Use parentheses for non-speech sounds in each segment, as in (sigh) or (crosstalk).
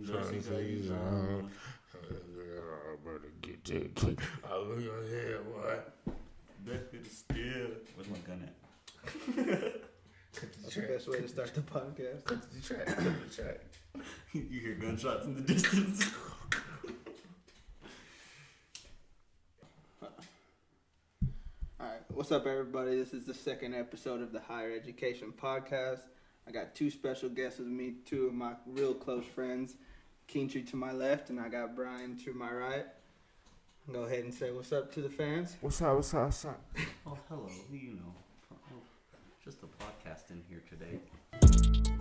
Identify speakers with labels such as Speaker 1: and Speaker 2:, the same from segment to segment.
Speaker 1: disease. Um, I better get to I look on here, boy.
Speaker 2: Best bit of skill. Where's my gun at? (laughs)
Speaker 3: That's the best way to start the podcast.
Speaker 1: Cut to the track. Cut to the track.
Speaker 2: you hear gunshots in the distance.
Speaker 3: All right, what's up, everybody? This is the second episode of the Higher Education Podcast. I got two special guests with me, two of my real close friends, Kintry to my left, and I got Brian to my right. Go ahead and say what's up to the fans.
Speaker 1: What's up? What's up? What's up?
Speaker 2: (laughs) oh, hello. You know, just a podcast in here today.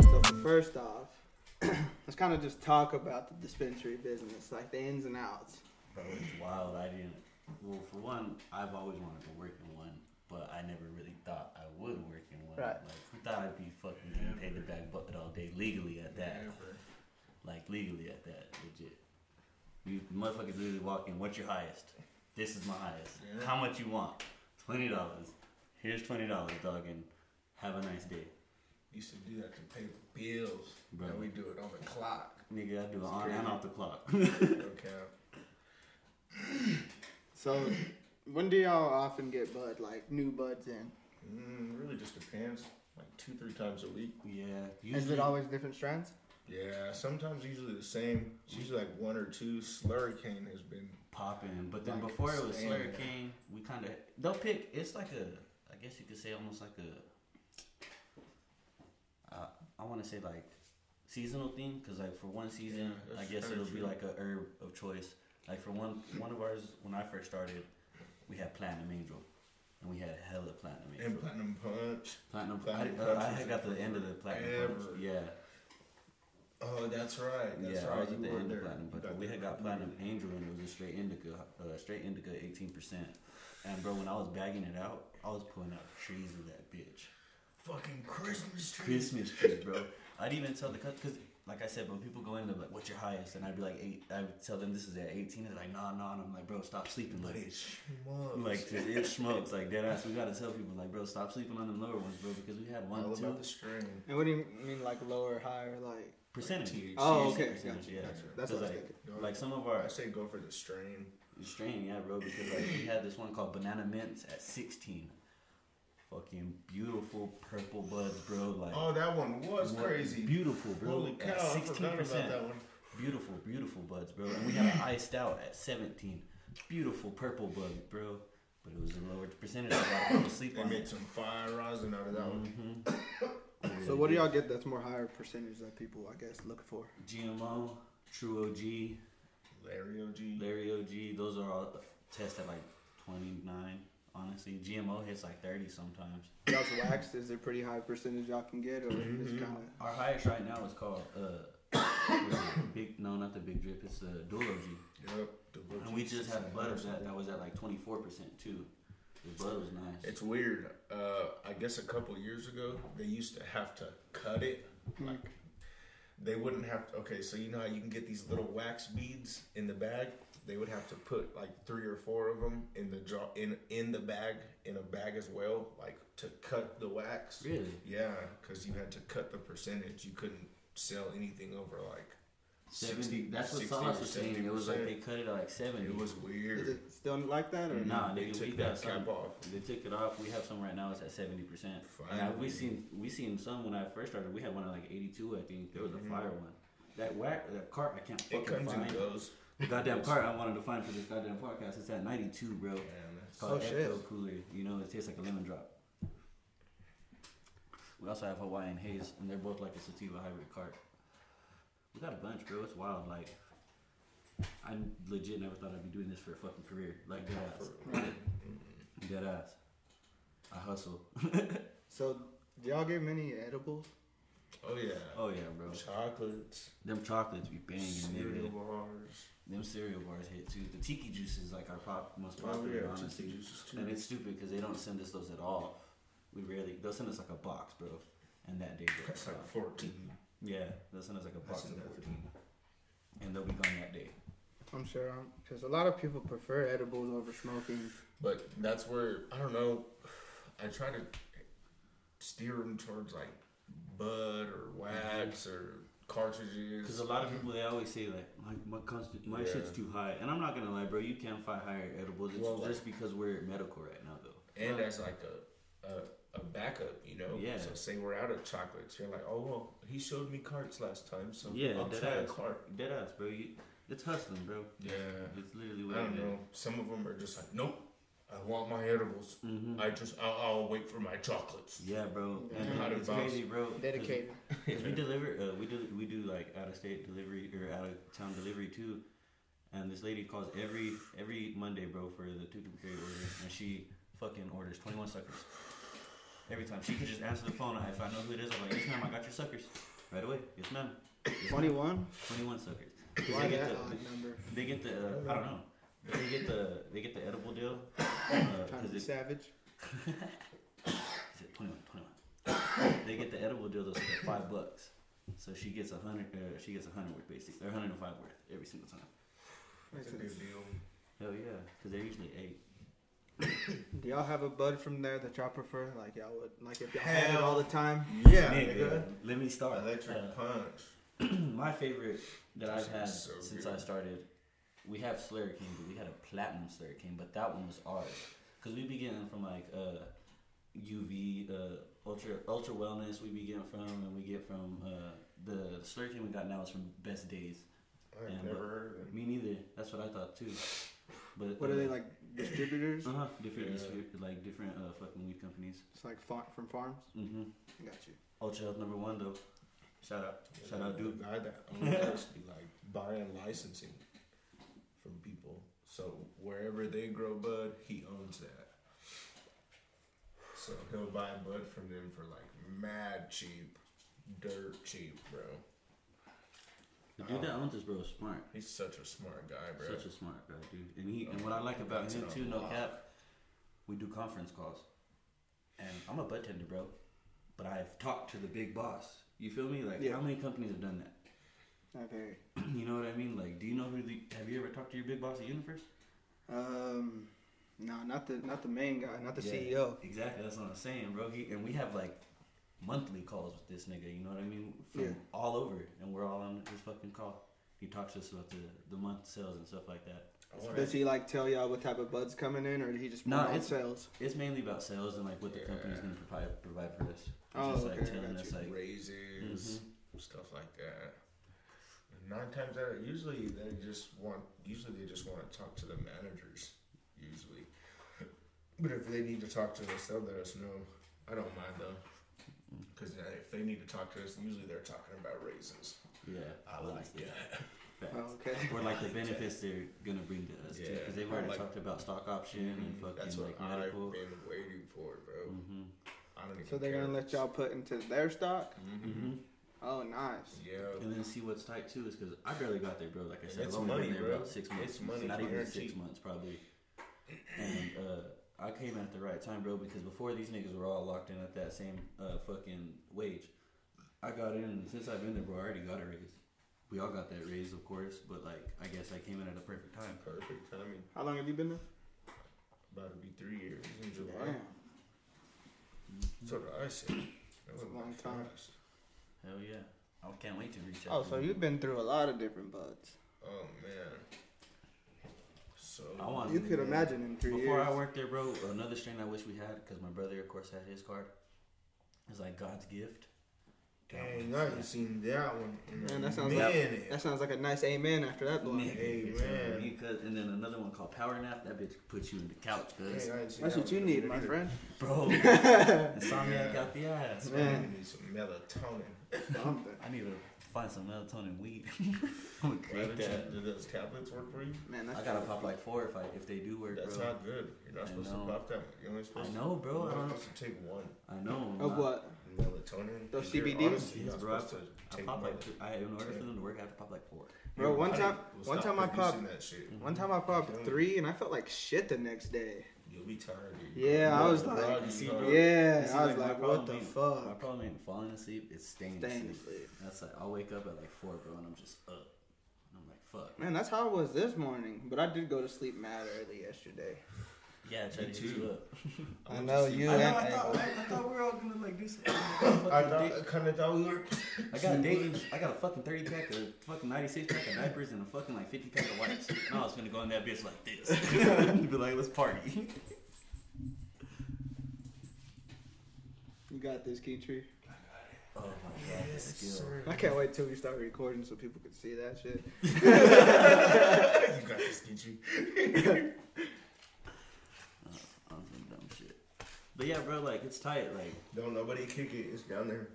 Speaker 3: So, first off, (clears throat) let's kind of just talk about the dispensary business, like the ins and outs.
Speaker 2: Bro, it's wild. I didn't. Well, for one, I've always wanted to work in one, but I never really thought I would work in one.
Speaker 3: Right.
Speaker 2: Like, who thought I'd be fucking getting paid the back bucket all day legally at that? Like, legally at that, legit. You motherfuckers literally walk in, what's your highest? This is my highest.
Speaker 1: Yeah.
Speaker 2: How much you want? $20. Here's $20, dog, and have a nice day.
Speaker 1: Used to do that to pay bills.
Speaker 2: Bro.
Speaker 1: Now we do it on the
Speaker 4: (laughs)
Speaker 1: clock.
Speaker 2: Nigga, I do it
Speaker 1: It's
Speaker 2: on
Speaker 1: crazy.
Speaker 2: and off the clock. (laughs)
Speaker 1: Okay.
Speaker 3: So, when do y'all often get bud, like new buds in?
Speaker 4: Mm, really just depends. Like two, three times a week.
Speaker 2: yeah.
Speaker 3: Is it always different strands?
Speaker 4: Yeah, sometimes usually the same. It's usually like one or two. Slurricane has been.
Speaker 2: popping. But then
Speaker 4: Like,
Speaker 2: before it was
Speaker 4: slam
Speaker 2: Slayer
Speaker 4: it.
Speaker 2: King, we kind of they'll pick. It's like a, I guess you could say almost like a. Uh, I want to say like seasonal thing because like for one season,
Speaker 4: Yeah, that's
Speaker 2: I guess
Speaker 4: kinda
Speaker 2: it'll be
Speaker 4: true.
Speaker 2: like a herb of choice. Like for one one of ours, when I first started, we had Platinum Angel, and we had hella Platinum Angel.
Speaker 4: And Platinum Punch.
Speaker 2: Platinum,
Speaker 4: Platinum
Speaker 2: I, uh, I
Speaker 4: Punch
Speaker 2: had
Speaker 4: is
Speaker 2: got the
Speaker 4: the
Speaker 2: end of the platinum.
Speaker 4: ever.
Speaker 2: Punch. Yeah,
Speaker 4: Oh, that's right. That's
Speaker 2: yeah,
Speaker 4: right.
Speaker 2: I was at
Speaker 4: You
Speaker 2: the
Speaker 4: were
Speaker 2: end
Speaker 4: there.
Speaker 2: of platinum,
Speaker 4: You
Speaker 2: but we
Speaker 4: the
Speaker 2: had got platinum angel and it was just straight indica, uh, straight indica, eighteen percent. And bro, when I was bagging it out, I was pulling out trees with that bitch,
Speaker 4: Fucking Christmas tree.
Speaker 2: Christmas tree, bro. I'd even tell the cut because, like I said, when people go in, they're like, "What's your highest?" And I'd be like, eight. I would tell them this is at eighteen, and they're like, "Nah, nah." And I'm like, "Bro, stop sleeping."
Speaker 4: But
Speaker 2: Like,
Speaker 4: it schmucks.
Speaker 2: like just, it smokes like dead ass. We gotta tell people like, "Bro, stop sleeping on them lower ones, bro," because we had
Speaker 4: all
Speaker 2: one, two
Speaker 4: about the string.
Speaker 3: And what do you mean, like lower, higher, like?
Speaker 2: percentage.
Speaker 4: THC.
Speaker 3: Oh,
Speaker 2: THC
Speaker 3: okay,
Speaker 2: percentage,
Speaker 3: gotcha,
Speaker 2: yeah.
Speaker 3: gotcha. That's
Speaker 2: So,
Speaker 3: what I was
Speaker 2: like,
Speaker 3: thinking.
Speaker 4: No,
Speaker 2: Like some of
Speaker 4: I
Speaker 2: our
Speaker 4: say go for the strain.
Speaker 2: strain, yeah, bro, because like we had this one called banana mints at 16. Fucking beautiful purple buds, bro. Like
Speaker 4: Oh, that one was
Speaker 2: what-
Speaker 4: crazy.
Speaker 2: Beautiful, bro.
Speaker 4: Holy
Speaker 2: at
Speaker 4: cow! I forgot about that one.
Speaker 2: Beautiful, beautiful buds, bro. And we had an iced out at 17. Beautiful purple bud, bro. But it was a lower percentage. I got to go to sleep
Speaker 4: They
Speaker 2: on Mm-hmm.
Speaker 4: made
Speaker 2: it.
Speaker 4: some fire rosin out of that one.
Speaker 2: Mhm.
Speaker 3: (laughs) So what do y'all get that's more higher percentage that people I guess look for?
Speaker 2: GMO, True OG, Mm-hmm.
Speaker 4: Larry OG.
Speaker 2: Larry OG, those are all tested at like 29, honestly. GMO hits like 30 sometimes.
Speaker 3: Y'all's waxed is a pretty high percentage y'all can get, or it's kind of
Speaker 2: Our highest right now is called uh, (coughs) what is it? big. No, not the big drip. It's the dual OG,
Speaker 4: Yep. the
Speaker 2: and we just
Speaker 4: Butchers.
Speaker 2: had bud of that. That was at like twenty four percent too. The bud was nice.
Speaker 4: It's weird. Uh, I guess a couple years ago, they used to have to cut it. Like they wouldn't have. To, okay, so you know how you can get these little wax beads in the bag. They would have to put like three or four of them in the jar in in the bag in a bag as well, like to cut the wax.
Speaker 2: Really?
Speaker 4: Yeah, because you had to cut the percentage. You couldn't sell anything over like 60
Speaker 2: seventy. that's what
Speaker 4: 60 or
Speaker 2: Sauce was saying. It was like they
Speaker 4: 70%.
Speaker 2: cut it at like seventy.
Speaker 4: It was
Speaker 3: is
Speaker 4: weird.
Speaker 3: it still like that or
Speaker 2: Nah,
Speaker 4: They
Speaker 2: nigga,
Speaker 4: took
Speaker 2: we
Speaker 4: that
Speaker 2: got some.
Speaker 4: cap off.
Speaker 2: They took it off. We have some right now. It's at seventy percent. And I,
Speaker 4: Finally.
Speaker 2: we seen we seen some when I first started. We had one at like eighty two. I think there was a fire one. That whack that cart I can't
Speaker 4: Mm-hmm. It
Speaker 2: fucking
Speaker 4: comes and
Speaker 2: find.
Speaker 4: goes.
Speaker 2: The goddamn cart I wanted to find for this goddamn podcast. It's at ninety two, bro.
Speaker 4: Man, that's
Speaker 2: It's called
Speaker 3: Oh,
Speaker 2: Epto
Speaker 3: shit.
Speaker 2: Cooler. You know, it tastes like a lemon drop. We also have Hawaiian Haze, and they're both like a sativa hybrid cart. We got a bunch, bro. It's wild. Like, I legit never thought I'd be doing this for a fucking career. Like, dead ass.
Speaker 4: Mm-hmm.
Speaker 2: Dead ass. I hustle.
Speaker 3: So do y'all give many edibles?
Speaker 4: Oh yeah.
Speaker 2: Oh, yeah, bro.
Speaker 4: Chocolates,
Speaker 2: Them chocolates be banging,
Speaker 4: cereal
Speaker 2: nigga.
Speaker 4: bars.
Speaker 2: Them cereal bars hit, too. The tiki juice is like our pop, most
Speaker 4: Oh
Speaker 2: popular,
Speaker 4: yeah,
Speaker 2: honestly.
Speaker 4: honestly, juices too.
Speaker 2: And it's stupid because they don't send us those at all. We rarely. They'll send us like a box, bro. And that day, bro.
Speaker 4: That's like fourteen.
Speaker 2: Yeah, they'll send us like a box
Speaker 4: That's
Speaker 2: of
Speaker 4: another
Speaker 2: 14. And they'll be gone that day.
Speaker 3: I'm sure, because a lot of people prefer edibles over smoking.
Speaker 4: But that's where I don't know. (sighs) I try to steer them towards like bud or wax or
Speaker 2: Because
Speaker 4: cartridges.
Speaker 2: a lot Mm-hmm. of people, they always say, like, my, my, constant, my
Speaker 4: Yeah.
Speaker 2: shit's too high. And I'm not going to lie, bro, you can find higher edibles. It's
Speaker 4: Well, like-
Speaker 2: just because we're medical right now, though.
Speaker 4: and as like a, a a backup, you know.
Speaker 2: Yeah.
Speaker 4: So say we're out of chocolates, you're like, oh well, he showed me carts last time, so
Speaker 2: Yeah,
Speaker 4: I'll
Speaker 2: that
Speaker 4: try a
Speaker 2: is.
Speaker 4: cart.
Speaker 2: Dead ass, bro. You, it's hustling, bro.
Speaker 4: Yeah.
Speaker 2: It's literally
Speaker 4: I
Speaker 2: what
Speaker 4: don't
Speaker 2: it
Speaker 4: know.
Speaker 2: is.
Speaker 4: Some of them are just like, nope. I want my edibles.
Speaker 2: Mhm.
Speaker 4: I just I'll, I'll wait for my chocolates.
Speaker 2: Yeah, bro.
Speaker 3: Yeah.
Speaker 2: And
Speaker 4: Not
Speaker 2: it's
Speaker 4: involved.
Speaker 2: crazy, bro. 'cause-
Speaker 3: Dedicated.
Speaker 2: 'cause we deliver, uh, we do, we do like out of state delivery or out of town delivery too. And this lady calls every every Monday, bro, for the two two carry order, and she fucking orders twenty one suckers every time. She can just answer the phone. If I know who it is, I'm like, yes ma'am, I got your suckers right away. Yes ma'am,
Speaker 3: 21?
Speaker 2: twenty one suckers. 'Cause
Speaker 3: Why
Speaker 2: they get
Speaker 3: that
Speaker 2: the-
Speaker 3: odd number?
Speaker 2: They get the uh, I don't know. They get the they get the edible deal.
Speaker 3: Trying to
Speaker 2: Because
Speaker 3: be
Speaker 2: it's
Speaker 3: savage.
Speaker 2: twenty one, twenty one. They get the edible deal that's like five bucks. So she gets a hundred. Uh, she gets a hundred worth basically, or hundred and five worth every single time.
Speaker 4: It's a good deal.
Speaker 2: Hell yeah, because they're usually eight.
Speaker 3: Do y'all have a bud from there that y'all prefer? Like y'all would, like if y'all had it
Speaker 4: Hell.
Speaker 3: all the time?
Speaker 4: Yeah,
Speaker 2: Nigga,
Speaker 4: nigga.
Speaker 2: let me start. Uh,
Speaker 4: Electric punch.
Speaker 2: (clears throat) my favorite that I've had
Speaker 4: Sounds so
Speaker 2: since
Speaker 4: good.
Speaker 2: I started, we have Slayer King, but we had a platinum Slayer King, but that one was ours because we begin from like uh, UV uh, ultra ultra wellness. We begin from and we get from uh, the Slayer King we got now is from Best Days.
Speaker 4: I've
Speaker 2: Yeah,
Speaker 4: never
Speaker 2: but-
Speaker 4: heard of it.
Speaker 2: Me neither. That's what I thought too. But
Speaker 3: What are they
Speaker 2: uh, (clears throat)
Speaker 3: like? Distributors?
Speaker 2: Uh-huh. Different,
Speaker 4: Yeah.
Speaker 2: distri- like different uh, fucking weed companies.
Speaker 3: It's like far- from farms.
Speaker 2: Mm-hmm.
Speaker 3: Got you.
Speaker 2: Ultra Health number one though. Shout out, shout out, dude.
Speaker 4: The guy that
Speaker 2: (laughs)
Speaker 4: owns it must be like buying licensing from people. So wherever they grow bud, he owns that. So he'll buy bud from them for like mad cheap, dirt cheap, bro.
Speaker 2: The dude that owns this bro is smart.
Speaker 4: He's such a smart guy, bro.
Speaker 2: Such a smart guy, dude. And he and what I like about
Speaker 4: That's
Speaker 2: him
Speaker 4: it.
Speaker 2: too, no cap, we do conference calls. And I'm a butt tender, bro. But I've talked to the big boss. You feel me? Like
Speaker 3: Yeah.
Speaker 2: how many companies have done that? (clears throat)
Speaker 3: Okay.
Speaker 2: you know what I mean? Like, do you know who the have you ever talked to your big boss at Universe?
Speaker 3: Um, no, not the not the main guy, not the E
Speaker 2: Yeah.
Speaker 3: CEO.
Speaker 2: Exactly, that's what I'm saying, bro. He and we have like monthly calls with this nigga, you know what I mean? From
Speaker 3: Yeah.
Speaker 2: all over and we're all on his fucking call. He talks to us about the, the month sales and stuff like that.
Speaker 4: I wanna-
Speaker 3: Does he like tell y'all what type of buds coming in, or did he just put
Speaker 2: No,
Speaker 3: it on
Speaker 2: it's-
Speaker 3: sales?
Speaker 2: It's mainly about sales and like what the company's
Speaker 4: Yeah.
Speaker 2: gonna provide provide for us. It's
Speaker 3: Oh,
Speaker 2: just
Speaker 3: okay,
Speaker 2: like telling
Speaker 3: got
Speaker 2: us
Speaker 3: you.
Speaker 2: like mm-hmm.
Speaker 4: raises, stuff like that. Nine times out, of usually they just want. Usually they just want to talk to the managers. Usually, (laughs) but if they need to talk to us, they'll let us know. I don't mind though,
Speaker 2: Mm-hmm.
Speaker 4: because if they need to talk to us, usually they're talking about raises.
Speaker 2: yeah,
Speaker 4: I like
Speaker 2: it.
Speaker 4: that.
Speaker 2: Facts.
Speaker 3: Oh, okay.
Speaker 2: Or
Speaker 4: (laughs)
Speaker 2: like the benefits they're gonna bring to us too,
Speaker 4: Yeah.
Speaker 2: because they've already
Speaker 4: Like- Mm-hmm.
Speaker 2: talked about stock option and fucking
Speaker 4: (laughs) That's what
Speaker 2: like
Speaker 4: I've
Speaker 2: medical.
Speaker 4: been waiting for, bro.
Speaker 2: Mm-hmm.
Speaker 4: I don't even.
Speaker 3: (laughs) So they're gonna let y'all put into their stock.
Speaker 4: Mm-hmm.
Speaker 2: Mm-hmm.
Speaker 3: Oh, nice.
Speaker 4: Yeah.
Speaker 2: And then see what's tight too is because I barely got there, bro. Like I
Speaker 4: And
Speaker 2: said,
Speaker 4: it's
Speaker 2: I've only
Speaker 4: money,
Speaker 2: been there
Speaker 4: bro.
Speaker 2: about six months.
Speaker 4: It's money,
Speaker 2: Not even
Speaker 4: guaranteed.
Speaker 2: six months, probably. And uh, I came in at the right time, bro, because before these niggas were all locked in at that same uh, fucking wage. I got in, and since I've been there, bro, I already got a raise. We all got that raise, of course, but like I guess I came in at the perfect time.
Speaker 4: Perfect timing.
Speaker 3: How long have you been there?
Speaker 4: About to be three years in July.
Speaker 3: Damn.
Speaker 4: So did I said. That was
Speaker 3: a long time.
Speaker 4: fast.
Speaker 2: Hell yeah! I can't wait to reach out.
Speaker 3: Oh,
Speaker 2: to
Speaker 3: so
Speaker 2: them.
Speaker 3: you've been through a lot of different buds.
Speaker 4: Oh man. So
Speaker 2: I want
Speaker 3: You could imagine in three
Speaker 2: Oh, Before
Speaker 3: years.
Speaker 2: I worked there, bro, another strain I wish we had because my brother, of course, had his card. It's like God's gift.
Speaker 4: dang, I haven't seen that one in
Speaker 3: Man,
Speaker 4: a
Speaker 3: that sounds
Speaker 4: minute.
Speaker 3: like that sounds like a nice amen after that one.
Speaker 2: Nigga,
Speaker 4: Hey,
Speaker 2: it's gonna
Speaker 4: man.
Speaker 2: be good. and then another one called Power Nap. That bitch puts you in the couch, cuz.
Speaker 4: Dang, I ain't seen
Speaker 3: That's
Speaker 4: that
Speaker 3: what you
Speaker 4: one in a
Speaker 3: need, my
Speaker 4: minute.
Speaker 2: (laughs)
Speaker 3: friend. (laughs)
Speaker 2: Bro, insomniac
Speaker 4: Yeah.
Speaker 2: out the ass.
Speaker 4: I
Speaker 3: Man.
Speaker 4: need some melatonin.
Speaker 3: Something.
Speaker 2: I need to find some melatonin weed. (laughs) I'm gonna
Speaker 4: Right
Speaker 2: crack that.
Speaker 4: Do those tablets work for you?
Speaker 3: Man, that's
Speaker 2: I gotta pop like four if I if they do work,
Speaker 4: That's
Speaker 2: bro.
Speaker 4: not good. You're not
Speaker 2: I
Speaker 4: supposed
Speaker 2: know.
Speaker 4: to pop that. much. You're only supposed
Speaker 2: I know,
Speaker 4: To,
Speaker 2: bro. I
Speaker 4: You're
Speaker 2: don't.
Speaker 4: only supposed to take one
Speaker 2: I know.
Speaker 3: of
Speaker 2: not-
Speaker 3: what?
Speaker 4: melatonin.
Speaker 3: Those
Speaker 4: You're
Speaker 3: CBDs?
Speaker 4: honestly
Speaker 2: Yes,
Speaker 4: not
Speaker 2: bro.
Speaker 4: supposed to
Speaker 2: I
Speaker 4: take
Speaker 2: pop
Speaker 4: more
Speaker 2: like.
Speaker 4: than-
Speaker 2: Two, I in order for them to work, I have to pop like four.
Speaker 3: Bro,
Speaker 4: Your
Speaker 3: one
Speaker 4: body
Speaker 3: time,
Speaker 4: will
Speaker 3: one
Speaker 4: stop
Speaker 3: time I
Speaker 4: producing
Speaker 3: popped,
Speaker 4: that shit.
Speaker 3: one time I popped three, and I felt like shit the next day.
Speaker 4: you'll be tired. Dude.
Speaker 3: Yeah, I
Speaker 4: You're
Speaker 3: was
Speaker 4: groggy,
Speaker 3: like,
Speaker 4: you know?
Speaker 3: yeah,
Speaker 2: This is
Speaker 3: I was
Speaker 2: my
Speaker 3: like, what
Speaker 2: problem
Speaker 3: the
Speaker 2: ain't- My
Speaker 3: fuck?
Speaker 2: problem ain't falling asleep. It's staying,
Speaker 3: Staying
Speaker 2: asleep.
Speaker 3: asleep.
Speaker 2: That's like I'll wake up at like four, bro, and I'm just up. And I'm like, fuck.
Speaker 3: Man, that's how it was this morning. But I did go to sleep mad early yesterday.
Speaker 2: Yeah,
Speaker 4: try to hit you
Speaker 2: up.
Speaker 3: I know you
Speaker 2: I,
Speaker 3: and
Speaker 2: know, I, thought,
Speaker 3: Abel.
Speaker 2: I, I thought we were all gonna like do something.
Speaker 4: I
Speaker 2: I,
Speaker 4: thought, I kind of thought we were.
Speaker 2: I got a date. I got a fucking thirty pack of fucking ninety six pack of diapers and a fucking like fifty pack of wipes. And I was gonna go in that bitch like this. (laughs) Be like, let's party.
Speaker 3: You got this, Keytree.
Speaker 2: Oh my god, this skill.
Speaker 3: I can't wait till we start recording so people can see that shit.
Speaker 4: you got this, get you.
Speaker 2: On some dumb shit. But yeah, bro, like it's tight. Like (laughs)
Speaker 4: Don't nobody kick it. It's down there.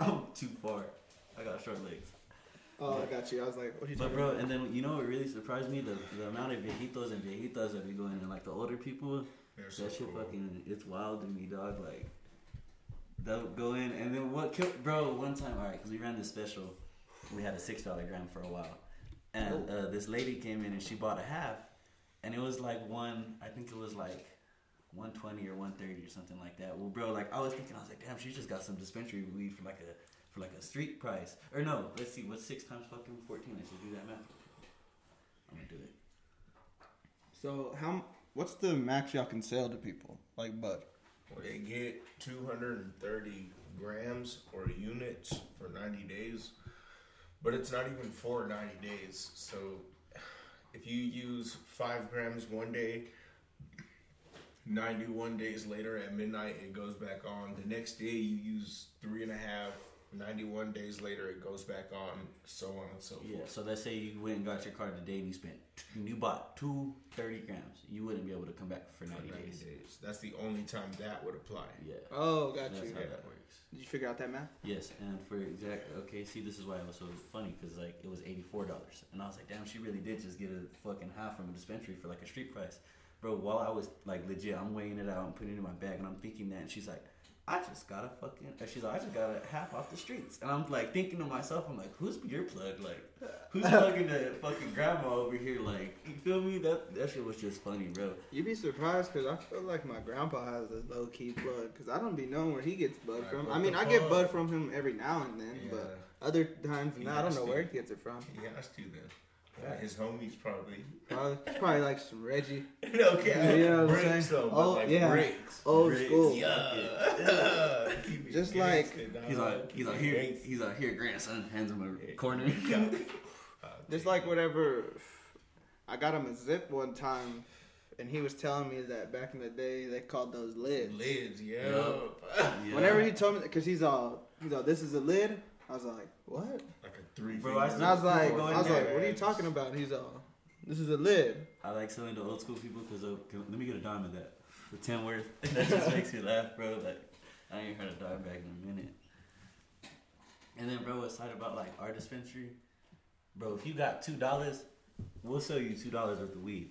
Speaker 2: I'm too far. I got short legs.
Speaker 3: Oh, I got you. I was like, what are you
Speaker 2: But
Speaker 3: talking
Speaker 2: bro,
Speaker 3: about?
Speaker 2: and then you know what really surprised me? The, the amount of viejitos and viejitas that be going in. Like the older people,
Speaker 4: They're so
Speaker 2: that shit
Speaker 4: cool.
Speaker 2: fucking, it's wild to me, dog. Like, they'll go in and then what killed, bro, one time, alright, because we ran this special. We had a $6 gram for a while. And
Speaker 4: Oh.
Speaker 2: uh, this lady came in and she bought a half. And it was like one, I think it was like 120 or 130 or something like that. Well, bro, like I was thinking, I was like, damn, she just got some dispensary weed for like a for like a street price. Or no, let's see, what's six times fucking 14? I should do that math. I'm gonna do it.
Speaker 3: So, how? What's the max y'all can sell to people? Like, bud.
Speaker 4: Well, they get 230 grams or units for 90 days, but it's not even for 90 days. So if you use 5 grams one day, 91 days later at midnight, it goes back on. The next day, you use three and a half. 91 days later, it goes back on, so on and so
Speaker 2: Yeah,
Speaker 4: forth.
Speaker 2: so let's say you went and got your car today and you spent, and you bought 230 grams. You wouldn't be able to come back for 90,
Speaker 4: For 90
Speaker 2: days.
Speaker 4: days. That's the only time that would apply.
Speaker 2: Yeah.
Speaker 3: Oh, got
Speaker 2: That's
Speaker 3: you.
Speaker 2: how
Speaker 3: Did
Speaker 2: that works.
Speaker 3: you figure out that math?
Speaker 2: Yes, and for exact okay, see, this is why it was so funny because like it was eighty four dollars, and I was like, damn, she really did just get a fucking half from a dispensary for like a street price, bro. While I was like legit, I'm weighing it out and putting it in my bag, and I'm thinking that, and she's like, I just got a fucking, or she's like, I just got a half off the streets, and I'm like thinking to myself, I'm like, who's your plug, like,
Speaker 3: (laughs)
Speaker 2: who's plugging the fucking grandma over here, like, you feel me? That that shit was just funny, bro.
Speaker 3: You'd be surprised because I feel like my grandpa has a low key bud because I don't be knowing where he gets bud
Speaker 4: Like,
Speaker 3: from.
Speaker 4: what
Speaker 3: I mean,
Speaker 4: the
Speaker 3: I get
Speaker 4: fuck?
Speaker 3: bud from him every now and then,
Speaker 4: Yeah.
Speaker 3: but other times,
Speaker 4: He
Speaker 3: nah, I don't
Speaker 4: has
Speaker 3: know
Speaker 4: to.
Speaker 3: where he gets it from.
Speaker 4: He has to then. Yeah, his homies probably. (laughs)
Speaker 3: Probably, it's probably like some Reggie,
Speaker 4: okay.
Speaker 3: You know what I'm
Speaker 4: bricks
Speaker 3: saying?
Speaker 4: though, but
Speaker 3: Oh,
Speaker 4: like
Speaker 3: yeah.
Speaker 4: bricks.
Speaker 3: old
Speaker 2: Rick,
Speaker 3: school.
Speaker 4: Yeah. (laughs) Keep it
Speaker 3: Just
Speaker 4: gangsta, dog.
Speaker 2: He's
Speaker 3: Uh,
Speaker 2: like, he's like,
Speaker 4: Keep it
Speaker 2: here, (laughs)
Speaker 4: gangsta.
Speaker 2: he's like, here, grandson, hands him a corner.
Speaker 3: Just like whatever. I got him a zip one time, and he was telling me that back in the day they called those lids.
Speaker 4: Lids, yeah.
Speaker 2: Yeah.
Speaker 3: Whenever he told me, because he's all, he's all, this is a lid. I was like, what?
Speaker 4: (laughs) Like a three.
Speaker 2: Bro, I
Speaker 3: And I was like,
Speaker 2: Going
Speaker 3: I was like,
Speaker 2: there,
Speaker 3: what are you talking about? And he's all, this is a lid.
Speaker 2: I like selling to old school people because let me get a dime of that for ten worth. (laughs)
Speaker 4: (laughs)
Speaker 2: That just makes me laugh, bro. Like I ain't heard a dime back in a minute. And then, bro, what's tight about like our dispensary, bro? If you got two dollars, we'll sell you two dollars worth of weed.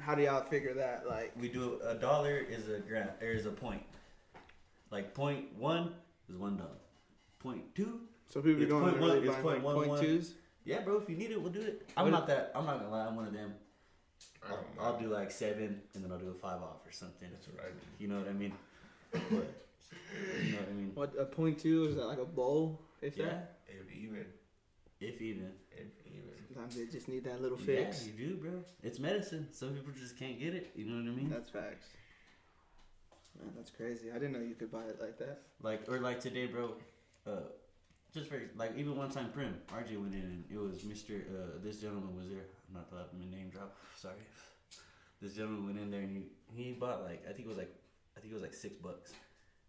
Speaker 3: How do y'all figure that? Like,
Speaker 2: We do a dollar is a gram or is a point. Like point one is one dollar. Point two,
Speaker 3: so people be
Speaker 2: It's
Speaker 3: going
Speaker 2: point
Speaker 3: to
Speaker 2: one-
Speaker 3: really
Speaker 2: it's
Speaker 3: buying
Speaker 2: point
Speaker 3: like
Speaker 2: one
Speaker 3: point
Speaker 2: one.
Speaker 3: twos.
Speaker 2: yeah, bro. If you need it, we'll do it. I'm
Speaker 3: What-
Speaker 2: not that. I'm not gonna lie. I'm one of them.
Speaker 4: I
Speaker 2: I'll,
Speaker 4: don't
Speaker 2: I'll
Speaker 4: know.
Speaker 2: do like seven, and then I'll do a five off or something.
Speaker 4: That's what I do.
Speaker 2: You know what I mean? But, you know what I mean?
Speaker 3: What a point two is that like a bowl? If
Speaker 2: yeah,
Speaker 3: that
Speaker 4: If even,
Speaker 2: if even.
Speaker 4: if even.
Speaker 3: sometimes they just need that little fix.
Speaker 2: Yeah, you do, bro. It's medicine. Some people just can't get it. You know what I mean?
Speaker 3: That's facts. Man, that's crazy. I didn't know you could buy it like that.
Speaker 2: Like or like today, bro. Uh, just for like even one time, Prim RJ went in and it was Mister. Uh, this gentleman was there. I'm not allowed to name drop. (laughs) Sorry. This gentleman went in there and he he bought like I think it was like I think it was like six bucks.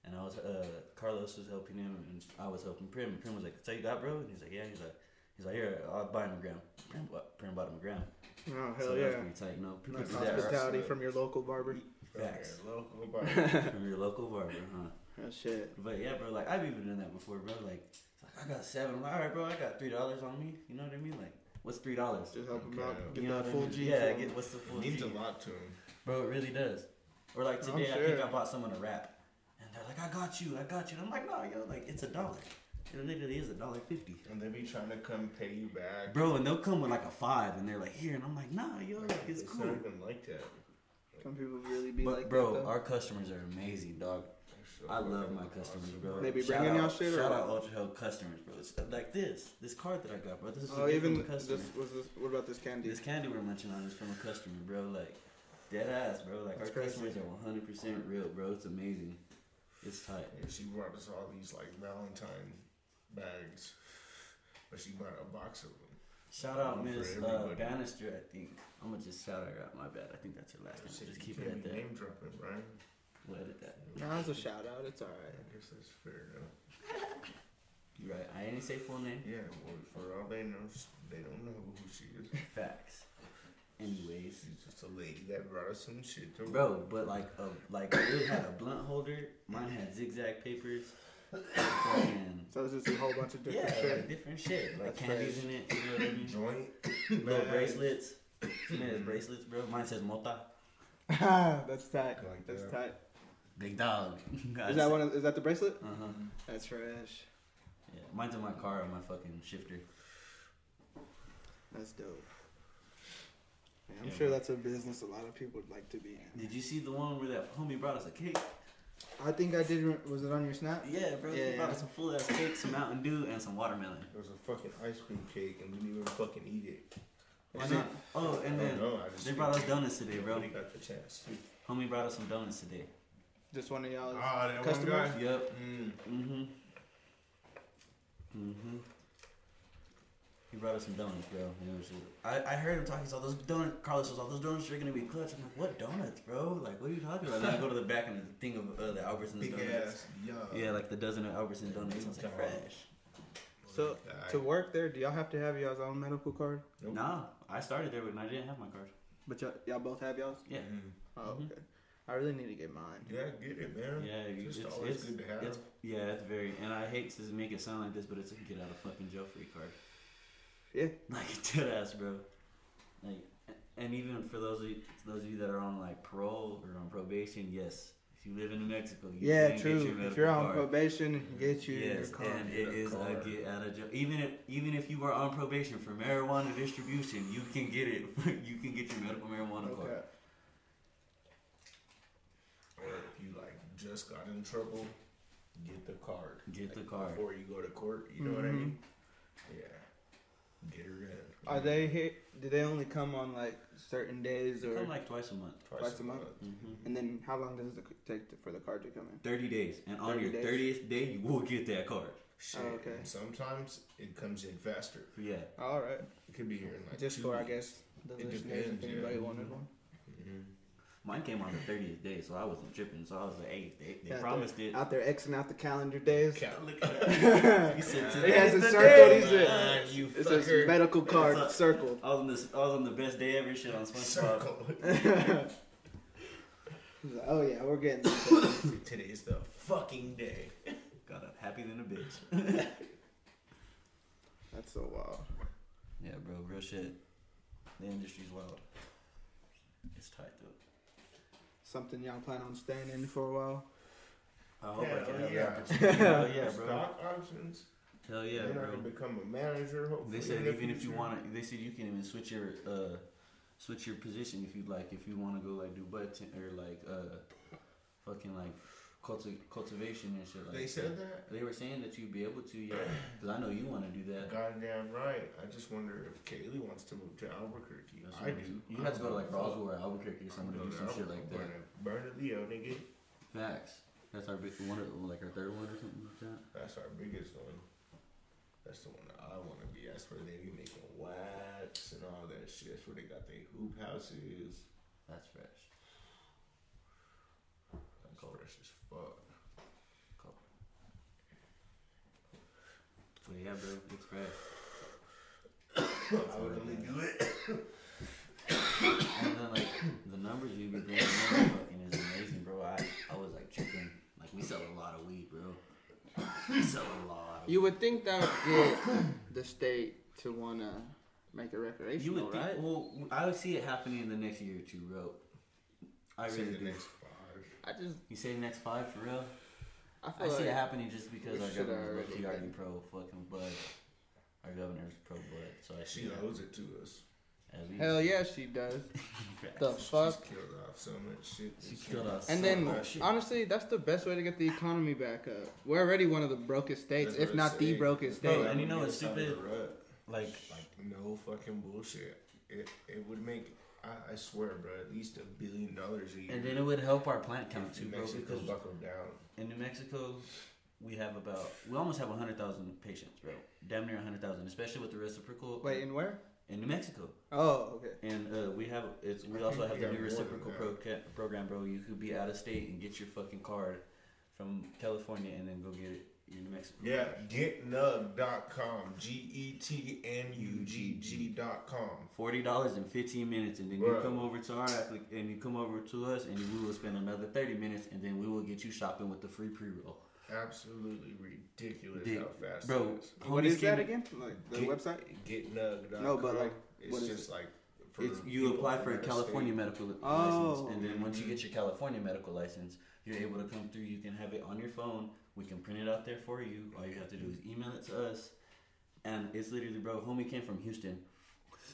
Speaker 2: And I was uh, Carlos was helping him and I was helping Prim. And Prim was like, "That's all you got, bro?" And he's like, "Yeah." He's like, "He's like, here, I'll buy him a gram." Prim, bought- Prim bought him a gram.
Speaker 3: Oh
Speaker 2: so
Speaker 3: hell
Speaker 2: that was
Speaker 3: yeah!
Speaker 2: pretty tight. You know,
Speaker 3: Nice
Speaker 4: Yeah, that's
Speaker 3: hospitality
Speaker 4: good.
Speaker 3: from your local barber.
Speaker 2: Facts.
Speaker 4: From your local bar.
Speaker 2: (laughs) from your local barber, huh?
Speaker 3: Oh shit.
Speaker 2: But yeah, bro, like I've even done that before, bro. Like, it's like I got seven. I'm like, all right, bro, I got three dollers on me. You know what I mean? Like, what's three dollars?
Speaker 3: Just help him
Speaker 4: Okay.
Speaker 3: out. Get
Speaker 2: you know
Speaker 3: that
Speaker 2: what
Speaker 3: full
Speaker 2: I mean?
Speaker 3: G.
Speaker 2: Yeah,
Speaker 3: for
Speaker 2: get
Speaker 3: 'em.
Speaker 2: what's the full
Speaker 4: It needs
Speaker 2: G?
Speaker 4: a lot to him.
Speaker 2: Bro, it really does. Or like
Speaker 3: I'm
Speaker 2: today, I think
Speaker 3: sure.
Speaker 2: I bought someone a wrap, and they're like, I got you, I got you. And I'm like, no, yo, like it's a dollar. It literally is a dollar fifty.
Speaker 4: And they be trying to come pay you back.
Speaker 2: Bro, and they'll come with like a five, and they're like, here, and I'm like, nah, yo, like, it's
Speaker 4: not
Speaker 2: cool.
Speaker 4: even like that.
Speaker 3: Some people really be
Speaker 2: But
Speaker 3: like
Speaker 2: bro,
Speaker 3: that. Though.
Speaker 2: our customers are amazing, dog.
Speaker 4: They're so
Speaker 2: I love
Speaker 4: fucking
Speaker 2: my customers,
Speaker 4: awesome.
Speaker 2: bro.
Speaker 3: They be
Speaker 2: Shout
Speaker 3: bringing y'all
Speaker 2: out-
Speaker 3: shit or-
Speaker 2: Shout out Ultra Health customers, bro. It's uh, like this, this card that I got, bro. This is
Speaker 3: oh,
Speaker 2: a even
Speaker 3: even
Speaker 2: from a
Speaker 3: this
Speaker 2: customer.
Speaker 3: was this. What about this candy?
Speaker 2: This candy we're munching on is from a customer, bro. Like dead ass, bro. Like
Speaker 3: That's
Speaker 2: our
Speaker 3: crazy.
Speaker 2: customers are one hundred percent real, bro. It's amazing. It's tight.
Speaker 4: Yeah, she brought us all these like Valentine bags, but she bought a box of them.
Speaker 2: Shout out
Speaker 4: One for
Speaker 2: Miss uh,
Speaker 4: everybody.
Speaker 2: Bannister, I think. I'm gonna just shout her out. My bad. I think that's her last name.
Speaker 4: So
Speaker 2: Just
Speaker 4: you
Speaker 2: keep it
Speaker 4: can't
Speaker 2: at
Speaker 4: be
Speaker 2: that.
Speaker 4: Name dropping, Brian.
Speaker 2: We'll edit that.
Speaker 3: Nah, it's a shout out. It's all
Speaker 4: I
Speaker 3: right.
Speaker 4: guess that's fair enough.
Speaker 2: You right? I ain't say full name.
Speaker 4: Yeah, well, for all they know, they don't know who she is.
Speaker 2: Facts. Anyways,
Speaker 4: She's just a lady that brought us some shit. To
Speaker 2: bro, but like, a, like it had a blunt holder. Mine had zigzag papers. Fucking-
Speaker 3: So it's just a whole bunch of
Speaker 2: yeah,
Speaker 3: different
Speaker 2: like
Speaker 3: shit.
Speaker 2: different shit. Like
Speaker 3: That's
Speaker 2: candies
Speaker 3: fresh.
Speaker 2: in it. You know what I mean?
Speaker 4: joint
Speaker 3: (laughs)
Speaker 2: Little
Speaker 4: bags.
Speaker 2: bracelets. She made us bracelets, bro. Mine says Mota.
Speaker 3: (laughs) That's tight.
Speaker 4: Like
Speaker 3: That's
Speaker 4: that.
Speaker 3: tight.
Speaker 2: Big dog. (laughs)
Speaker 3: Is that one? Of, is that the bracelet?
Speaker 2: Uh huh.
Speaker 3: That's fresh.
Speaker 2: Yeah, mine's in my car on my fucking shifter.
Speaker 3: That's dope. Man, I'm
Speaker 2: Yeah,
Speaker 3: sure
Speaker 2: man.
Speaker 3: that's a business a lot of people would like to be in.
Speaker 2: Did you see the one where that homie brought us a cake?
Speaker 3: I think I did. re- Was it on your snap?
Speaker 2: Yeah, bro.
Speaker 3: Yeah,
Speaker 2: he brought
Speaker 3: yeah.
Speaker 2: us a full ass cake, some Mountain Dew, and some watermelon.
Speaker 4: It was a fucking ice cream cake, and we didn't even fucking eat it.
Speaker 2: Why
Speaker 4: Is
Speaker 2: not?
Speaker 4: it-
Speaker 2: Oh, and then
Speaker 4: Oh, no, I just
Speaker 2: they brought us donuts today, bro.
Speaker 4: We got the chance. too.
Speaker 2: Homie brought us some donuts today.
Speaker 3: Just one of y'all.
Speaker 4: Ah, that
Speaker 3: Customer?
Speaker 4: one guy.
Speaker 2: Yep.
Speaker 4: Mm.
Speaker 2: Mm-hmm. Mm-hmm. He brought us some donuts, bro. And it was, I, I heard him talking. He's all those donuts. Carlos was all those donuts are gonna be clutch. I'm like, what donuts, bro? Like, what are you talking about? And then I go to the back and the thing of uh, the Albertsons
Speaker 4: Big
Speaker 2: donuts.
Speaker 4: ass. Yeah.
Speaker 2: Yeah, like the dozen of Albertsons donuts. I was
Speaker 4: Come
Speaker 2: like,
Speaker 4: on.
Speaker 2: fresh.
Speaker 3: So to work there, do y'all have to have y'all's own medical card?
Speaker 4: Nope.
Speaker 2: Nah, I started there when I didn't have my card.
Speaker 3: But y'all, y'all both have y'all's.
Speaker 2: Yeah.
Speaker 4: Mm.
Speaker 3: Oh,
Speaker 2: Mhm.
Speaker 3: okay. I really need to get mine.
Speaker 4: Yeah, get it, man.
Speaker 2: Yeah,
Speaker 4: It's
Speaker 2: you-
Speaker 4: just
Speaker 2: it's-
Speaker 4: always
Speaker 2: it's-
Speaker 4: good to have.
Speaker 2: it's- Yeah, it's very. And I hate to make it sound like this, but it's a get out of fucking jail free card.
Speaker 3: Yeah.
Speaker 2: (laughs) Like dead ass, bro. Like, and even for those of you, those of you that are on like parole or on probation, yes, if you live in Mexico, you
Speaker 3: Yeah,
Speaker 2: can Get your
Speaker 3: true. If
Speaker 2: medical
Speaker 3: you're on
Speaker 2: card.
Speaker 3: probation, get you your
Speaker 2: Yes,
Speaker 3: card.
Speaker 2: and it
Speaker 4: Get a
Speaker 2: is a
Speaker 4: card.
Speaker 2: get out of jail. Even if even if you are on probation for marijuana distribution, you can get it. (laughs) you can get your medical marijuana
Speaker 3: Okay.
Speaker 2: card.
Speaker 4: Or if you like just got in trouble, get the card.
Speaker 2: Get the
Speaker 4: Like,
Speaker 2: card.
Speaker 4: before you go to court. You know what I
Speaker 3: Mhm.
Speaker 4: mean? Yeah. Get her in.
Speaker 3: Are they here? Do they only come on like certain days
Speaker 2: They
Speaker 3: or? Mm-hmm.
Speaker 2: come like twice a month.
Speaker 3: twice a month?
Speaker 2: hmm
Speaker 3: and then how long does it take to, for the card to come in?
Speaker 2: 30 days. And on
Speaker 3: 30
Speaker 2: your
Speaker 3: days?
Speaker 2: 30th day, you will get that card.
Speaker 4: Shit.
Speaker 3: Oh, okay.
Speaker 4: and Sometimes it comes in faster.
Speaker 2: Yeah.
Speaker 3: All right.
Speaker 4: It could be here in like
Speaker 3: Just
Speaker 4: two
Speaker 3: for I
Speaker 4: weeks.
Speaker 3: guess the
Speaker 4: It
Speaker 3: listeners,
Speaker 4: depends,
Speaker 3: if
Speaker 4: yeah.
Speaker 3: anybody wanted one.
Speaker 4: Mhm.
Speaker 2: Mine came on the 30th day, so I wasn't tripping. So I was like, hey, they, they
Speaker 3: Yeah,
Speaker 2: promised (laughs) it.
Speaker 3: Out there xing out the calendar days.
Speaker 4: Cal-
Speaker 2: Look at that. He said,
Speaker 4: It
Speaker 2: "Today's
Speaker 3: has it
Speaker 2: the
Speaker 3: circled,
Speaker 2: day."
Speaker 3: he said.
Speaker 4: Man, you
Speaker 3: It says
Speaker 4: fucker.
Speaker 3: medical card
Speaker 2: It's a- (laughs)
Speaker 3: circled.
Speaker 2: I was, on this, I was on the best day ever shit on (laughs) SpongeBob.
Speaker 4: Circle.
Speaker 3: He's like, (laughs) oh yeah, we're getting this.
Speaker 4: Today is the fucking day.
Speaker 2: Got up happy than a bitch. (laughs)
Speaker 3: That's so wild.
Speaker 2: Yeah, bro, real shit. The industry's wild. It's tight, though.
Speaker 3: Something y'all plan on staying in for a while.
Speaker 2: I hope I
Speaker 4: Hell
Speaker 2: can have
Speaker 4: yeah. (laughs)
Speaker 2: the opportunity. Hell yeah, bro.
Speaker 4: Stock options.
Speaker 2: Hell yeah,
Speaker 4: then I
Speaker 2: bro.
Speaker 4: can become a manager. Hopefully, in
Speaker 2: They said
Speaker 4: the
Speaker 2: even if you
Speaker 4: future.
Speaker 2: want to, they said you can even switch your uh, switch your position if you like. If you want to go like do button or like uh, fucking like culti- cultivation and shit like.
Speaker 4: They
Speaker 2: that.
Speaker 4: said that?
Speaker 2: They were saying that you'd be able to, yeah. Because I know you want to do that.
Speaker 4: Goddamn right. I just wonder if Kaylee wants to move to Albuquerque.
Speaker 2: That's
Speaker 4: I
Speaker 2: what
Speaker 4: do.
Speaker 2: You have to go to like Roswell or
Speaker 4: I'm
Speaker 2: Albuquerque or somewhere to
Speaker 4: gonna
Speaker 2: do some shit like that.
Speaker 4: Burn it, Leo, nigga.
Speaker 2: Facts. That's our big one, of- like our third one or something like that.
Speaker 4: That's our biggest one. That's the one that I want to be. That's where they be making wax and all that shit. That's where they got their hoop houses.
Speaker 2: That's fresh.
Speaker 4: That's fresh as fuck.
Speaker 2: Cool. But yeah, bro, it's fresh.
Speaker 4: I would only do it.
Speaker 2: And then like the numbers you be doing fucking is amazing, bro. I, I was like tripping. Like we sell a lot of weed, bro. We sell a lot. Of
Speaker 3: You would think that would get the state to wanna make it recreational,
Speaker 2: you would think.
Speaker 3: right?
Speaker 2: Well, I would see it happening in the next year or two, bro. I
Speaker 4: Say
Speaker 2: really
Speaker 4: the
Speaker 2: do.
Speaker 4: next five.
Speaker 3: I just
Speaker 2: You say the next five for real?
Speaker 3: I
Speaker 2: I
Speaker 3: feel
Speaker 2: see
Speaker 3: like
Speaker 2: it happening just because
Speaker 3: we
Speaker 2: our
Speaker 3: should have
Speaker 2: governor's
Speaker 3: already
Speaker 2: low-key already
Speaker 3: been-
Speaker 2: pro fucking bud. Our governor's pro bud, so I see
Speaker 4: She
Speaker 2: that.
Speaker 4: owes it to us.
Speaker 2: I Heavy.
Speaker 3: Hell yeah,
Speaker 2: (laughs)
Speaker 3: she does. The fuck.
Speaker 4: She's killed off so much shit.
Speaker 2: She killed us.
Speaker 3: And
Speaker 2: so
Speaker 3: then,
Speaker 4: Oh,
Speaker 2: much.
Speaker 3: honestly, that's the best way to get the economy back up. We're already one of the brokest states,
Speaker 4: That's
Speaker 3: if
Speaker 4: what
Speaker 3: not
Speaker 4: I'm
Speaker 3: the
Speaker 4: saying.
Speaker 3: brokest
Speaker 2: Bro,
Speaker 3: state.
Speaker 2: Oh, and you know
Speaker 4: Get
Speaker 2: it's
Speaker 4: us out of the
Speaker 2: stupid?
Speaker 4: rut.
Speaker 2: Like,
Speaker 4: Like, no fucking bullshit. It it would make I, I swear, bro, at least a billion dollars a year.
Speaker 2: and then it would help our plant count
Speaker 4: if
Speaker 2: too,
Speaker 4: New
Speaker 2: bro.
Speaker 4: Mexico
Speaker 2: Because
Speaker 4: buckled down.
Speaker 2: in New Mexico, we have about we almost have hundred thousand patients, bro. Damn near hundred thousand, especially with the reciprocal.
Speaker 3: Wait, and where?
Speaker 2: in New Mexico,
Speaker 3: Oh, okay.
Speaker 2: and uh, we have it's we
Speaker 4: I
Speaker 2: also
Speaker 4: think we
Speaker 2: have the
Speaker 4: got
Speaker 2: new
Speaker 4: more than
Speaker 2: reciprocal
Speaker 4: that.
Speaker 2: pro- ca- program, bro. You could be out of state and get your fucking card from California and then go get it in New Mexico.
Speaker 4: Yeah, getnug.com. G E T N U G G.com.
Speaker 2: Forty dollars in fifteen minutes, and then you
Speaker 4: Bruh.
Speaker 2: come over to our applic- and you come over to us, and we will spend another thirty minutes, and then we will get you shopping with the free pre roll.
Speaker 4: Absolutely ridiculous
Speaker 2: Dick.
Speaker 4: how fast
Speaker 2: Bro,
Speaker 4: it is.
Speaker 3: What
Speaker 2: homies
Speaker 3: is that
Speaker 2: came-
Speaker 3: again? Like the
Speaker 4: Get-
Speaker 3: website?
Speaker 4: Getnug.com.
Speaker 3: No, but, like,
Speaker 4: it's
Speaker 3: what is
Speaker 4: just like for
Speaker 2: It's, you
Speaker 4: people
Speaker 2: apply
Speaker 4: from
Speaker 2: for a
Speaker 4: out of
Speaker 2: California
Speaker 4: state.
Speaker 2: medical li-
Speaker 3: Oh.
Speaker 2: license, and then once you get your California medical license, you're able to come through. You can have it on your phone. We can print it out there for you. All you have to do is email it to us, and it's literally, bro. Homie came from Houston.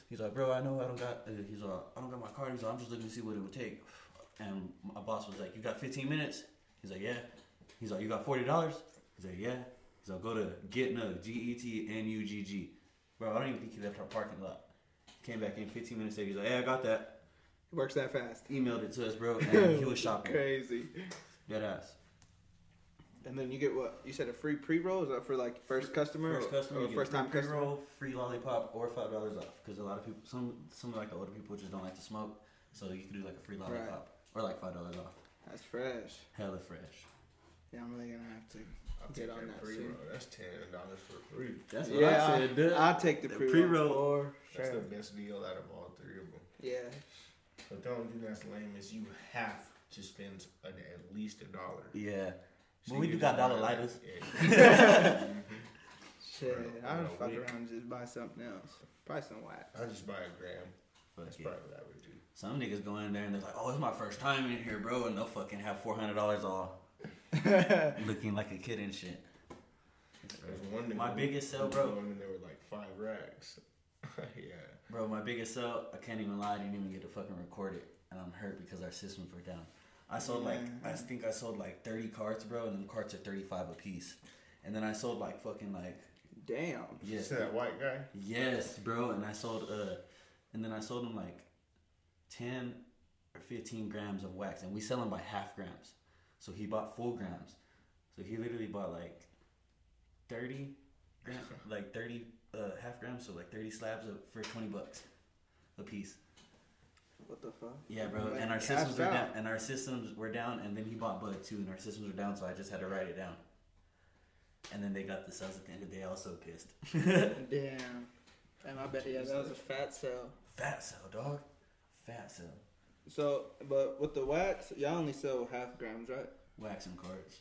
Speaker 2: He's like, bro, I know I don't got. Uh, he's like, I don't got my card. He's like, I'm just looking to see what it would take. And my boss was like, you got 15 minutes. He's like, yeah. He's like, you got forty dollars. He's like, yeah. He's like, go to Getnug, G E T N U G G. Bro, I don't even think he left our parking lot. Came back in 15 minutes later. He's like, "Hey, I got that."
Speaker 3: It works that fast.
Speaker 2: Emailed it to us, bro, and he was shopping.
Speaker 3: Crazy.
Speaker 2: Dead ass.
Speaker 3: And then you get what? You said a free pre roll? Is that for like first customer?
Speaker 2: First
Speaker 3: or-
Speaker 2: customer,
Speaker 3: or
Speaker 2: you get
Speaker 3: first time
Speaker 2: free
Speaker 3: customer?
Speaker 2: pre-roll, free lollipop, or five dollars off. Because a lot of people, some some like the older people just don't like to smoke, so you can do like a free lollipop or like five dollars off.
Speaker 3: That's fresh.
Speaker 2: Hella fresh.
Speaker 3: Yeah, I'm really gonna have to.
Speaker 4: I'll
Speaker 3: Get
Speaker 4: take
Speaker 3: on
Speaker 4: that
Speaker 3: that
Speaker 4: pre
Speaker 3: shit.
Speaker 4: roll. That's $10 for free.
Speaker 2: That's what
Speaker 3: yeah,
Speaker 2: I said. dude.
Speaker 3: I'll take the
Speaker 2: The
Speaker 3: pre
Speaker 2: pre-roll.
Speaker 3: roll.
Speaker 4: That's
Speaker 3: Sure.
Speaker 4: the best deal out of all three of them.
Speaker 3: Yeah.
Speaker 4: But the only thing that's lame is you have to spend an, at least a dollar.
Speaker 2: yeah.
Speaker 4: So
Speaker 2: But we
Speaker 4: you
Speaker 2: do
Speaker 4: just
Speaker 2: got dollar
Speaker 4: buy
Speaker 2: lighters.
Speaker 4: that-
Speaker 2: (laughs)
Speaker 4: yeah.
Speaker 3: Shit.
Speaker 4: Bro,
Speaker 3: I'll
Speaker 4: bro,
Speaker 3: fuck
Speaker 4: we-
Speaker 3: around and just buy something else. Probably some (laughs) wax.
Speaker 4: I just buy a gram.
Speaker 2: Fuck
Speaker 4: That's
Speaker 2: yeah.
Speaker 4: probably what I would do.
Speaker 2: Some niggas go in there and they're like, "Oh, it's my first time in here, bro," and they'll fucking have four hundred dollars all, looking like a kid and shit.
Speaker 4: There's one nigga
Speaker 2: My
Speaker 4: who-
Speaker 2: biggest sell,
Speaker 4: who
Speaker 2: bro.
Speaker 4: go in And there were like five racks. (laughs) yeah.
Speaker 2: Bro, my biggest sell, I can't even lie, I didn't even get to fucking record it. And I'm hurt because our systems were down. I sold like, I think I sold like 30 cards, bro, and them cards are 35 apiece. And then I sold like fucking like,
Speaker 3: Damn.
Speaker 4: Yes.
Speaker 2: yes,
Speaker 4: that white guy.
Speaker 2: yes, bro. And I sold, uh, and then I sold them like 10 or 15 grams of wax. And we sell them by half grams. So he bought full grams. So he literally bought like 30 gram,
Speaker 3: (laughs)
Speaker 2: like 30 uh, half grams, so like 30 slabs of, for 20 bucks a piece.
Speaker 3: What the fuck?
Speaker 2: Yeah, bro.
Speaker 3: Like,
Speaker 2: and our
Speaker 3: cashed
Speaker 2: systems were
Speaker 3: out.
Speaker 2: down. And our systems were down. And then he bought Bud too, and our systems were down. So I just had to write it down. And then they got the sales at the end of the day. Also pissed. (laughs)
Speaker 3: Damn. Damn, I bet. Yeah, that was a fat sell.
Speaker 2: Fat sell, dog. Fat sell.
Speaker 3: So, but with the wax, y'all only sell half grams, right?
Speaker 2: Wax and cards.
Speaker 3: But,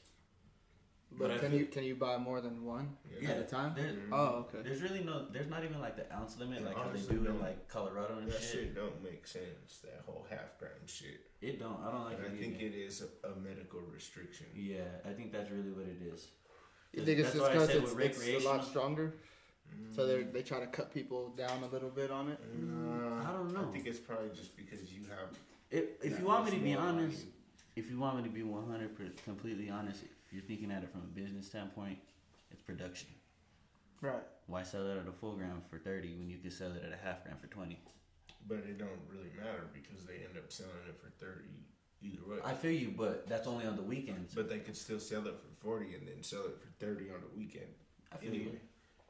Speaker 2: But Mm-hmm. I
Speaker 3: can
Speaker 2: feel-
Speaker 3: you can you buy more than one
Speaker 4: Yeah.
Speaker 3: at a time?
Speaker 2: There's,
Speaker 3: Oh, okay.
Speaker 2: there's really no. There's not even like the ounce limit,
Speaker 4: And
Speaker 2: like how they
Speaker 4: honestly,
Speaker 2: do
Speaker 4: no.
Speaker 2: in like Colorado and
Speaker 4: That
Speaker 2: shit.
Speaker 4: shit don't make sense. That whole half gram shit.
Speaker 2: It don't. I don't like
Speaker 4: And
Speaker 2: it.
Speaker 4: I think
Speaker 2: either.
Speaker 4: it is a, a medical restriction.
Speaker 2: Yeah, I think that's really what it is.
Speaker 3: You think it's
Speaker 2: That's why
Speaker 3: just
Speaker 2: I
Speaker 3: because
Speaker 2: said
Speaker 3: it's,
Speaker 2: with Mm-hmm.
Speaker 3: it's a
Speaker 2: recreational-
Speaker 3: lot stronger,
Speaker 4: Mm.
Speaker 3: so they they try to cut people down a little bit on it.
Speaker 4: Nah,
Speaker 2: I don't know.
Speaker 4: I think it's probably just because you have
Speaker 2: If, if
Speaker 4: That
Speaker 2: you want me
Speaker 4: much
Speaker 2: to be
Speaker 4: more on
Speaker 2: honest,
Speaker 4: you.
Speaker 2: if you want me to be 100 per- completely honest, if you're thinking at it from a business standpoint, it's production.
Speaker 3: Right.
Speaker 2: Why sell it at a full gram for 30 when you could sell it at a half gram for 20?
Speaker 4: But it don't really matter because they end up selling it for thirty either way.
Speaker 2: I feel you, but that's only on the weekends.
Speaker 4: but they could still sell it for forty and then sell it for thirty on the weekend.
Speaker 2: I feel
Speaker 4: Anyway,
Speaker 2: you.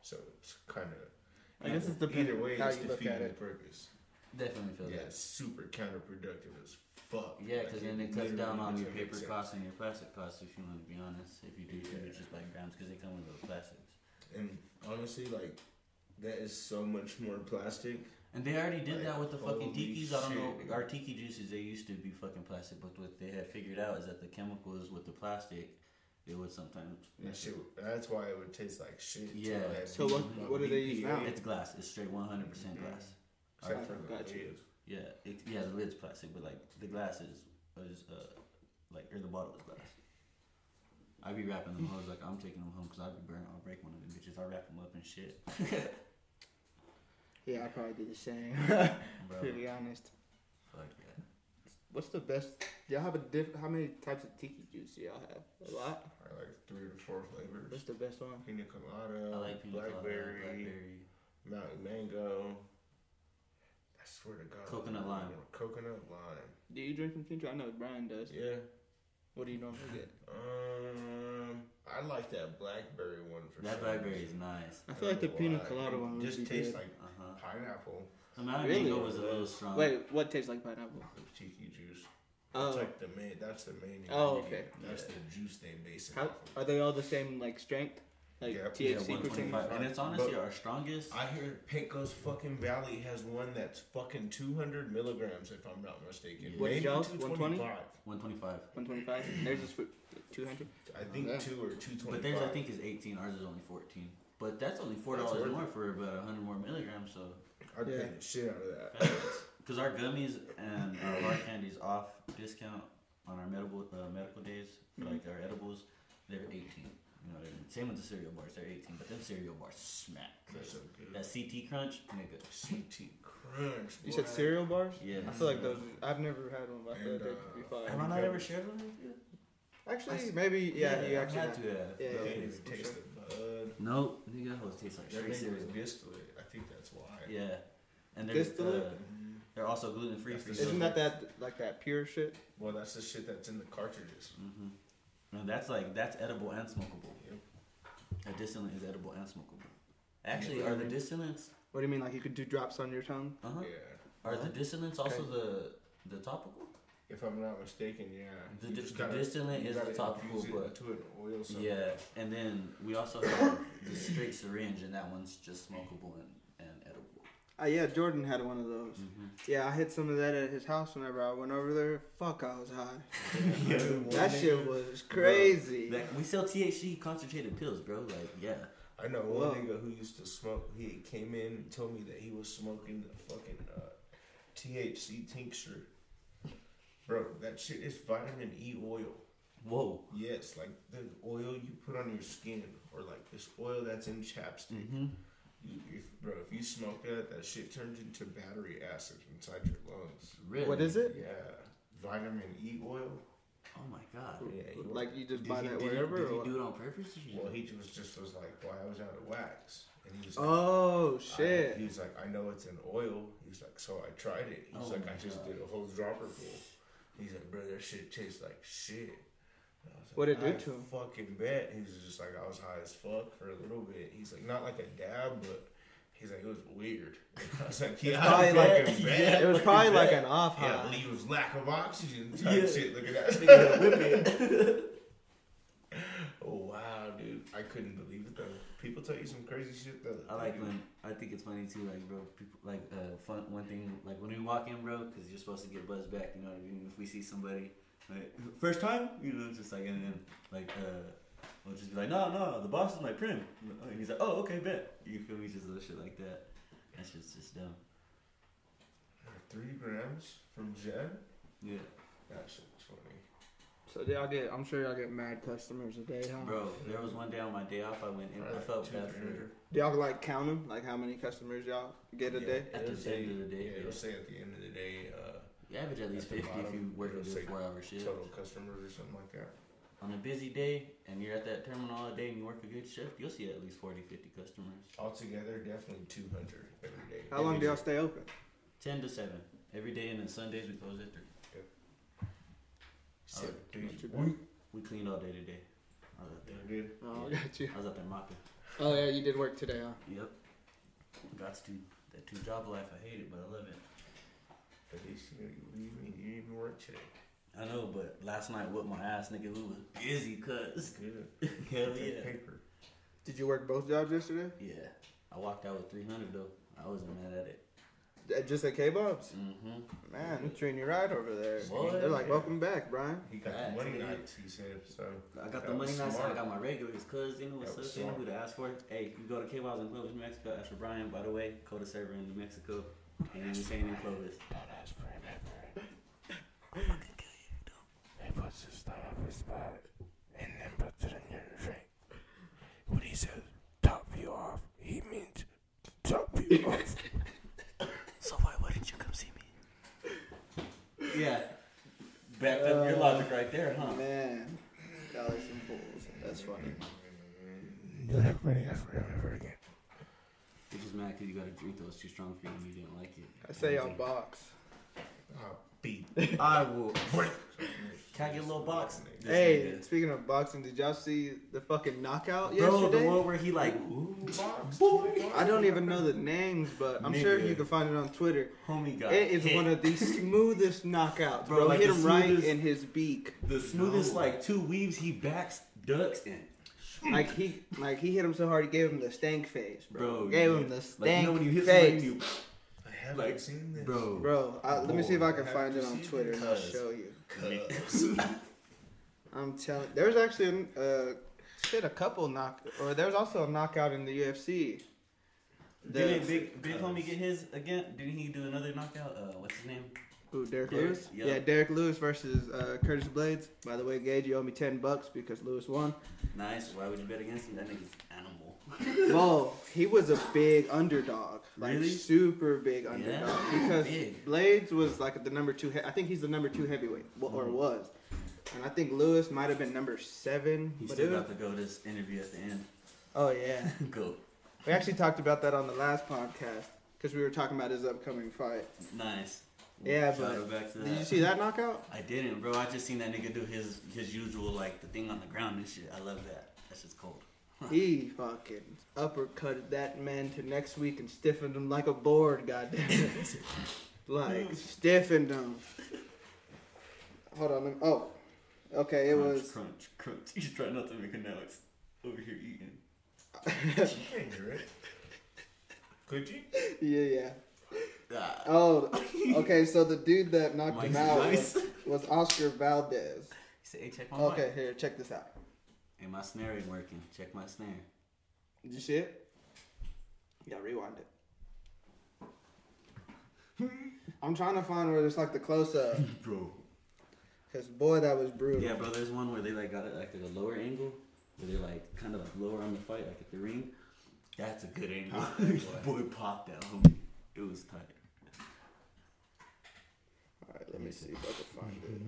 Speaker 4: so it's kind of.
Speaker 3: I guess it's depend-
Speaker 4: either way.
Speaker 3: how
Speaker 4: It's
Speaker 3: you look at
Speaker 4: defeating the
Speaker 3: it.
Speaker 4: purpose.
Speaker 2: Definitely feel
Speaker 4: Yeah,
Speaker 2: that.
Speaker 4: it's super counterproductive as fuck.
Speaker 2: Yeah, because
Speaker 4: Like,
Speaker 2: then it cuts down
Speaker 4: literally
Speaker 2: on your
Speaker 4: doesn't make
Speaker 2: paper
Speaker 4: sense.
Speaker 2: costs and your plastic costs, if you want to be honest. If you do treat it just like grams, because they come with those plastics.
Speaker 4: And honestly, like that is so much more plastic.
Speaker 2: And they already did
Speaker 4: Like,
Speaker 2: that with the fucking
Speaker 4: holy
Speaker 2: tikis. I don't
Speaker 4: shit.
Speaker 2: know. Our tiki juices, they used to be fucking plastic, but what they had figured out is that the chemicals with the plastic, it would sometimes.
Speaker 4: That shit. That's why it would taste like shit. too.
Speaker 2: Yeah.
Speaker 4: That
Speaker 3: So what-
Speaker 4: BPA,
Speaker 3: what do they use now?
Speaker 2: It's glass. It's straight 100% glass.
Speaker 4: Except for the
Speaker 3: Gotcha.
Speaker 4: lid.
Speaker 2: Yeah, it, yeah, the lid's plastic, but like the glass is, is uh, like, or the bottle is glass. I be wrapping them hoes like I'm taking them home because I be burning. I'll break one of them bitches. I wrap them up and shit.
Speaker 3: Yeah, I probably do the same. (laughs)
Speaker 2: (laughs) bro.
Speaker 3: to be honest,
Speaker 2: Fuck that.
Speaker 3: what's the best? Y'all have a diff. How many types of tiki juice do y'all have? A lot.
Speaker 4: Or like three or four flavors.
Speaker 3: What's the best one?
Speaker 4: Pina colada,
Speaker 2: I like pina colada,
Speaker 4: blackberry,
Speaker 2: blackberry.
Speaker 4: mountain mango. I swear to God.
Speaker 2: Coconut lime.
Speaker 4: Coconut lime.
Speaker 3: Do you drink some ginger? I know Brian does.
Speaker 4: Yeah.
Speaker 3: What do you normally get?
Speaker 4: Um, I like that blackberry one for
Speaker 2: That
Speaker 4: some
Speaker 2: blackberry
Speaker 4: reason.
Speaker 2: is nice.
Speaker 3: I feel like the
Speaker 4: don't know
Speaker 3: pina
Speaker 4: why.
Speaker 3: colada
Speaker 4: It
Speaker 3: one would
Speaker 4: just
Speaker 3: be
Speaker 4: tastes
Speaker 3: good.
Speaker 4: like
Speaker 2: Uh huh.
Speaker 4: pineapple
Speaker 2: The mountain
Speaker 3: Really?
Speaker 2: mango was a little strong.
Speaker 3: Wait, what tastes like pineapple?
Speaker 4: with tiki juice. That's
Speaker 3: Oh,
Speaker 4: like the main. That's the main.
Speaker 3: Oh,
Speaker 4: ingredient.
Speaker 3: okay.
Speaker 4: That's the juice they base it
Speaker 3: how
Speaker 4: off of.
Speaker 3: are they all the same like strength? Like
Speaker 4: Yep.
Speaker 2: yeah,
Speaker 3: THC percentage?
Speaker 2: 125. And it's honestly
Speaker 4: But-
Speaker 2: our strongest.
Speaker 4: I hear Pinko's fucking Valley has one that's fucking 200 milligrams, if I'm not mistaken.
Speaker 3: What is
Speaker 4: Maybe
Speaker 3: y'all's?
Speaker 4: 225.
Speaker 2: 125
Speaker 3: One twenty five. There's just two hundred.
Speaker 4: I think
Speaker 3: Yeah.
Speaker 4: two or 225.
Speaker 2: But theirs, I think, is 18. Ours is only 14. But that's only four
Speaker 4: That's worth
Speaker 2: dollars
Speaker 4: it.
Speaker 2: more for about 100 more milligrams. So,
Speaker 4: I'd
Speaker 3: Yeah.
Speaker 4: pay the shit out of that.
Speaker 2: because our gummies and
Speaker 4: (coughs)
Speaker 2: our hard candies off discount on our medical uh, medical days, for like our edibles, they're 18. You know, they're, same with the cereal bars, they're 18. But them cereal bars smack.
Speaker 4: That's so good.
Speaker 2: That CT crunch, nigga.
Speaker 4: CT Crunch.
Speaker 3: You
Speaker 4: boy.
Speaker 3: said cereal bars?
Speaker 2: Yeah.
Speaker 3: I feel like those. I've never had one, but I feel
Speaker 4: And,
Speaker 3: like they'd
Speaker 4: uh,
Speaker 3: be
Speaker 2: Have I
Speaker 3: fine.
Speaker 2: not ever shared them with you?
Speaker 3: Actually, maybe yeah. you
Speaker 2: I've
Speaker 3: actually.
Speaker 2: had
Speaker 3: have.
Speaker 2: to have.
Speaker 3: Yeah,
Speaker 4: They
Speaker 2: Okay.
Speaker 4: didn't even taste the bud.
Speaker 2: Nope, nigga, those taste Oh, like
Speaker 4: That
Speaker 2: straight
Speaker 4: nigga
Speaker 2: cereal.
Speaker 4: was distillate. I think that's why.
Speaker 2: Yeah, and they're
Speaker 3: Distillate?
Speaker 2: uh, they're also gluten free.
Speaker 4: That's the
Speaker 3: Isn't that that like that pure shit?
Speaker 4: Well, that's the shit that's in the cartridges.
Speaker 2: hmm And that's like that's edible and smokable.
Speaker 4: Yep.
Speaker 2: A distillate is edible and smokable. Actually, are the distillates?
Speaker 3: What do you mean? Like you could do drops on your tongue?
Speaker 2: Uh huh.
Speaker 4: Yeah.
Speaker 2: Are the distillates also the the topical?
Speaker 4: If I'm not mistaken, yeah.
Speaker 2: The
Speaker 4: You
Speaker 2: di-
Speaker 4: just
Speaker 2: the distillate
Speaker 4: you
Speaker 2: is the
Speaker 4: gotta
Speaker 2: topical,
Speaker 4: infuse it
Speaker 2: but-
Speaker 4: into an oil. Somewhere.
Speaker 2: Yeah, and then we also have the straight syringe, and that one's just smokable and, and edible.
Speaker 3: Uh, yeah, Jordan had one of those.
Speaker 2: Mm-hmm.
Speaker 3: Yeah, I hit some of that at his house whenever I went over there. Fuck, I was high.
Speaker 2: (laughs)
Speaker 3: that shit was crazy.
Speaker 2: Like, we sell THC concentrated pills, bro. Like, yeah,
Speaker 4: I know one
Speaker 3: Whoa.
Speaker 4: nigga who used to smoke. He came in and told me that he was smoking the fucking uh, THC tincture. Bro, that shit is vitamin E oil.
Speaker 2: whoa.
Speaker 4: Yes, like the oil you put on your skin, or like this oil that's in chapstick.
Speaker 2: Mm-hmm.
Speaker 4: You, if, bro, if you smoke that, that shit turns into battery acid inside your lungs.
Speaker 2: Really?
Speaker 3: What is it?
Speaker 4: Yeah, vitamin E oil.
Speaker 2: Oh my god.
Speaker 4: Yeah, he-
Speaker 3: Like you just
Speaker 2: Did
Speaker 3: buy
Speaker 2: he,
Speaker 3: that
Speaker 2: did he-
Speaker 3: wherever.
Speaker 2: did
Speaker 3: or
Speaker 2: he
Speaker 3: what?
Speaker 2: do it on purpose? or you-
Speaker 4: Well, he was just was like, "Well, I was out of wax," and he was like,
Speaker 3: Oh
Speaker 4: I-
Speaker 3: shit!
Speaker 4: he was like, "I know it's an oil." He's like, "So I tried it." He's
Speaker 2: Oh
Speaker 4: like,
Speaker 2: my
Speaker 4: "I just
Speaker 2: God.
Speaker 4: did a whole dropper full." He's like, "Bro, that shit tastes like shit." And I was like,
Speaker 3: What'd it do
Speaker 4: "I
Speaker 3: to him?"
Speaker 4: Fucking bet. He was just like, "I was high as fuck for a little bit." He's like, "Not like a dab, but." He's like, it was weird. (laughs) And I was like, yeah, I
Speaker 3: probably like-
Speaker 4: fucking
Speaker 2: yeah,
Speaker 4: bet.
Speaker 3: it was probably like an off
Speaker 4: Yeah,
Speaker 3: high.
Speaker 4: Lee was lack of oxygen type
Speaker 2: Yeah.
Speaker 4: shit. Look at
Speaker 3: (laughs)
Speaker 4: that nigga Oh wow, dude! I couldn't believe it though. People tell you some crazy shit though.
Speaker 2: (laughs) I like when I think it's funny too, like bro, people like uh, fun one thing like when we walk in, bro, because you're supposed to get buzzed back. You know what I mean? If we see somebody, like first time, you know, it's just like and then like uh, we'll just be like, no, no, the boss is my prim, and he's like, oh, okay, bet. You feel me? Just little shit like that. That's just just dumb.
Speaker 4: Three grams from Jen.
Speaker 2: Yeah,
Speaker 4: That shit was funny.
Speaker 3: So y'all get, I'm sure y'all get mad customers a day, huh?
Speaker 2: bro. There was one day on my day off, I went in, I
Speaker 4: Probably
Speaker 2: felt
Speaker 4: two,
Speaker 2: bad
Speaker 4: three hundred.
Speaker 2: for.
Speaker 3: Do y'all like count them? Like how many customers y'all get a
Speaker 4: Yeah,
Speaker 3: day?
Speaker 2: At
Speaker 4: it'll
Speaker 2: the
Speaker 4: say-
Speaker 2: end of the day,
Speaker 4: yeah,
Speaker 2: yeah.
Speaker 4: it'll say at the end of the day, uh,
Speaker 2: You average at least
Speaker 4: At the
Speaker 2: fifty if
Speaker 4: bottom,
Speaker 2: you work
Speaker 4: it'll
Speaker 2: a
Speaker 4: say
Speaker 2: four hour shift.
Speaker 4: total customers or something like that.
Speaker 2: On a busy day and you're at that terminal all day and you work a good shift, you'll see at least 40, 50 customers.
Speaker 4: Altogether, definitely two hundred every day.
Speaker 3: How long do y'all stay open?
Speaker 2: 10 to 7 every day, and then Sundays we close at 3.
Speaker 4: Seven
Speaker 2: Alright,
Speaker 4: days
Speaker 3: not too
Speaker 4: a
Speaker 3: bad.
Speaker 4: week.
Speaker 2: We cleaned all day today. I was out
Speaker 4: There
Speaker 2: there.
Speaker 4: it is.
Speaker 3: Oh, I got you.
Speaker 2: (laughs) I was out there mopping.
Speaker 3: Oh yeah, you did work today, huh?
Speaker 2: Yep. Got to. That two job life, I hate it, but I love it.
Speaker 4: At least you know, you leave me. You didn't even work today.
Speaker 2: I know, but last night whooped my ass, nigga. We was busy, cuz. (laughs)
Speaker 4: Good.
Speaker 2: Hell
Speaker 4: Take (laughs)
Speaker 2: yeah.
Speaker 4: Paper.
Speaker 3: Did you work both jobs yesterday?
Speaker 2: Yeah. I walked out with 300, though. I wasn't mad at it.
Speaker 3: Uh, Just at K Bob's?
Speaker 2: Mm-hmm.
Speaker 3: Man, they're treating you right over there.
Speaker 2: What?
Speaker 3: They're like, welcome back, Brian.
Speaker 4: He got
Speaker 2: Facts,
Speaker 4: the money
Speaker 2: nigga.
Speaker 4: nights. He said so.
Speaker 2: I got
Speaker 4: That
Speaker 2: the
Speaker 4: was
Speaker 2: money nights. I
Speaker 4: smart.
Speaker 2: got my regulars, cause you know what's
Speaker 4: That
Speaker 2: up.
Speaker 4: was
Speaker 2: You know who
Speaker 4: smart.
Speaker 2: to ask for. Hey, you go to K Wiles in Clovis, New Mexico. Ask for Brian. By the way, Coda server in New Mexico. And he's saying in Clovis.
Speaker 1: It was just out of his spot and then puts it in your drink.
Speaker 3: (laughs)
Speaker 1: When he says top you off, he means top you off.
Speaker 4: (laughs)
Speaker 1: many ever, ever again.
Speaker 2: You're just mad because you got a drink that was too strong for you and you didn't like it.
Speaker 3: I say y'all box.
Speaker 4: I'll
Speaker 2: (laughs)
Speaker 4: (laughs) beat.
Speaker 2: I will. Can I get a little box? This
Speaker 3: Hey,
Speaker 2: nigga.
Speaker 3: speaking of boxing, did y'all see the fucking knockout
Speaker 2: Bro, the
Speaker 3: yesterday?
Speaker 2: one where he like, ooh,
Speaker 3: I don't even know the names, but I'm sure
Speaker 2: Nigga.
Speaker 3: you can find it on Twitter.
Speaker 2: homie got
Speaker 3: It is
Speaker 2: hit.
Speaker 3: one of the smoothest knockouts,
Speaker 2: Bro,
Speaker 3: bro.
Speaker 2: like
Speaker 3: Hit
Speaker 2: the
Speaker 3: him right
Speaker 2: smoothest-
Speaker 3: in his beak.
Speaker 2: the smoothest like two weaves. He backs ducks in.
Speaker 3: Like he, like he hit him so hard, he gave him the stank face, bro.
Speaker 2: Bro,
Speaker 3: gave
Speaker 2: yeah.
Speaker 3: him
Speaker 2: Like
Speaker 3: the
Speaker 2: you
Speaker 3: stank
Speaker 2: know when you hit somebody, and
Speaker 3: face,
Speaker 2: you,
Speaker 4: I haven't
Speaker 2: Like,
Speaker 4: seen this.
Speaker 2: bro,
Speaker 3: bro. I, let me see if I can
Speaker 4: Boy,
Speaker 3: find it
Speaker 4: have
Speaker 3: on
Speaker 4: to see
Speaker 3: Twitter and I'll
Speaker 4: because-
Speaker 3: show you.
Speaker 4: Cuz.
Speaker 2: (laughs)
Speaker 3: I'm telling. There's actually an, uh, shit a couple knock, or there's also a knockout in the UFC.
Speaker 2: Didn't
Speaker 3: The,
Speaker 2: big big homie get his again? Didn't he do another knockout? Uh, what's his name?
Speaker 3: who Derek
Speaker 2: Derek,
Speaker 3: Lewis?
Speaker 2: yeah.
Speaker 3: Yeah, Derek Lewis versus uh, Curtis Blades. By the way, Gage, you owe me ten bucks because
Speaker 2: (laughs)
Speaker 3: Lewis won.
Speaker 2: Nice. Why would you bet against him? That nigga's animal.
Speaker 3: Well, he was a big underdog, like
Speaker 2: Really?
Speaker 3: super big underdog,
Speaker 2: Yeah,
Speaker 3: because
Speaker 2: big.
Speaker 3: Blades was like the number two. He- I think he's the number two heavyweight, well, or
Speaker 2: Mm-hmm.
Speaker 3: was, and I think Lewis might have been number seven.
Speaker 2: He
Speaker 3: but
Speaker 2: still
Speaker 3: it was-
Speaker 2: got to go to this interview at the end. (laughs)
Speaker 3: oh yeah,
Speaker 2: go
Speaker 3: we actually talked about that on the last podcast because we were talking about his upcoming fight.
Speaker 2: nice.
Speaker 3: Yeah,
Speaker 2: Shout
Speaker 3: but
Speaker 2: out back to
Speaker 3: Did you see that knockout?
Speaker 2: I didn't, bro. I just seen that nigga do his his usual like the thing on the ground and shit. I love that. That's just cold.
Speaker 3: He fucking uppercutted that man to next week and stiffened him like a board. Goddamn it,
Speaker 2: (laughs)
Speaker 3: like stiffened him. Hold on. Let me, oh, okay. It
Speaker 2: crunch,
Speaker 3: was.
Speaker 2: crunch, crunch. He's trying not to make a noise. Over here eating.
Speaker 4: You can't hear it. Could you?
Speaker 3: Yeah, yeah.
Speaker 2: Ah.
Speaker 3: Oh, okay. So the dude that knocked
Speaker 2: Mike's
Speaker 3: him out
Speaker 2: nice.
Speaker 3: was, was Oscar Valdez.
Speaker 2: He said, "Hey, check Oh my
Speaker 3: Okay,
Speaker 2: mic.
Speaker 3: here, check this out.
Speaker 2: Hey, my snare ain't working. Check my snare.
Speaker 3: Did you see it? Yeah, rewind it. I'm trying to find where there's like the close up,
Speaker 2: Bro.
Speaker 3: cause boy, that was brutal.
Speaker 2: Yeah, bro. There's one where they like got it like at a lower angle, where they're like kind of like lower on the fight, like at the ring. That's a good
Speaker 3: (laughs)
Speaker 2: angle. Boy, popped that homie. It was tight.
Speaker 3: All right, let me see if I can find it.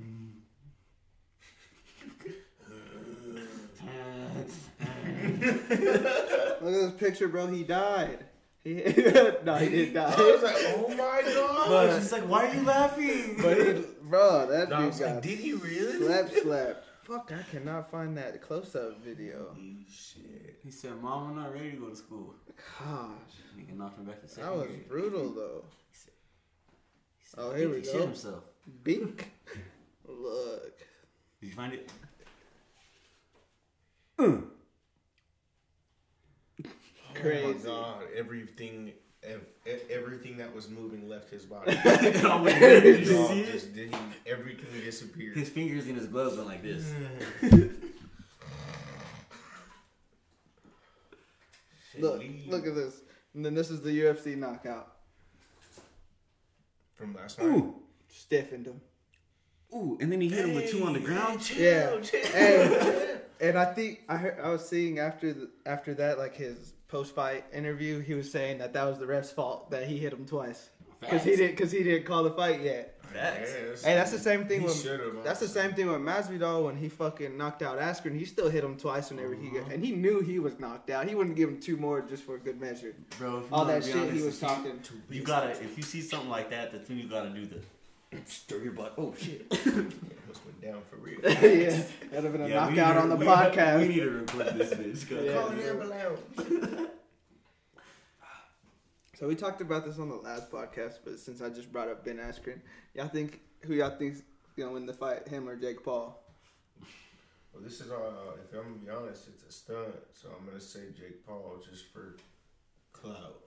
Speaker 3: Look at this picture, bro. He died. He (laughs) no, he
Speaker 4: (laughs)
Speaker 3: didn't
Speaker 4: I
Speaker 3: die.
Speaker 4: was like, oh my god.
Speaker 2: But she's like, why are you laughing?
Speaker 3: But he, bro, that
Speaker 4: No, I
Speaker 3: dude
Speaker 4: was like,
Speaker 3: got
Speaker 4: did he really?
Speaker 3: slap slap. Fuck, I cannot find that close up video.
Speaker 4: Shit.
Speaker 2: (laughs) He said, "Mom, I'm not ready to go to school."
Speaker 3: Gosh,
Speaker 2: Nigga knocked him back to
Speaker 3: that
Speaker 2: second
Speaker 3: was
Speaker 2: grade.
Speaker 3: brutal though.
Speaker 2: He said,
Speaker 3: Oh,
Speaker 2: "I think
Speaker 3: here we
Speaker 2: he
Speaker 3: go.
Speaker 2: Shit himself.
Speaker 3: Bink. (laughs) Look.
Speaker 2: Did you find it? (laughs)
Speaker 4: Oh my
Speaker 3: Crazy.
Speaker 4: god. Everything ev- e- everything that was moving left his
Speaker 3: (laughs)
Speaker 4: body.
Speaker 2: Oh, wait, did
Speaker 4: It
Speaker 2: you
Speaker 4: all
Speaker 2: see it?
Speaker 4: just did he- everything disappeared.
Speaker 2: His fingers in his gloves went like this.
Speaker 3: Look, look at this. And then this is the UFC knockout.
Speaker 4: From last night.
Speaker 3: Stiffened him.
Speaker 2: Ooh, and then he hit him with two on the ground.
Speaker 3: Yeah. (laughs) And, and I think I heard, I was seeing after the, after that like his post fight interview, he was saying that that was the ref's fault that he hit him twice because he
Speaker 2: Facts.
Speaker 3: didn't because he didn't call the fight yet.
Speaker 2: Facts.
Speaker 4: Yes.
Speaker 3: Hey, that's the same thing.
Speaker 4: He
Speaker 3: with,
Speaker 4: should've, uh,
Speaker 3: that's the
Speaker 4: honestly.
Speaker 3: same thing with Masvidal when he fucking knocked out Askren. He still hit him twice whenever he
Speaker 2: Uh-huh.
Speaker 3: got, and he knew he was knocked out. He wouldn't give him two more just for good measure.
Speaker 2: Bro, if you
Speaker 3: All
Speaker 2: wanna
Speaker 3: that
Speaker 2: be
Speaker 3: shit he
Speaker 2: honest,
Speaker 3: was
Speaker 2: if you-
Speaker 3: talking.
Speaker 2: You gotta, if you see something like that, the thing you gotta do the stir your butt. Oh shit!
Speaker 4: This went down for real.
Speaker 3: (laughs) yeah, that'd have been a
Speaker 2: Yeah, we
Speaker 3: knockout
Speaker 2: need to-
Speaker 3: on the
Speaker 2: we-
Speaker 3: podcast.
Speaker 2: We need to record this
Speaker 3: (laughs)
Speaker 2: bitch. 'cause-
Speaker 3: Yeah.
Speaker 4: Call an ambulance.
Speaker 3: So we talked about this on the last podcast, but since I just brought up Ben Askren, y'all think who y'all think's gonna win the fight, him or Jake Paul?
Speaker 4: Well, this is all. If I'm gonna be honest, it's a stunt. So I'm gonna say Jake Paul just for clout.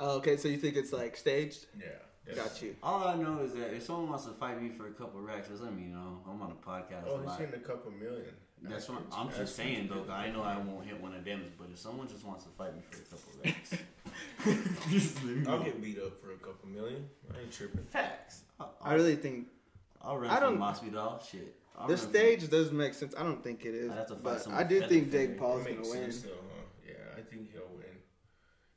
Speaker 3: Oh, okay, so you think it's like staged?
Speaker 4: Yeah.
Speaker 3: Got you.
Speaker 2: All I know is that if someone wants to fight me for a couple racks, just let me know. I'm on a podcast
Speaker 4: Oh,
Speaker 2: a
Speaker 4: he's
Speaker 2: lot.
Speaker 4: hitting a couple million.
Speaker 2: That's what
Speaker 4: Askren's-
Speaker 2: I'm just
Speaker 4: Askren's
Speaker 2: saying though.
Speaker 4: good.
Speaker 2: I know I won't hit one of them, but if someone just wants to fight me for a couple racks, (laughs) just let me
Speaker 4: I'll
Speaker 2: know.
Speaker 4: get beat up for a couple million. I ain't tripping.
Speaker 2: Facts. I'll,
Speaker 3: I really think
Speaker 2: I'll run
Speaker 3: I
Speaker 2: I
Speaker 3: don't-
Speaker 2: from Masvidal. Shit. I'll
Speaker 3: the
Speaker 2: run from-
Speaker 3: stage does make sense. I don't think it is,
Speaker 2: I'd have to find
Speaker 3: but
Speaker 2: someone
Speaker 3: I do
Speaker 2: feather
Speaker 3: think
Speaker 2: feather.
Speaker 3: Jake
Speaker 4: It
Speaker 3: Paul's gonna
Speaker 4: makes
Speaker 3: win.
Speaker 4: sense though, huh? Yeah, I think he'll win.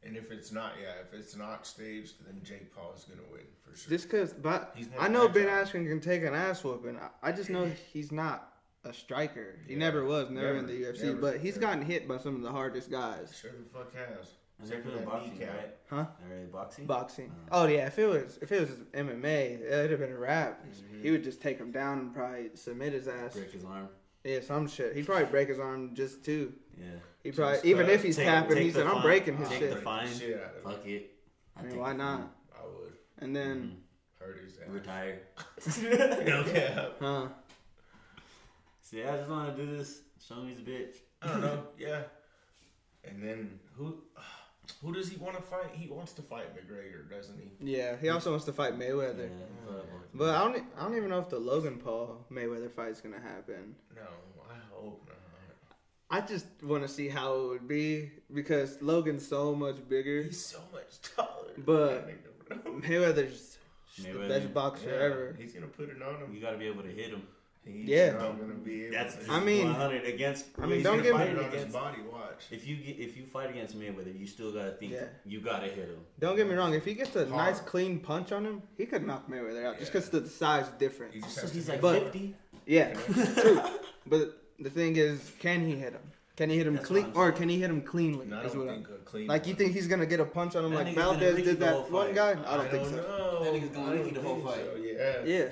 Speaker 4: And if it's not, yeah, if it's not staged, then Jake Paul is gonna win for sure.
Speaker 3: Just cause, but
Speaker 4: He's more
Speaker 3: I know Ben
Speaker 4: agile.
Speaker 3: Askren can take an ass whooping. I, I just know he's not a striker. He
Speaker 4: Yeah.
Speaker 3: never was, never, in
Speaker 4: Never,
Speaker 3: the UFC,
Speaker 4: never,
Speaker 3: but he's
Speaker 4: never.
Speaker 3: gotten hit by some of the hardest guys.
Speaker 4: Sure the fuck has.
Speaker 2: And they're
Speaker 4: Except for
Speaker 2: doing
Speaker 4: that
Speaker 2: boxing,
Speaker 4: kneecap.
Speaker 2: right?
Speaker 3: Huh?
Speaker 2: They're in boxing.
Speaker 3: Boxing.
Speaker 2: Mm.
Speaker 3: Oh yeah, if it was if it was MMA, it'd have been a wrap.
Speaker 2: Mm-hmm.
Speaker 3: He would just take him down and probably submit his ass.
Speaker 2: Break his arm.
Speaker 3: Yeah, some shit. He'd probably break his arm just too.
Speaker 2: Yeah.
Speaker 3: He
Speaker 4: Just
Speaker 3: probably even
Speaker 4: cut.
Speaker 3: if he's
Speaker 2: Take-
Speaker 3: tapping,
Speaker 2: take
Speaker 3: he
Speaker 2: the
Speaker 3: said, "I'm
Speaker 2: fine.
Speaker 3: breaking his
Speaker 2: Take
Speaker 3: shit."
Speaker 2: the fine.
Speaker 4: Shit out of him.
Speaker 2: Fuck it.
Speaker 3: I mean,
Speaker 2: take
Speaker 3: why
Speaker 2: the Mm-hmm.
Speaker 3: not?
Speaker 2: fine.
Speaker 4: I would
Speaker 3: And then,
Speaker 4: hurt his
Speaker 2: (laughs)
Speaker 4: ass.
Speaker 2: Retire. no
Speaker 4: (laughs)
Speaker 2: cap.
Speaker 3: huh?
Speaker 2: See, I just want to do this. Show me his bitch.
Speaker 4: I don't know. Yeah. And then who (sighs) who does he want to fight? He wants to fight McGregor, doesn't he?
Speaker 3: Yeah, he also wants to fight Mayweather.
Speaker 2: Yeah, fuck with
Speaker 3: But
Speaker 2: me.
Speaker 3: I don't, e, I don't even know if the Logan Paul Mayweather fight's gonna happen.
Speaker 4: No, I hope not.
Speaker 3: I just want to see how it would be because Logan's so much bigger.
Speaker 4: He's so much taller. than that
Speaker 3: But-
Speaker 4: nigga, bro.
Speaker 3: Mayweather's the
Speaker 2: Mayweather.
Speaker 3: best boxer
Speaker 4: Yeah,
Speaker 3: ever.
Speaker 4: He's gonna put it on him.
Speaker 2: you gotta be able to hit him.
Speaker 4: He's
Speaker 3: Yeah.
Speaker 4: not gonna be able
Speaker 2: That's
Speaker 4: to.
Speaker 2: just
Speaker 3: I mean-
Speaker 2: 100 against.
Speaker 3: I mean,
Speaker 2: he's
Speaker 3: don't
Speaker 2: gonna
Speaker 3: get me-
Speaker 4: Put
Speaker 2: fight
Speaker 4: it on his
Speaker 2: against-
Speaker 4: body. Watch.
Speaker 2: If you get, if you fight against Mayweather, you still gotta think
Speaker 3: Yeah.
Speaker 2: you gotta hit him.
Speaker 3: Don't get me wrong. If he gets a
Speaker 4: Hard.
Speaker 3: nice clean punch on him, he could knock Mayweather out just
Speaker 4: Yeah.
Speaker 3: because the size difference.
Speaker 4: He just
Speaker 2: Also,
Speaker 4: has to
Speaker 2: he's
Speaker 4: be-
Speaker 2: like
Speaker 3: But-
Speaker 2: 50.
Speaker 3: Yeah, (laughs) true. But the thing is, can he hit him? Can he hit him
Speaker 2: That's what
Speaker 3: clean,
Speaker 2: I'm saying.
Speaker 3: or can he hit him cleanly?
Speaker 4: And I
Speaker 3: is
Speaker 4: don't
Speaker 3: what I'm-
Speaker 4: think a clean.
Speaker 3: like you
Speaker 4: one.
Speaker 3: think he's gonna get a punch on him
Speaker 2: That
Speaker 3: like
Speaker 2: nigga's been
Speaker 3: Valdez
Speaker 2: Ricky
Speaker 3: did
Speaker 2: the whole
Speaker 3: that one
Speaker 2: fight.
Speaker 3: guy? I don't,
Speaker 4: I don't
Speaker 3: think so.
Speaker 4: know.
Speaker 2: That nigga's gonna
Speaker 4: I don't
Speaker 2: Ricky the whole
Speaker 4: think
Speaker 2: fight.
Speaker 4: so, Yeah.
Speaker 3: Yeah,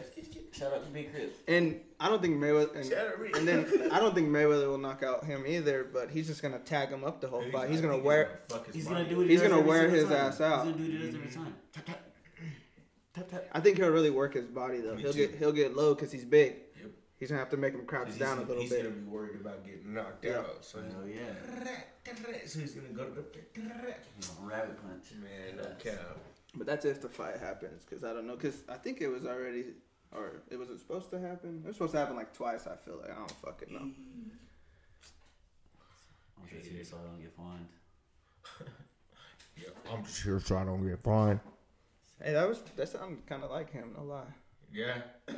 Speaker 2: Shout out to Big Chris.
Speaker 3: and I don't think Mayweather. And,
Speaker 4: Shout out Ricky. (laughs)
Speaker 3: and then I don't think Mayweather will knock out him either. But he's just gonna tag him up the whole fight. He's gonna wear.
Speaker 4: Fuck his
Speaker 2: He's
Speaker 4: body up.
Speaker 2: gonna do it.
Speaker 3: He's gonna wear his ass out.
Speaker 2: He's gonna do this every time. Tap tap. Mm-hmm. Tap tap.
Speaker 3: I think he'll really work his body though.
Speaker 4: Me
Speaker 3: He'll
Speaker 4: too.
Speaker 3: get he'll get low because he's big.
Speaker 4: Yep.
Speaker 3: He's gonna have to make him crouch
Speaker 4: He's,
Speaker 3: down a
Speaker 4: gonna-
Speaker 3: little
Speaker 4: he's
Speaker 3: bit.
Speaker 4: gonna be worried about getting knocked
Speaker 3: Yeah.
Speaker 4: out. So he's,
Speaker 2: Hell yeah.
Speaker 4: so he's gonna go to the
Speaker 2: Rabbit punch.
Speaker 4: man. No
Speaker 2: Yes.
Speaker 4: cap.
Speaker 3: But that's if the fight happens, because I don't know, because I think it was already, or it wasn't supposed to happen. It was supposed to happen like twice. I feel like I don't fucking know.
Speaker 2: I'm just here so I don't get fined.
Speaker 4: Yeah.
Speaker 1: I'm just here so I don't get fined.
Speaker 3: Hey, that was that sounded kind of like him. No lie.
Speaker 4: Yeah.
Speaker 3: Yeah.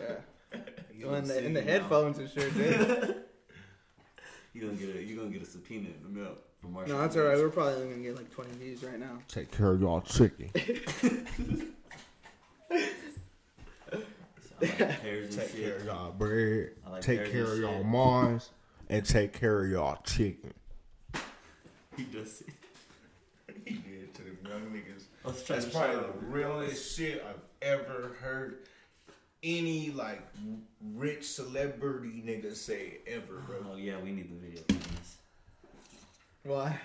Speaker 2: You
Speaker 3: well, in
Speaker 2: gonna
Speaker 3: the in the
Speaker 2: sue me now.
Speaker 3: headphones and shit. Dude.
Speaker 2: You gonna get a you gonna get a subpoena in the mail from Marshall.
Speaker 3: (laughs) no, that's all right. We're probably only gonna get like twenty views right now.
Speaker 1: Take care of y'all chicken.
Speaker 2: I
Speaker 4: (laughs)
Speaker 2: like pears and
Speaker 4: Take care
Speaker 2: shit.
Speaker 4: of
Speaker 1: y'all bread.
Speaker 2: I like pears
Speaker 1: take care
Speaker 2: and
Speaker 1: of y'all
Speaker 2: shit.
Speaker 1: moms. And take care of y'all chicken.
Speaker 2: He (laughs) does it.
Speaker 4: (laughs) He did to them young niggas.
Speaker 2: I was trying
Speaker 4: That's
Speaker 2: to
Speaker 4: probably
Speaker 2: shout
Speaker 4: the
Speaker 2: out.
Speaker 4: realest shit I've ever heard any like rich celebrity nigga say ever, bro.
Speaker 2: Oh yeah, we need the video from this
Speaker 3: Why?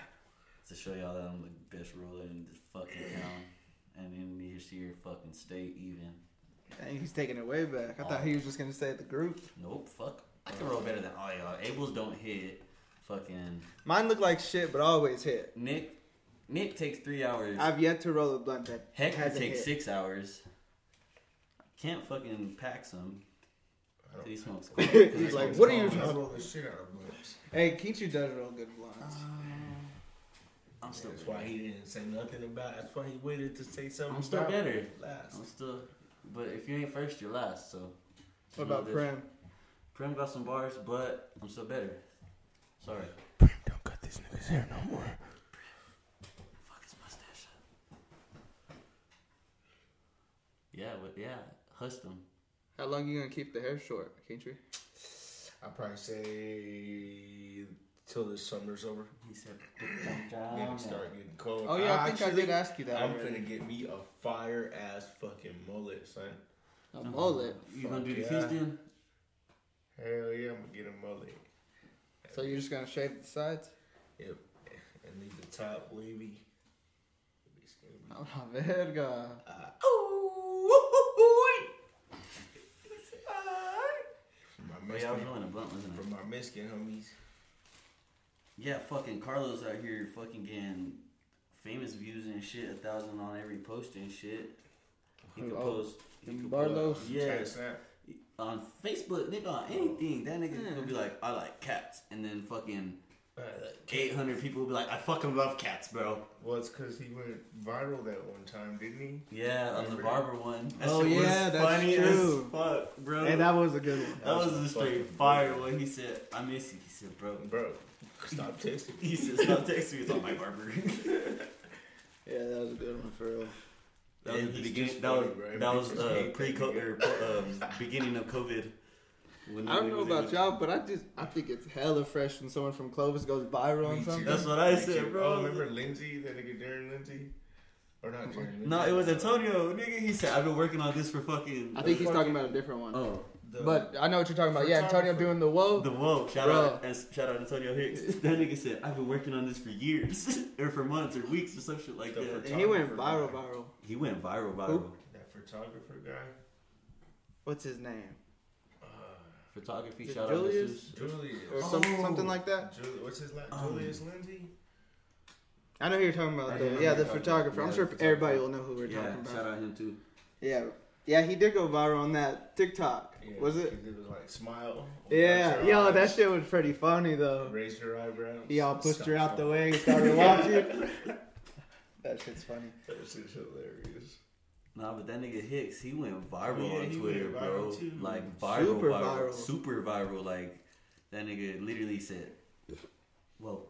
Speaker 2: to show y'all that I'm the best ruler in this fucking town and in this here fucking state even.
Speaker 3: Dang, he's taking it way back. I thought he was just gonna say the group.
Speaker 2: Nope, fuck. I can roll better than all y'all. Abels don't hit. Fucking
Speaker 3: Mine looked like shit, but always hit.
Speaker 2: Nick. Nick takes three hours.
Speaker 3: I've yet to roll a blunt that
Speaker 2: Hector
Speaker 3: hasn't
Speaker 2: takes
Speaker 3: hit.
Speaker 2: six hours. Can't fucking pack some.
Speaker 4: I don't
Speaker 2: He smokes.
Speaker 3: (laughs) He's like, what are you?
Speaker 4: I roll the shit out of books.
Speaker 3: Hey, Keechu does roll good blunts.
Speaker 4: Uh,
Speaker 2: I'm still.
Speaker 4: That's why he didn't say nothing about. That's why he waited to say something.
Speaker 2: I'm still
Speaker 4: about
Speaker 2: better.
Speaker 4: Last.
Speaker 2: I'm still. But if you ain't first, you're last. So.
Speaker 3: What about Prem?
Speaker 2: Prem got some bars, but I'm still better. Sorry.
Speaker 1: Don't cut these niggas hair no more.
Speaker 2: Fuck his mustache. up. Yeah, but yeah, hushed him.
Speaker 3: How long you gonna keep the hair short, Keechu?
Speaker 4: I probably say till the summer's over.
Speaker 2: He said,
Speaker 4: Then it start getting cold.
Speaker 3: Ah, Oh yeah, I think I did ask you that.
Speaker 4: I'm
Speaker 3: already.
Speaker 4: gonna get me a fire ass fucking mullet, son.
Speaker 3: A mullet.
Speaker 2: You gonna do the
Speaker 4: Fuck
Speaker 2: feast
Speaker 4: yeah.
Speaker 2: then?
Speaker 4: Hell yeah, I'm gonna get a mullet.
Speaker 3: So you're just gonna shave the sides? (laughs)
Speaker 4: Yep. And leave the top wavy. It's gonna be-
Speaker 3: Oh la verga.
Speaker 4: Ah,
Speaker 2: Oh,
Speaker 4: from my
Speaker 2: yeah, I was
Speaker 4: Mexican,
Speaker 2: rolling a blunt, wasn't I?
Speaker 4: from my Mexican homies.
Speaker 2: Yeah, fucking Carlos out here fucking getting famous views and shit, a thousand on every post and shit. He could
Speaker 3: Oh,
Speaker 2: post. He
Speaker 3: them
Speaker 2: could
Speaker 3: Barlos?
Speaker 2: post-
Speaker 4: Trying
Speaker 2: Yeah.
Speaker 4: to snap.
Speaker 2: On Facebook, nigga, on anything, that nigga gonna be like, I like cats. And then fucking
Speaker 4: Uh, like,
Speaker 2: 800 people will be like, I fucking love cats, bro.
Speaker 4: Well, it's because he went viral that one time, didn't he?
Speaker 2: Yeah, on the
Speaker 4: Remember?
Speaker 2: barber one. That
Speaker 3: Oh,
Speaker 2: shit was
Speaker 3: yeah, that's
Speaker 2: funny
Speaker 3: true.
Speaker 2: as fuck, bro.
Speaker 3: Hey,
Speaker 2: that,
Speaker 3: that was a good one.
Speaker 2: was
Speaker 4: was
Speaker 2: a straight
Speaker 4: fucking
Speaker 2: fire
Speaker 4: good.
Speaker 2: one. He said, I miss you. He said, bro.
Speaker 4: Bro, stop texting.
Speaker 2: He said, stop texting me. It's on my barber. (laughs)
Speaker 3: Yeah, that was a good one for real.
Speaker 2: That was
Speaker 4: Yeah,
Speaker 2: at the
Speaker 4: he's
Speaker 2: beginning.
Speaker 4: just
Speaker 2: That was uh,
Speaker 4: funny, bro.
Speaker 2: that
Speaker 4: He
Speaker 2: was
Speaker 4: just
Speaker 2: uh,
Speaker 4: hate
Speaker 2: pre
Speaker 4: that nigga.
Speaker 2: COVID, um, beginning of COVID. When
Speaker 3: I don't
Speaker 2: niggas
Speaker 3: know
Speaker 2: was
Speaker 3: about
Speaker 2: in-
Speaker 3: y'all, but I just I think it's hella fresh when someone from Clovis goes viral
Speaker 4: Me
Speaker 3: on
Speaker 4: too.
Speaker 3: something.
Speaker 2: That's what I
Speaker 4: Me
Speaker 2: said,
Speaker 4: too.
Speaker 2: bro.
Speaker 4: Oh, remember Lindsay, that nigga Darren Lindsay? Or not Darren Lindsay. Uh,
Speaker 2: No, it was Antonio, nigga. He said, "I've been working on this for fucking."
Speaker 3: I think he's talking about a different one.
Speaker 2: Oh,
Speaker 4: The-
Speaker 3: but I know what you're talking about. Yeah, Antonio
Speaker 4: Photographer.
Speaker 3: doing the whoa.
Speaker 2: the whoa! Shout
Speaker 3: Bro.
Speaker 2: out, as, shout out Antonio
Speaker 3: (laughs)
Speaker 2: Hicks. that nigga said, "I've been working on this for years, (laughs) or for months, or weeks, or some shit like
Speaker 4: The
Speaker 2: that."
Speaker 4: photog-
Speaker 3: and he went viral,
Speaker 4: photographer.
Speaker 3: viral.
Speaker 2: He went viral, viral.
Speaker 3: Who?
Speaker 4: That photographer guy?
Speaker 3: What's his name?
Speaker 4: Uh,
Speaker 2: Photography.
Speaker 3: Is it
Speaker 2: shout out
Speaker 3: Julius?
Speaker 2: Jesus.
Speaker 4: Julius.
Speaker 3: Or some,
Speaker 2: Oh.
Speaker 3: something like that.
Speaker 4: Juli- what's his last
Speaker 2: Um,
Speaker 4: Julius Lindsay?
Speaker 3: I know who you're talking about.
Speaker 2: I
Speaker 3: Though.
Speaker 2: know who
Speaker 3: Yeah,
Speaker 2: you're
Speaker 3: the
Speaker 2: talking about.
Speaker 3: photographer. I'm
Speaker 2: Yeah,
Speaker 3: sure
Speaker 2: the
Speaker 3: everybody will know who we're
Speaker 2: Yeah,
Speaker 3: talking about.
Speaker 2: shout out him too.
Speaker 3: Yeah, yeah, he did go viral on that TikTok.
Speaker 4: Yeah,
Speaker 3: was it?
Speaker 4: 'cause It was like smile.
Speaker 3: Yeah,
Speaker 4: Got your
Speaker 3: yo, that
Speaker 4: eyes,
Speaker 3: shit was pretty funny though.
Speaker 4: Raised her eyebrows.
Speaker 3: He all pushed her out the way and started walking. (laughs) that shit's funny.
Speaker 4: That shit's hilarious.
Speaker 2: Nah, but that nigga Hicks, he went viral
Speaker 4: Oh, yeah,
Speaker 2: on
Speaker 4: he
Speaker 2: Twitter,
Speaker 4: went viral,
Speaker 2: bro.
Speaker 4: too.
Speaker 2: Like viral,
Speaker 3: Super
Speaker 2: viral,
Speaker 3: viral.
Speaker 2: super viral. Like that nigga literally said, "Whoa,"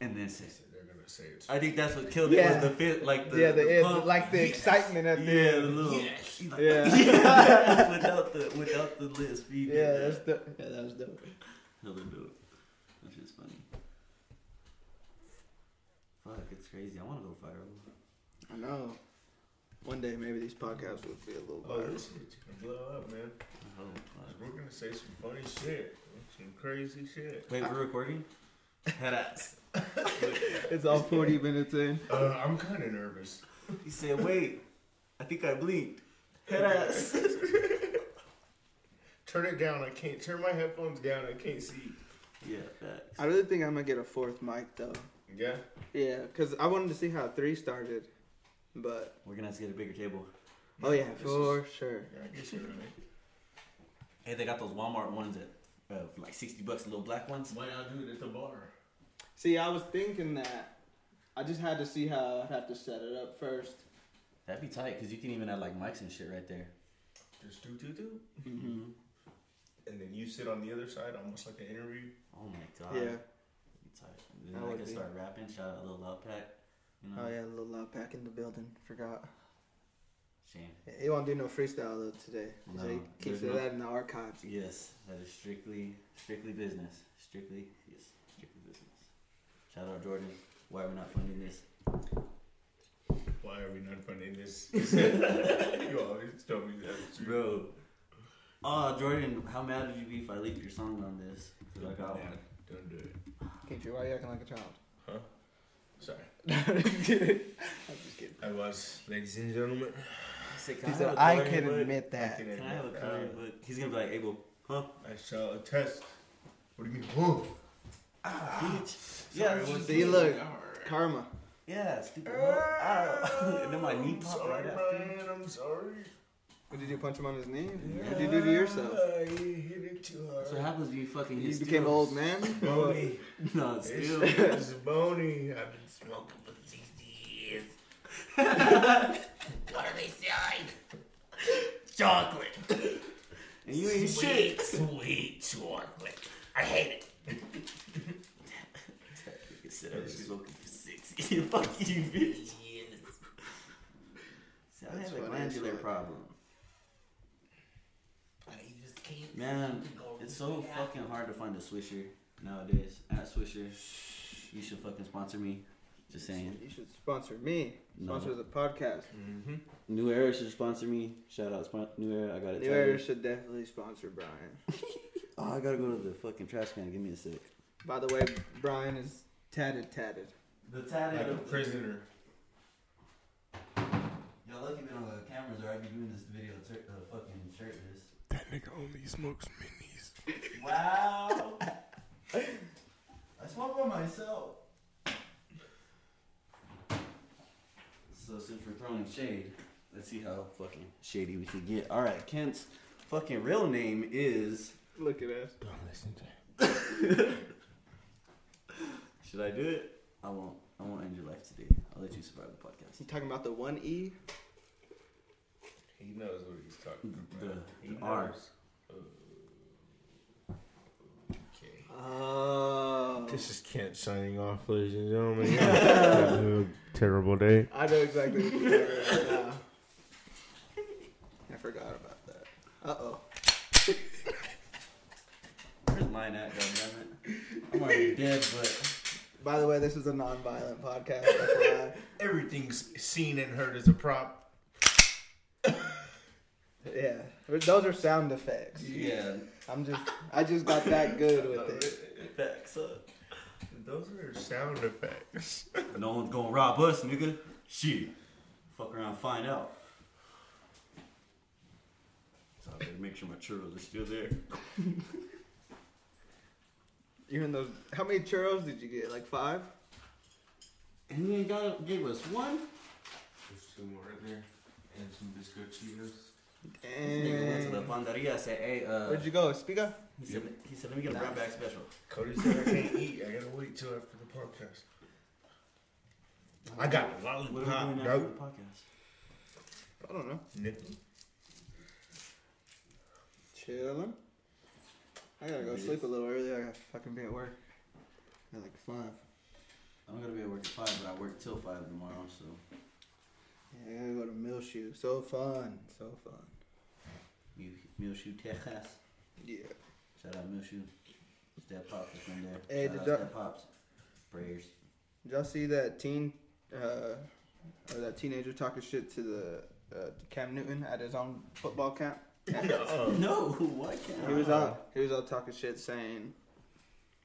Speaker 2: and then said,
Speaker 4: So they're gonna say it's
Speaker 2: "I think that's what killed
Speaker 3: Yeah.
Speaker 2: it was the fit, like the
Speaker 3: yeah, the, end,
Speaker 2: pump.
Speaker 3: like the excitement at the
Speaker 2: yeah, the
Speaker 3: end.
Speaker 2: little (laughs)
Speaker 4: Yes.
Speaker 2: He's like, (laughs)
Speaker 3: Yeah.
Speaker 2: without the without the lisp, he did
Speaker 3: Yeah,
Speaker 2: that.
Speaker 3: that's the, yeah, that was dope.
Speaker 2: Hella dope. That's just funny. Fuck, it's crazy. I want to go viral.
Speaker 3: I know. One day maybe these podcasts will be a little
Speaker 4: Oh,
Speaker 3: viral.
Speaker 4: this shit's gonna blow up, man.
Speaker 2: I hope. Oh, Fuck.
Speaker 4: We're gonna say some funny shit, some crazy shit.
Speaker 2: Wait, we're recording. Head ass.
Speaker 3: It's all 40 minutes in.
Speaker 4: Uh, I'm kind of nervous.
Speaker 2: He said, "Wait, I think I blinked." Head ass.
Speaker 4: Turn it down. I can't turn my headphones down. I can't see.
Speaker 2: yeah, facts.
Speaker 3: I really think I'm gonna get a fourth mic though.
Speaker 4: Yeah.
Speaker 3: Yeah, cause I wanted to see how three started, but
Speaker 2: We're gonna have to get a bigger table.
Speaker 3: oh yeah,
Speaker 4: This
Speaker 3: for
Speaker 4: is-
Speaker 3: sure.
Speaker 4: yeah, I guess you're right.
Speaker 2: Hey, they got those Walmart ones at uh, for like sixty bucks, the little black ones.
Speaker 4: Why not do it at the bar?
Speaker 3: See, I was thinking that. I just had to see how I'd have to set it up first.
Speaker 2: That'd be tight because you can even add like mics and shit right there.
Speaker 4: Just do do do,
Speaker 2: Mm-hmm.
Speaker 4: and then you sit on the other side, almost like an interview.
Speaker 2: Oh my god.
Speaker 3: Yeah.
Speaker 2: Be tight. And
Speaker 3: That
Speaker 2: then I
Speaker 3: would
Speaker 2: can
Speaker 3: be-
Speaker 2: start rapping. Shout out Lil Loud Pack. You know?
Speaker 3: Oh yeah, little loud pack in the building. Forgot.
Speaker 2: Shame.
Speaker 3: He won't do no freestyle though today. So he
Speaker 2: No,
Speaker 3: keeps
Speaker 2: there's no-
Speaker 3: that in the archives.
Speaker 2: Yes, that is strictly strictly business. Strictly yes, strictly business. Shout out Jordan. Why are we not funding this?
Speaker 4: Why are we not funding
Speaker 2: (laughs)
Speaker 4: this? (laughs) you always tell me that,
Speaker 2: Bro. Oh, Jordan, how mad would you be if I leaked your song on this? 'Cause I got one.
Speaker 4: Don't do it.
Speaker 3: Can't you? Why are you acting like a child? (laughs)
Speaker 4: Sorry.
Speaker 3: I'm just kidding.
Speaker 4: I was, ladies and gentlemen.
Speaker 2: I said,
Speaker 3: He
Speaker 2: I
Speaker 3: said,
Speaker 2: have a
Speaker 3: I
Speaker 2: coloring
Speaker 3: can
Speaker 2: book?
Speaker 3: admit that.
Speaker 4: can
Speaker 2: Can I have a
Speaker 4: admit
Speaker 2: coloring
Speaker 4: that. um,
Speaker 2: book? He's gonna be like, Abel, huh?
Speaker 4: I shall attest. What do you mean? Huh? Ah.
Speaker 2: Bitch. Yeah, it's just-
Speaker 3: See, you look.
Speaker 4: (laughs)
Speaker 3: Karma.
Speaker 2: yeah, stupid. Huh? Ow. (laughs) and then my knee
Speaker 4: I'm
Speaker 2: popped
Speaker 4: Ah, sorry,
Speaker 2: right after.
Speaker 4: Brian. I'm sorry.
Speaker 3: What did you punch him on his knee? What did you do to yourself?
Speaker 4: Uh, you hit it too hard.
Speaker 2: So what happens when you fucking
Speaker 3: You
Speaker 2: hit
Speaker 3: became an
Speaker 2: stills? (laughs)
Speaker 3: old man. (laughs)
Speaker 4: Bony.
Speaker 2: No, it's
Speaker 4: It's,
Speaker 2: still.
Speaker 4: it's bony. I've been smoking for 60
Speaker 2: (laughs)
Speaker 4: years. what are they selling? Chocolate.
Speaker 2: And you ain't shit.
Speaker 4: Sweet, sweet chocolate. I hate it.
Speaker 2: Nigga said I was smoking for six. years. (laughs) Fuck you, bitch. See, I
Speaker 3: That's
Speaker 2: have a
Speaker 3: funny
Speaker 2: glandular
Speaker 3: as fuck.
Speaker 2: problem.
Speaker 4: I just can't.
Speaker 2: Man, it's so fucking hard to find a swisher nowadays. At Swisher, you should fucking sponsor me. Just saying.
Speaker 3: You should sponsor me.
Speaker 2: No.
Speaker 3: Sponsor the podcast.
Speaker 4: Mm-hmm.
Speaker 2: New Era should sponsor me. Shout out spon- New Era. I got it.
Speaker 3: New Era should definitely sponsor Brian.
Speaker 2: Oh, I gotta go to the fucking trash can. Give me a sec.
Speaker 3: By the way, Brian is tatted, tatted.
Speaker 2: The tatted
Speaker 4: Like a prisoner.
Speaker 2: Y'all lucky we don't have cameras, or I'd be doing this video tur- uh, fucking shirtless.
Speaker 1: That nigga only smokes minis.
Speaker 2: Wow. I smoke by myself. So since we're throwing shade, let's see how fucking shady we can get. All right, Kent's fucking real name is.
Speaker 3: Look at us.
Speaker 1: Don't listen to him.
Speaker 2: Should I do it? I won't. I won't end your life today. I'll let you survive the podcast.
Speaker 3: You talking about the one E?
Speaker 4: He knows what he's talking about.
Speaker 2: The-
Speaker 4: He
Speaker 2: the R.
Speaker 4: knows.
Speaker 2: Uh,
Speaker 4: Okay.
Speaker 3: Oh.
Speaker 1: This is Kent signing off, ladies and gentlemen. Have
Speaker 4: (laughs)
Speaker 1: a (laughs) terrible day.
Speaker 3: I know exactly what you're talking about
Speaker 2: (laughs)
Speaker 3: now. I forgot about that. Uh oh.
Speaker 2: mine at, goddammit. I'm already dead, but
Speaker 3: By the way, this is a non-violent podcast. FYI.
Speaker 4: Everything's seen and heard as a prop.
Speaker 3: yeah, those are sound effects.
Speaker 2: yeah.
Speaker 3: I'm just, I just got that
Speaker 2: (laughs)
Speaker 3: good with it.
Speaker 2: Facts up.
Speaker 4: Those are sound effects.
Speaker 2: No one's gonna rob us, nigga. Shit. Fuck around, and find out. So I better make sure my churros are still there.
Speaker 3: You're in those. How many churros did you get? Like five?
Speaker 2: And then God gave us one.
Speaker 5: There's two more in there. And some Bisco Cheetos.
Speaker 2: This nigga went to the
Speaker 3: Damn.
Speaker 2: fonderia said, hey, uh,
Speaker 3: Where'd you go, Spiga?
Speaker 2: he, said, he said, let me get a brown bag special.
Speaker 4: Cody said I can't eat. I gotta wait till after the podcast. I got a
Speaker 2: What are we
Speaker 4: lollipop,
Speaker 2: doing after the
Speaker 4: bro.
Speaker 2: podcast?
Speaker 3: I don't know.
Speaker 4: Nickel.
Speaker 3: Chilling. I gotta go sleep a little early. I gotta fucking be at work at like five.
Speaker 2: I'm gonna be at work at 5, but I work till 5 tomorrow, so.
Speaker 3: Yeah, I gotta go to Millshoe. So fun, so fun.
Speaker 2: You, Milshu, Texas.
Speaker 3: Yeah.
Speaker 2: Shout out Milshu. Step Pops is from there.
Speaker 3: Hey,
Speaker 2: Shout
Speaker 3: did
Speaker 2: out
Speaker 3: y'all-
Speaker 2: Step Pops. Prayers.
Speaker 3: Did y'all see that teen, uh, or that teenager talking shit to the uh, Cam Newton at his own football camp?
Speaker 4: Uh-uh.
Speaker 2: No, (laughs) what can
Speaker 3: Oh. He was out. He was out talking shit, saying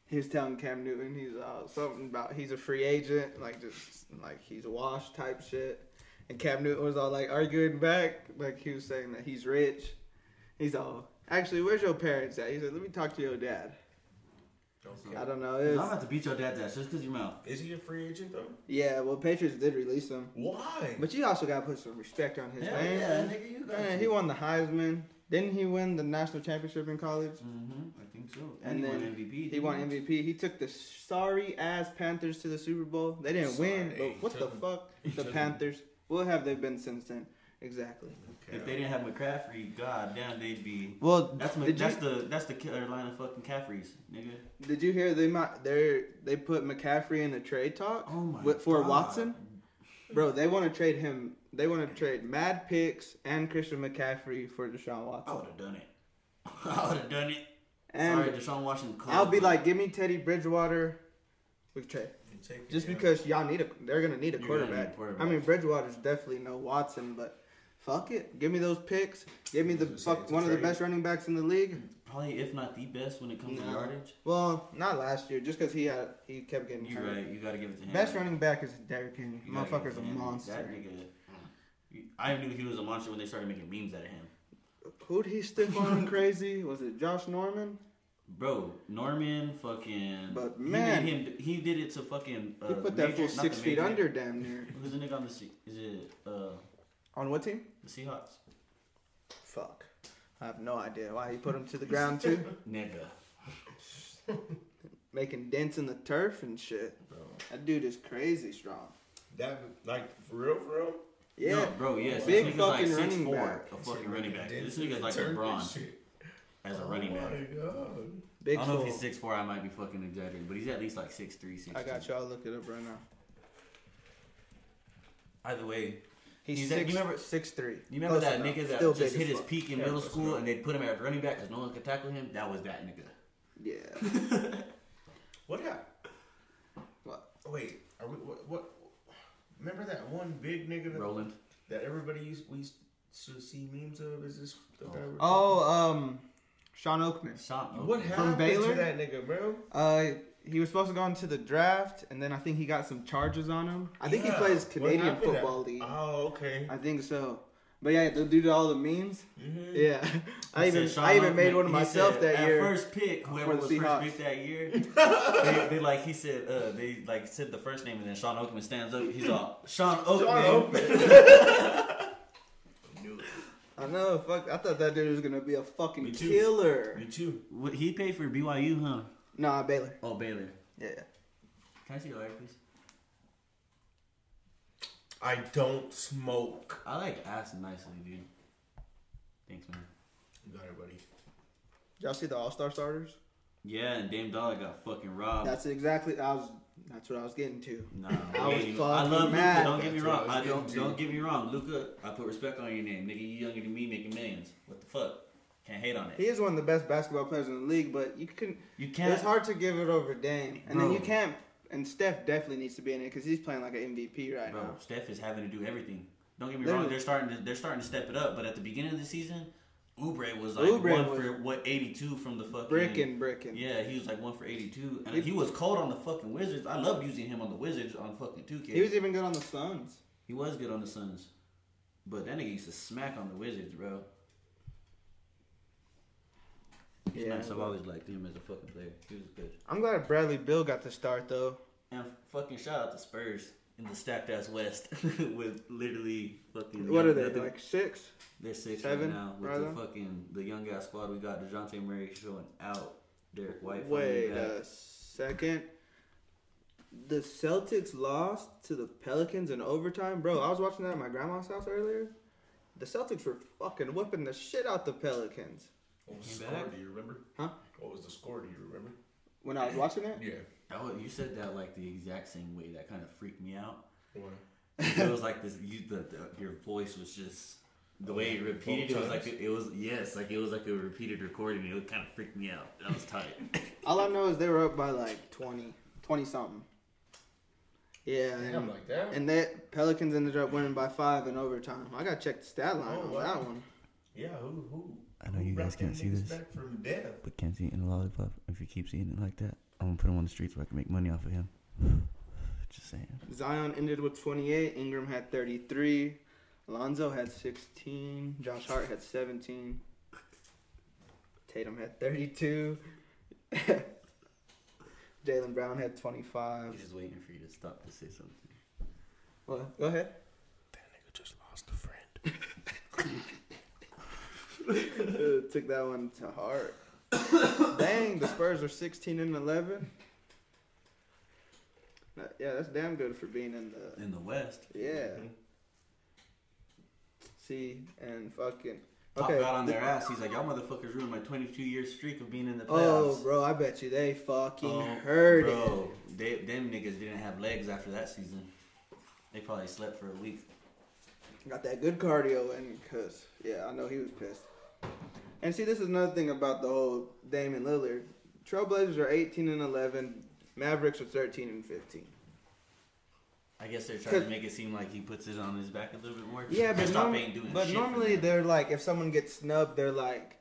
Speaker 3: he was telling Cam Newton he's uh, something about he's a free agent, like just like he's washed type shit. And Cam Newton was all like arguing back, like he was saying that he's rich. He's all actually, where's your parents at? He said, let me talk to your dad. I
Speaker 4: Okay.
Speaker 3: (laughs) don't know.
Speaker 2: I'm
Speaker 3: It was,
Speaker 2: about to beat your dad's ass just because your mouth.
Speaker 4: Is he a free agent though?
Speaker 3: yeah, well, Patriots did release him,
Speaker 4: Why?
Speaker 3: but you also got to put some respect on his
Speaker 2: Yeah,
Speaker 3: name.
Speaker 2: yeah, nigga, you got
Speaker 3: Man, he won the Heisman. Didn't he win the national championship in college?
Speaker 2: hmm I think so.
Speaker 3: And
Speaker 2: And, he won
Speaker 3: then
Speaker 2: MVP.
Speaker 3: He
Speaker 2: didn't
Speaker 3: won MVP. He took the sorry ass Panthers to the Super Bowl. They didn't win,
Speaker 4: Sorry.
Speaker 3: but what the fuck?
Speaker 4: He
Speaker 3: The
Speaker 4: took 'em.
Speaker 3: Panthers. What have they been since then? Exactly.
Speaker 2: If they didn't have McCaffrey, god damn, they'd be.
Speaker 3: Well,
Speaker 2: That's my,
Speaker 3: did
Speaker 2: that's
Speaker 3: you
Speaker 2: the that's the Carolina fucking Caffreys, nigga.
Speaker 3: did you hear they might they they put McCaffrey in a trade talk
Speaker 2: Oh my
Speaker 3: with- for
Speaker 2: God.
Speaker 3: Watson? Bro, they want to trade him. They want to trade Mad Picks and Christian McCaffrey for Deshaun
Speaker 2: I
Speaker 3: Watson.
Speaker 2: would have done it. (laughs) I would have done it.
Speaker 3: and
Speaker 2: Sorry, Deshaun Washington.
Speaker 3: I'll
Speaker 2: Cosby.
Speaker 3: be like, give me Teddy Bridgewater. We trade.
Speaker 4: You take it,
Speaker 3: Just
Speaker 4: yeah.
Speaker 3: because y'all need a, they're gonna need a
Speaker 2: You're gonna
Speaker 3: quarterback.
Speaker 2: need a quarterback.
Speaker 3: I mean, Bridgewater's definitely no Watson, but fuck it, give me those picks. Give me the
Speaker 4: It's a-
Speaker 3: fuck
Speaker 4: it's a
Speaker 3: one of the
Speaker 4: trade.
Speaker 3: best running backs in the league.
Speaker 2: probably if not the best when it comes to
Speaker 3: No.
Speaker 2: yardage.
Speaker 3: Well, not last year, just because he had he kept getting
Speaker 2: You
Speaker 3: hurt.
Speaker 2: right. You gotta give it to him.
Speaker 3: Best running back is Derrick Henry.
Speaker 2: You gotta give it
Speaker 3: Motherfucker's
Speaker 2: to
Speaker 3: a
Speaker 2: him. That
Speaker 3: monster.
Speaker 2: nigga. I knew he was a monster when they started making memes out of him.
Speaker 3: Who'd he stick on crazy? Was it Josh Norman?
Speaker 2: Bro, Norman fucking.
Speaker 3: But
Speaker 2: he
Speaker 3: man.
Speaker 2: made him, he did it to fucking. Uh,
Speaker 3: he put that
Speaker 2: Major-
Speaker 3: fool
Speaker 2: not
Speaker 3: six
Speaker 2: the
Speaker 3: feet
Speaker 2: Major.
Speaker 3: under, damn near.
Speaker 2: Who's the nigga on the Se- Is it uh
Speaker 3: On what team?
Speaker 2: the Seahawks?
Speaker 3: Fuck. I have no idea why he put him to the ground too,
Speaker 2: Nigga.
Speaker 3: making dents in the turf and shit.
Speaker 4: Bro,
Speaker 3: That dude is crazy strong.
Speaker 4: that like for real, for real.
Speaker 3: Yeah.
Speaker 2: No, bro. Yes.
Speaker 3: Big
Speaker 2: this nigga's
Speaker 3: fucking
Speaker 2: like
Speaker 3: running
Speaker 2: 6'4",
Speaker 3: back.
Speaker 2: A fucking running back. This
Speaker 4: Dennis
Speaker 2: nigga's like
Speaker 4: Turpin
Speaker 2: LeBron
Speaker 4: shit.
Speaker 2: as a running back.
Speaker 4: Oh my god.
Speaker 2: I
Speaker 3: Big
Speaker 2: don't know if
Speaker 3: soul.
Speaker 2: he's six four. I might be fucking exaggerating, but he's at least like six three, six.
Speaker 3: I got you. I'll look it up right now.
Speaker 2: Either way,
Speaker 3: He's,
Speaker 2: He's at-
Speaker 3: six,
Speaker 2: you remember-
Speaker 3: six three.
Speaker 2: you remember
Speaker 3: Close
Speaker 2: that
Speaker 3: enough.
Speaker 2: nigga that
Speaker 3: Still
Speaker 2: just
Speaker 3: big
Speaker 2: hit
Speaker 3: as
Speaker 2: his
Speaker 3: fuck.
Speaker 2: peak in
Speaker 4: Yeah,
Speaker 2: middle
Speaker 4: that's
Speaker 2: school
Speaker 4: right.
Speaker 2: and they put him at running back because no one could tackle him? That was that nigga.
Speaker 3: Yeah. (laughs)
Speaker 4: What happened?
Speaker 3: What?
Speaker 4: Wait, are we what? what remember that one big nigga that,
Speaker 2: Roland.
Speaker 4: that everybody used we used to see memes of? Is this the guy we're
Speaker 3: Oh, um, Sean Oakman.
Speaker 2: Shot.
Speaker 4: What happened
Speaker 3: Baylor?
Speaker 4: to that nigga, bro?
Speaker 3: Uh, he was supposed to go into the draft, and then I think he got some charges on him. I think
Speaker 4: Yeah.
Speaker 3: he plays
Speaker 4: What
Speaker 3: Canadian
Speaker 4: happened to-
Speaker 3: football league.
Speaker 2: Ah.
Speaker 4: Oh, okay.
Speaker 3: I think so. But yeah, the dude did all the memes.
Speaker 2: Hmm.
Speaker 4: Mhm.
Speaker 3: Yeah, (laughs) I even I even made one of myself that
Speaker 2: at
Speaker 3: year.
Speaker 2: First pick, whoever
Speaker 3: for the
Speaker 2: was
Speaker 3: Seahawks.
Speaker 2: first pick that
Speaker 3: (laughs)
Speaker 2: year, they, they like he said uh, they like said the first name and then Sean Oakman stands up. He's
Speaker 3: (laughs)
Speaker 2: all Sean Oakman.
Speaker 4: Sean Oakman.
Speaker 3: I know. Fuck, I thought that dude was gonna be a fucking
Speaker 4: Me too.
Speaker 3: killer.
Speaker 4: Me too.
Speaker 2: What, he paid for BYU, huh?
Speaker 3: Nah, Baylor.
Speaker 2: Oh Baylor.
Speaker 3: Yeah.
Speaker 2: Can I see your lighter, please?
Speaker 4: I don't smoke.
Speaker 2: I like ass nicely, dude. Thanks, man.
Speaker 4: You got it, buddy.
Speaker 3: Y'all see the All Star starters?
Speaker 2: Yeah, and Dame Dollar got fucking robbed.
Speaker 3: That's exactly. I was. That's what I was getting to.
Speaker 2: Nah,
Speaker 3: I was
Speaker 2: wait.
Speaker 3: fucking
Speaker 2: I love
Speaker 3: mad.
Speaker 2: Luca. Don't get me
Speaker 4: That's what I
Speaker 2: wrong.
Speaker 4: was
Speaker 2: I don't
Speaker 4: getting to.
Speaker 2: don't get me wrong, Luca. I put respect on your name, nigga. You younger than me, making millions. What the fuck? Can't hate on
Speaker 3: He
Speaker 2: it.
Speaker 3: is one of the best basketball players in the league, but you can.
Speaker 2: You can't.
Speaker 3: It's hard to give it over Dame, and then
Speaker 2: Bro.
Speaker 3: you can't. And Steph definitely needs to be in it because he's playing like an MVP right
Speaker 2: Bro,
Speaker 3: now.
Speaker 2: Steph is having to do everything. Don't get me
Speaker 3: Literally.
Speaker 2: wrong; they're starting to they're starting to step it up. But at the beginning of the season, Oubre was like
Speaker 3: Oubre
Speaker 2: one
Speaker 3: was-
Speaker 2: for what eighty two from the fucking
Speaker 3: Brickin', brickin'.
Speaker 2: Yeah, he was like one for eighty two, and
Speaker 3: He-
Speaker 2: he was cold on the fucking Wizards. I loved using him on the Wizards on fucking two K.
Speaker 3: He was even good on the Suns.
Speaker 2: He was good on the Suns, but that nigga used to smack on the Wizards, bro. He's
Speaker 3: Yeah,
Speaker 2: nice. I've
Speaker 3: bro.
Speaker 2: always liked him as a fucking player. He was good.
Speaker 3: I'm glad Bradley Bill got the start though.
Speaker 2: And fucking shout out to Spurs in the stacked ass West (laughs) with literally fucking.
Speaker 3: What are they
Speaker 2: nothing-
Speaker 3: like six?
Speaker 2: They're six
Speaker 3: Seven,
Speaker 2: right now with
Speaker 3: rather?
Speaker 2: the fucking the young ass squad. We got Dejounte Murray showing out. Derek White. finally
Speaker 3: Wait
Speaker 2: back.
Speaker 3: a second. The Celtics lost to the Pelicans in overtime, bro. I was watching that at my grandma's house earlier. The Celtics were fucking whipping the shit out the Pelicans
Speaker 4: What was
Speaker 2: Came
Speaker 4: the
Speaker 2: back?
Speaker 4: score? Do you remember?
Speaker 3: Huh?
Speaker 4: What was the score? Do you remember?
Speaker 3: when I was watching it.
Speaker 4: Yeah.
Speaker 2: That was- you said that like the exact same way. That kind of freaked
Speaker 6: (laughs)
Speaker 2: me out.
Speaker 4: What?
Speaker 2: it was like this. You, the, the, your voice was just the way it repeated. It was like it, was yes, like it was like a repeated recording. It kind of freaked me out. That was tight.
Speaker 3: All I know is they were up by like 20, 20 something. Yeah,
Speaker 4: Damn,
Speaker 3: and,
Speaker 4: like that.
Speaker 3: and that Pelicans ended up winning by five in overtime. I gotta check the stat line
Speaker 4: Oh,
Speaker 3: on
Speaker 4: wow.
Speaker 3: that one.
Speaker 4: yeah. Who? Who?
Speaker 6: I know you
Speaker 4: brought
Speaker 6: guys can't
Speaker 4: them
Speaker 6: see
Speaker 4: niggas
Speaker 6: this,
Speaker 4: Back from death.
Speaker 6: (laughs) but Ken's eating a lollipop. If you keep seeing it like that, I'm gonna put him on the street so I can make money off of him. (sighs) Just saying.
Speaker 3: Zion ended with 28. Ingram had 33. Alonzo had 16. Josh Hart had 17. Tatum had (laughs) 32. Jalen Brown had
Speaker 2: I was
Speaker 3: 25.
Speaker 2: just waiting for you to stop to say something.
Speaker 3: Well, go
Speaker 2: (laughs)
Speaker 3: ahead.
Speaker 1: That nigga just lost a friend.
Speaker 3: Uh, Took that one to heart.
Speaker 2: (coughs)
Speaker 3: Dang, the Spurs are 16 and 11. That- Yeah, that's damn good for being in the.
Speaker 2: In the West,
Speaker 3: Yeah. See, and fucking.
Speaker 2: Pop got on
Speaker 3: the-
Speaker 2: their ass. He's like, y'all motherfuckers ruined my 22 year streak of being in the
Speaker 3: Oh,
Speaker 2: playoffs.
Speaker 3: bro, I bet you they fucking
Speaker 2: Oh,
Speaker 3: heard it.
Speaker 2: bro, they, them niggas didn't have legs after that season. They probably slept for a week.
Speaker 3: Got that good cardio in because, yeah, I know he was pissed. And see, this is another thing about the whole Damon Lillard. Trailblazers are 18 and 11, Mavericks are 13 and 15.
Speaker 2: I guess they're trying to make it seem like he puts it on his back a little bit more.
Speaker 3: Yeah, but,
Speaker 2: Kristaps
Speaker 3: norm-
Speaker 2: ain't doing
Speaker 3: but
Speaker 2: shit for
Speaker 3: normally
Speaker 2: them.
Speaker 3: they're like, if someone gets snubbed, they're like,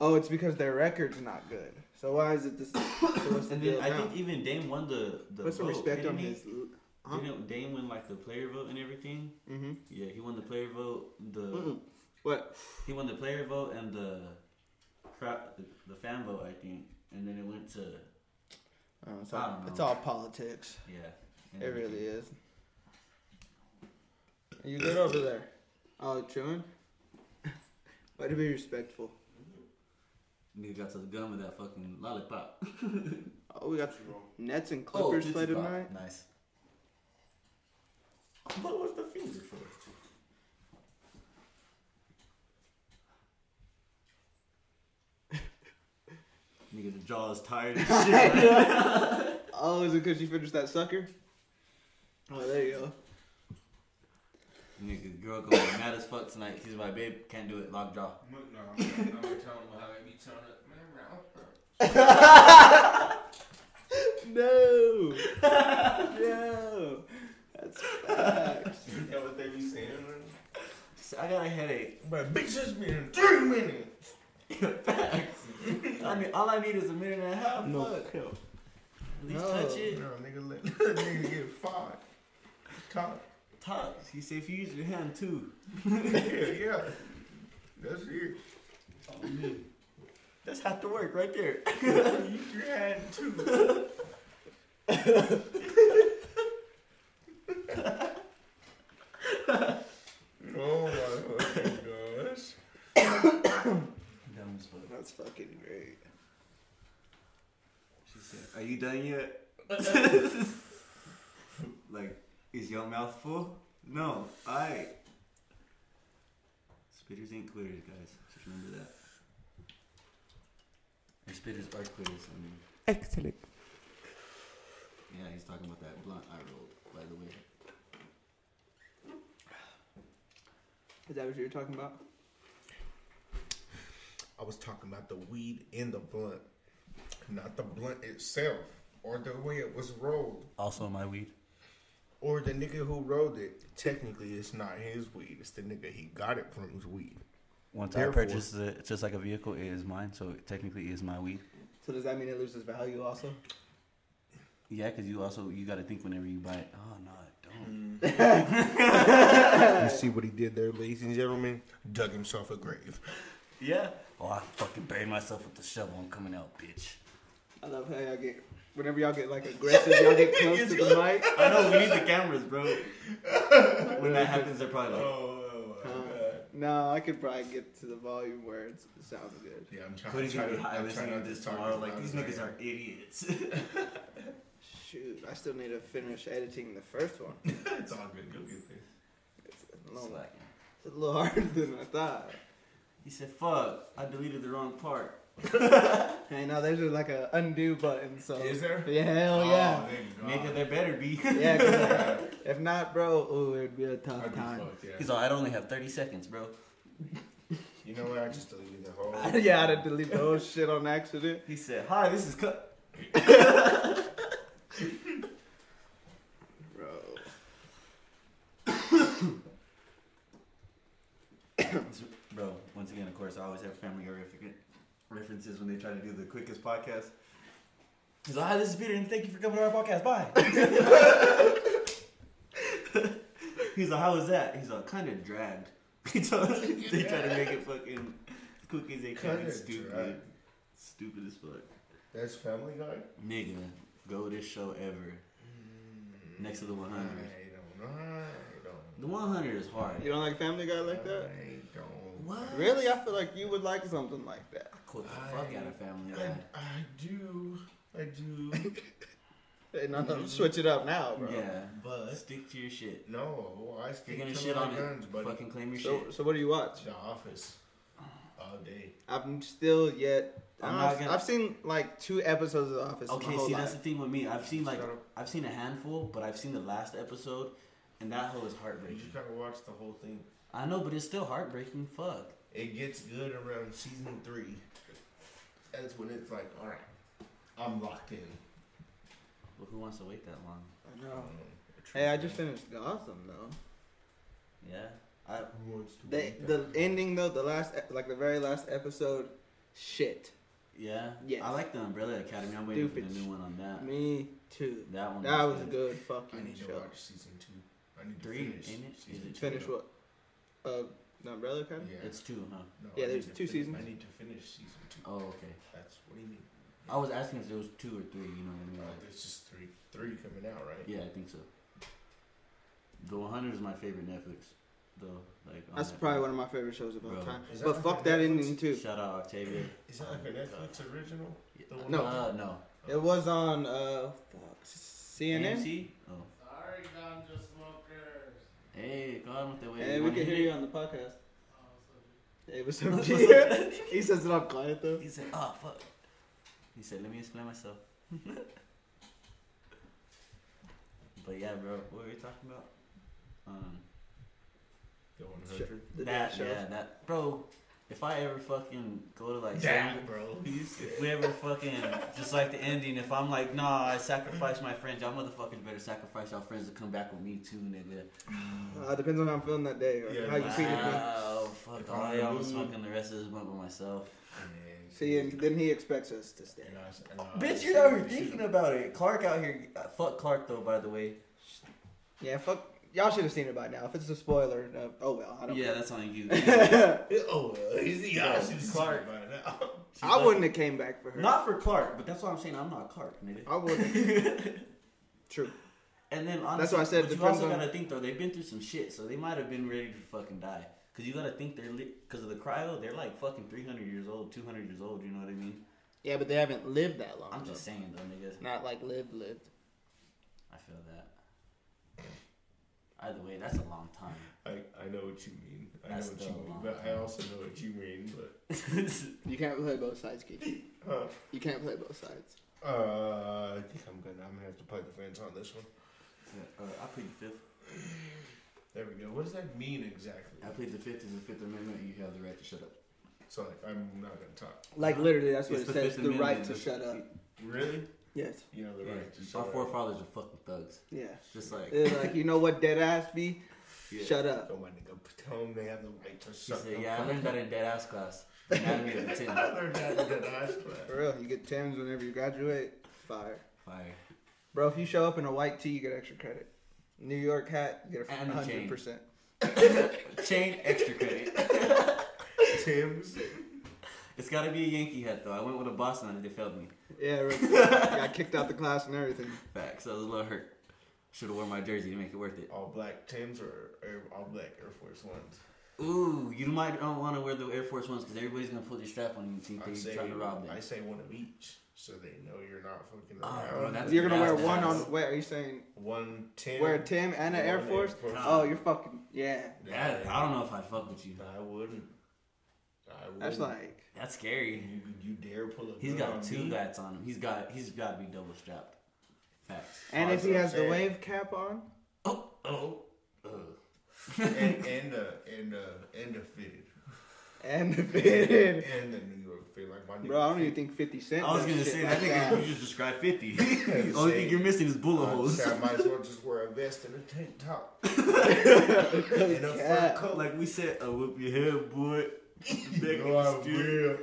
Speaker 3: oh, it's because their record's not good. So why is it this? (coughs) so what's the
Speaker 2: And
Speaker 3: deal
Speaker 2: then I
Speaker 3: now?
Speaker 2: think even Dame won the the
Speaker 3: Put some
Speaker 2: vote,
Speaker 3: respect
Speaker 2: didn't
Speaker 3: on
Speaker 2: he?
Speaker 3: his. Huh?
Speaker 2: Didn't Dame win like the player vote and everything?
Speaker 3: hmm
Speaker 2: Yeah, he won the player vote. The
Speaker 3: Mm-mm. Mm-hmm. What?
Speaker 2: he won the player vote and the crap the, the fan vote, I think. And then it went to
Speaker 3: Oh, it's,
Speaker 2: I
Speaker 3: all,
Speaker 2: don't know.
Speaker 3: it's all politics.
Speaker 2: yeah. and
Speaker 3: It
Speaker 2: everything.
Speaker 3: really is. You good over there? Oh, (laughs) chewing? Way to be respectful.
Speaker 2: Nigga got to the gun with that fucking lollipop.
Speaker 3: Oh, we got
Speaker 4: Mm-hmm.
Speaker 3: Nets and
Speaker 2: (laughs) Oh,
Speaker 3: Clippers
Speaker 2: Tootsie
Speaker 3: play
Speaker 2: Pop.
Speaker 3: tonight.
Speaker 2: Nice. What was the finger for? Nigga's jaw is tired as (laughs) shit.
Speaker 3: (laughs) Oh, is it because you finished that sucker? Oh, there you go.
Speaker 2: Nigga, girl going mad as fuck tonight. She's my babe. Can't do it. Lock jaw.
Speaker 5: No, I'm not, I'm not telling them how they be telling it. Man, Ralph.
Speaker 3: (laughs) No! no! That's facts.
Speaker 4: Is that what they be saying? man?
Speaker 2: I got a headache. (laughs)
Speaker 4: My bitch has been in three minutes.
Speaker 2: I mean, all I need is a minute and a half.
Speaker 3: (laughs) No.
Speaker 2: Fuck. At least
Speaker 3: No.
Speaker 2: touch
Speaker 4: No,
Speaker 2: it.
Speaker 4: nigga, let (laughs) nigga get fired. Caught.
Speaker 2: Touch. He said if you use your hand too.
Speaker 4: (laughs) yeah, that's it.
Speaker 2: That's half the work right there. (laughs)
Speaker 4: you had two. (laughs) oh my fucking gosh.
Speaker 2: Dumb as fuck.
Speaker 3: That's fucking great.
Speaker 2: She said, Are you done yet?
Speaker 6: Uh-uh.
Speaker 2: (laughs) like, is your mouth full? No. Alright. Spitters ain't quitters, guys. Just remember that. And spitters are quitters, I mean.
Speaker 6: Excellent.
Speaker 2: Yeah, he's talking about that blunt I rolled, by the way.
Speaker 3: Is that what you were talking about?
Speaker 4: was talking about the weed in the blunt, not the blunt itself or the way it was rolled.
Speaker 6: Also, my weed.
Speaker 4: Or the nigga who rolled it, technically, it's not his weed. It's the nigga he got it from his weed.
Speaker 6: Once
Speaker 4: Therefore-
Speaker 6: I purchase it, just like a vehicle, it is mine. So it technically is my weed.
Speaker 3: So does that mean it loses value also?
Speaker 6: Yeah, because you also you got to think whenever you buy it. Oh no, I don't.
Speaker 4: You see what he did there, ladies and gentlemen? Dug himself a grave.
Speaker 6: Yeah. Oh, I fucking buried myself with the shovel. I'm coming out, bitch.
Speaker 3: I love how y'all get whenever y'all get like aggressive, y'all get (laughs) close to the mic.
Speaker 2: I know we need the cameras, bro. When that happens, they're probably like,
Speaker 4: Oh,
Speaker 3: Uh, no, I could probably get to the volume where it's, it sounds good.
Speaker 4: yeah, I'm trying,
Speaker 2: Cody's
Speaker 4: I'm
Speaker 2: gonna be
Speaker 4: trying
Speaker 2: high
Speaker 4: I'm
Speaker 2: listening
Speaker 4: trying
Speaker 2: to this
Speaker 4: talk as
Speaker 2: tomorrow. Like
Speaker 4: loud
Speaker 2: these
Speaker 4: as I
Speaker 2: niggas
Speaker 4: am.
Speaker 2: are idiots. (laughs)
Speaker 3: Shoot, I still need to finish editing the first one. It's
Speaker 4: It's all good. Go get there.
Speaker 3: a little, it's a little (laughs) harder than I thought.
Speaker 2: He said, "Fuck, I deleted the wrong part."
Speaker 3: Hey, now there's like a undo button. So
Speaker 4: Is there? Oh,
Speaker 3: Yeah, hell yeah.
Speaker 2: Nigga, there better be.
Speaker 3: Yeah, 'cause, uh,
Speaker 4: (laughs)
Speaker 3: if not, bro, ooh, it'd be a tough
Speaker 4: I'd be
Speaker 3: time.
Speaker 4: fucked, yeah.
Speaker 6: He's all. I'd only have 30 seconds, bro.
Speaker 4: You know what? I just deleted the
Speaker 2: (laughs)
Speaker 4: whole.
Speaker 3: (laughs) yeah, I'd have delete the whole shit on accident.
Speaker 2: He said, "Hi, this is cut."
Speaker 3: Bro.
Speaker 2: Bro, once again, of course, I always have family horrific references when they try to do the quickest podcast. He's like, "Hi, this is Peter, and thank you for coming to our podcast. Bye." (laughs) He's like, "How was that?" He's like, "Kind of dragged." (laughs) they try to make it fucking quick as they can.
Speaker 4: Kinda
Speaker 2: It's stupid,
Speaker 4: dragged.
Speaker 2: stupid as fuck.
Speaker 4: That's Family Guy.
Speaker 2: Nigga, goatest show ever. Next to the 100.
Speaker 4: I Mm. don't. I don't.
Speaker 2: The 100 is hard.
Speaker 3: You don't like Family Guy like that?
Speaker 4: I don't.
Speaker 2: What?
Speaker 3: Really? I feel like you would like something like that.
Speaker 2: I quote the fuck out of Family
Speaker 4: I,
Speaker 2: Guy.
Speaker 4: I do. I
Speaker 2: (laughs)
Speaker 4: do.
Speaker 3: Hey, no,
Speaker 4: Mm-hmm.
Speaker 3: no, switch it up now, bro.
Speaker 2: Yeah.
Speaker 4: But
Speaker 2: Stick to your shit.
Speaker 4: no, I
Speaker 2: You're
Speaker 4: stick
Speaker 2: gonna
Speaker 4: to
Speaker 2: shit
Speaker 4: my
Speaker 2: on
Speaker 4: guns,
Speaker 2: it.
Speaker 4: buddy.
Speaker 2: Fucking Oh. claim your
Speaker 3: So,
Speaker 2: shit.
Speaker 3: so what do you watch?
Speaker 4: The Office all day.
Speaker 3: I'm still yet.
Speaker 2: I'm
Speaker 3: I'm
Speaker 2: not
Speaker 3: I've,
Speaker 2: gonna-
Speaker 3: I've seen like two episodes of The Office. Okay, my
Speaker 2: Okay,
Speaker 3: whole
Speaker 2: see,
Speaker 3: life.
Speaker 2: that's the thing with me. I've seen like,
Speaker 4: Shut up.
Speaker 2: I've seen a handful, but I've seen the last episode, and that hoe is
Speaker 4: You
Speaker 2: heartbreaking.
Speaker 4: just gotta watch the whole thing.
Speaker 2: I know, but it's still heartbreaking. Fuck.
Speaker 4: It gets good around season three. That's when it's like, all right, I'm locked in.
Speaker 2: But who wants to wait that long?
Speaker 3: I know.
Speaker 4: Um,
Speaker 3: Hey, I just finished Gotham though.
Speaker 2: Yeah. I,
Speaker 4: Who wants to
Speaker 3: The
Speaker 4: wait that
Speaker 3: the
Speaker 4: long?
Speaker 3: ending though, the last ep- like the very last episode, shit.
Speaker 2: yeah.
Speaker 3: Yes.
Speaker 2: I like the Umbrella Academy. I'm waiting for
Speaker 3: Stupid
Speaker 2: the new one on that.
Speaker 3: Me too.
Speaker 2: That one.
Speaker 3: That was a good
Speaker 4: I
Speaker 3: fucking
Speaker 4: need to
Speaker 3: show.
Speaker 4: watch season two. I need to
Speaker 2: Three,
Speaker 4: finish.
Speaker 2: ain't it? Is
Speaker 4: season
Speaker 2: it
Speaker 4: two.
Speaker 3: Finish what? Uh, the Umbrella
Speaker 4: Yeah.
Speaker 3: Academy.
Speaker 2: It's two, huh?
Speaker 4: No,
Speaker 3: Yeah,
Speaker 4: I
Speaker 3: there's
Speaker 4: need to
Speaker 3: two
Speaker 4: finish- I
Speaker 3: seasons.
Speaker 4: need to finish season two.
Speaker 2: Oh, okay.
Speaker 4: That's what do you mean?
Speaker 2: I was asking if there was two or three. You know what I mean?
Speaker 4: Oh,
Speaker 2: Like,
Speaker 4: there's just three, three coming out, right?
Speaker 2: Yeah, I think so. The 100 is my favorite Netflix, though. Like on
Speaker 3: That's
Speaker 2: that-
Speaker 3: probably one of my favorite shows of all
Speaker 2: Bro.
Speaker 3: time.
Speaker 4: Is that
Speaker 3: But
Speaker 4: like
Speaker 3: fuck
Speaker 4: a
Speaker 3: that
Speaker 4: Netflix?
Speaker 3: ending too.
Speaker 2: Shout out Octavia.
Speaker 4: Is that like a Netflix original? The one-
Speaker 3: No.
Speaker 2: uh, no.
Speaker 3: It was on uh, fuck, CNN.
Speaker 2: AMC? Oh,
Speaker 7: Sorry, ganja smokers.
Speaker 2: hey, God, with the way.
Speaker 3: Hey, Eh, we can hear you on the podcast. Hey, what's (laughs) up,
Speaker 2: What's (laughs)
Speaker 3: G?
Speaker 2: up?
Speaker 3: he says it on quiet though.
Speaker 2: He said, "Oh fuck." He said, "Let me explain myself." (laughs) but yeah, bro, what were we talking about? Um,
Speaker 4: The one
Speaker 3: Sure.
Speaker 4: hundred.
Speaker 3: The
Speaker 2: that,
Speaker 3: show.
Speaker 2: yeah, that, bro. If I ever fucking go to like San-
Speaker 4: Damn,
Speaker 3: (laughs)
Speaker 4: bro.
Speaker 2: If we ever fucking just like the ending, if I'm like, nah, I sacrificed my friends, y'all motherfuckers better sacrifice y'all friends to come back with me too, nigga.
Speaker 3: Uh, depends on how I'm feeling that day or
Speaker 4: Yeah,
Speaker 3: how you
Speaker 4: wow.
Speaker 3: feeling. man.
Speaker 2: Wow, fuck
Speaker 4: If
Speaker 2: all
Speaker 4: I'm
Speaker 2: y'all was
Speaker 4: rude.
Speaker 2: fucking the rest of this month with myself.
Speaker 4: Man,
Speaker 3: See, and then he expects us to stay.
Speaker 4: and I, and I,
Speaker 2: Bitch, you're already thinking about it. Clark out here, uh, fuck Clark though, by the way.
Speaker 3: Yeah, fuck. Y'all should have seen it by now. If it's a spoiler, uh, oh well. I don't.
Speaker 2: Yeah, that's on (laughs) you.
Speaker 4: Oh, well, he's the
Speaker 2: Yeah,
Speaker 4: Austin
Speaker 2: Clark.
Speaker 4: Clark by now. (laughs)
Speaker 3: I wouldn't have came back for her.
Speaker 2: Not for Clark, but that's why I'm saying I'm not Clark, nigga.
Speaker 3: I wouldn't.
Speaker 2: (laughs)
Speaker 3: True.
Speaker 2: And then honestly,
Speaker 3: That's why I said
Speaker 2: but you
Speaker 3: depends
Speaker 2: also
Speaker 3: on-
Speaker 2: gotta think though they've been through some shit, so they might have been ready to fucking die. Cause you gotta think they're because of the cryo, they're like fucking three hundred years old, two hundred years old. You know what I mean?
Speaker 3: Yeah, but they haven't lived that long.
Speaker 2: I'm
Speaker 3: though.
Speaker 2: just saying though, niggas.
Speaker 3: Not like lived, lived.
Speaker 2: I feel that. Either way, that's a long time. (laughs)
Speaker 4: I, I know what you mean. I
Speaker 2: That's
Speaker 4: know what
Speaker 2: the
Speaker 4: you mean,
Speaker 2: line.
Speaker 4: but I also know what you mean. But
Speaker 3: You can't play both sides, Keith.
Speaker 4: Huh.
Speaker 3: You can't play both sides.
Speaker 4: uh, I think I'm gonna I'm gonna have to play the fence on this one.
Speaker 2: uh, I plead the fifth.
Speaker 4: There we go. What does that mean exactly?
Speaker 2: I plead the fifth is the Fifth Amendment. You have the right to shut up.
Speaker 4: So like, I'm not gonna talk.
Speaker 3: Like literally, that's what
Speaker 2: It's
Speaker 3: it
Speaker 2: the
Speaker 3: says:
Speaker 2: Fifth
Speaker 3: the
Speaker 2: Amendment,
Speaker 3: right to
Speaker 2: it's-
Speaker 3: shut up.
Speaker 4: Really?
Speaker 3: Yes.
Speaker 4: You know the
Speaker 2: Yeah,
Speaker 4: right to
Speaker 2: our
Speaker 4: shut up.
Speaker 2: forefathers are fucking thugs.
Speaker 3: Yeah.
Speaker 2: Just like
Speaker 3: It's like you know what dead ass be?
Speaker 2: yeah.
Speaker 3: Shut up.
Speaker 4: Don't my nigga tell them they have the right to
Speaker 2: She
Speaker 4: shut
Speaker 2: said,
Speaker 4: the
Speaker 2: "Yeah, I
Speaker 4: fuck
Speaker 2: learned that in dead ass class. Anatomy of a
Speaker 4: (laughs)
Speaker 2: tin.
Speaker 4: up." I learned that in the last class.
Speaker 2: (laughs)
Speaker 3: For real, you get tens whenever you graduate. Fire,
Speaker 2: Fire
Speaker 3: bro. If you show up in a white tee, you get extra credit. New York hat, you get
Speaker 2: And
Speaker 3: a
Speaker 2: a chain.
Speaker 3: hundred percent.
Speaker 2: chain, extra credit.
Speaker 4: Tim's.
Speaker 2: It's got to be a Yankee hat though. I went with a Boston and they failed me.
Speaker 3: Yeah,
Speaker 2: (laughs)
Speaker 3: right. got kicked out the class and everything.
Speaker 2: Facts. I was a little hurt. Should have worn my jersey to make it worth it.
Speaker 4: All black Tim's or Air, all black Air Force Ones.
Speaker 2: Ooh, you might don't want to wear the Air Force ones because everybody's gonna pull your strap on you and think
Speaker 4: I
Speaker 2: they're
Speaker 4: say,
Speaker 2: trying to rob
Speaker 4: I
Speaker 2: them.
Speaker 4: say one of each, so they know you're not fucking
Speaker 2: Oh,
Speaker 4: around.
Speaker 2: bro, that's-
Speaker 3: You're gonna wear
Speaker 2: That's
Speaker 3: one
Speaker 2: nice.
Speaker 3: on. Wait, are you saying
Speaker 4: one Tim.
Speaker 3: wear a Tim and an
Speaker 4: one
Speaker 3: Air Force? Oh, you're fucking yeah.
Speaker 2: That, I don't know if I'd fuck with you.
Speaker 4: I wouldn't. I wouldn't.
Speaker 3: That's like
Speaker 2: That's scary.
Speaker 4: you, you dare pull a
Speaker 2: He's
Speaker 4: gun
Speaker 2: got
Speaker 4: on
Speaker 2: two
Speaker 4: me?
Speaker 2: bats on him. He's got he's got to be double strapped. Facts.
Speaker 3: And if
Speaker 4: That's
Speaker 3: he
Speaker 4: what I'm
Speaker 3: has the
Speaker 4: saying.
Speaker 3: wave cap on,
Speaker 2: Oh oh. Ugh.
Speaker 4: and and uh, and uh, and a fitted
Speaker 3: and the fitted.
Speaker 4: and the New York fit like my nigga.
Speaker 3: (laughs) Bro, I don't even
Speaker 4: fit.
Speaker 3: think 50 Cent.
Speaker 2: I was
Speaker 3: does
Speaker 2: gonna
Speaker 3: shit
Speaker 2: say
Speaker 3: like
Speaker 2: that nigga. You just described fifty. (laughs) The Only
Speaker 4: Say-
Speaker 2: thing you're missing is bullet
Speaker 4: I
Speaker 2: holes.
Speaker 4: said I might as well just wear a vest and a tank top and a fur
Speaker 3: Yeah.
Speaker 4: coat.
Speaker 2: (laughs) Like we said, I whoop your head, boy. (laughs) Back
Speaker 4: You
Speaker 2: in
Speaker 4: know I
Speaker 2: the studio.
Speaker 4: will.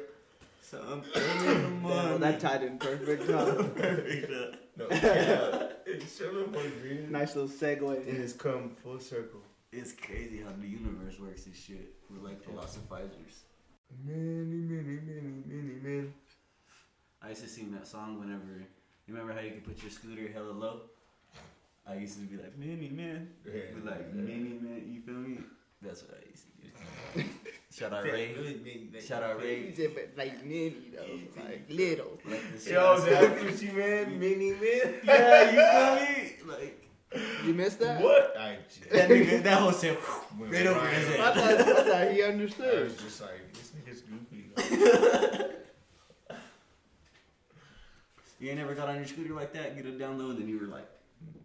Speaker 2: So I'm (laughs) throwing the
Speaker 3: Well,
Speaker 2: money.
Speaker 3: that tied in perfect. huh?
Speaker 2: (laughs) Perfect. uh,
Speaker 4: No,
Speaker 2: (laughs)
Speaker 4: yeah. it's seven point green.
Speaker 3: nice little
Speaker 4: It
Speaker 3: segue.
Speaker 4: has come full circle.
Speaker 2: It's crazy how the universe works and shit. We're like philosophizers.
Speaker 4: Many, many, many, many, many.
Speaker 2: I used to sing that song whenever. You remember how you could put your scooter hella low? I used to be like, Mini Man. Be
Speaker 4: Yeah.
Speaker 2: like, Mini Man, you feel me? That's what I used to do. (laughs) Shout out Ray. Shout out Ray.
Speaker 3: Yeah, but like mini though, like little.
Speaker 2: Like the shit I
Speaker 4: Yo,
Speaker 2: said.
Speaker 4: that's what you meant, mini man.
Speaker 2: Yeah, you feel me? Like,
Speaker 3: You missed that?
Speaker 4: What? I just,
Speaker 2: that nigga, that whole shit.
Speaker 4: Went
Speaker 2: Right over his
Speaker 4: right
Speaker 2: head.
Speaker 3: I thought, I thought he
Speaker 4: I was
Speaker 3: (laughs) understood.
Speaker 4: just like, this nigga's goofy.
Speaker 2: (laughs) You ain't never got on your scooter like that, get it down low, and then you were like,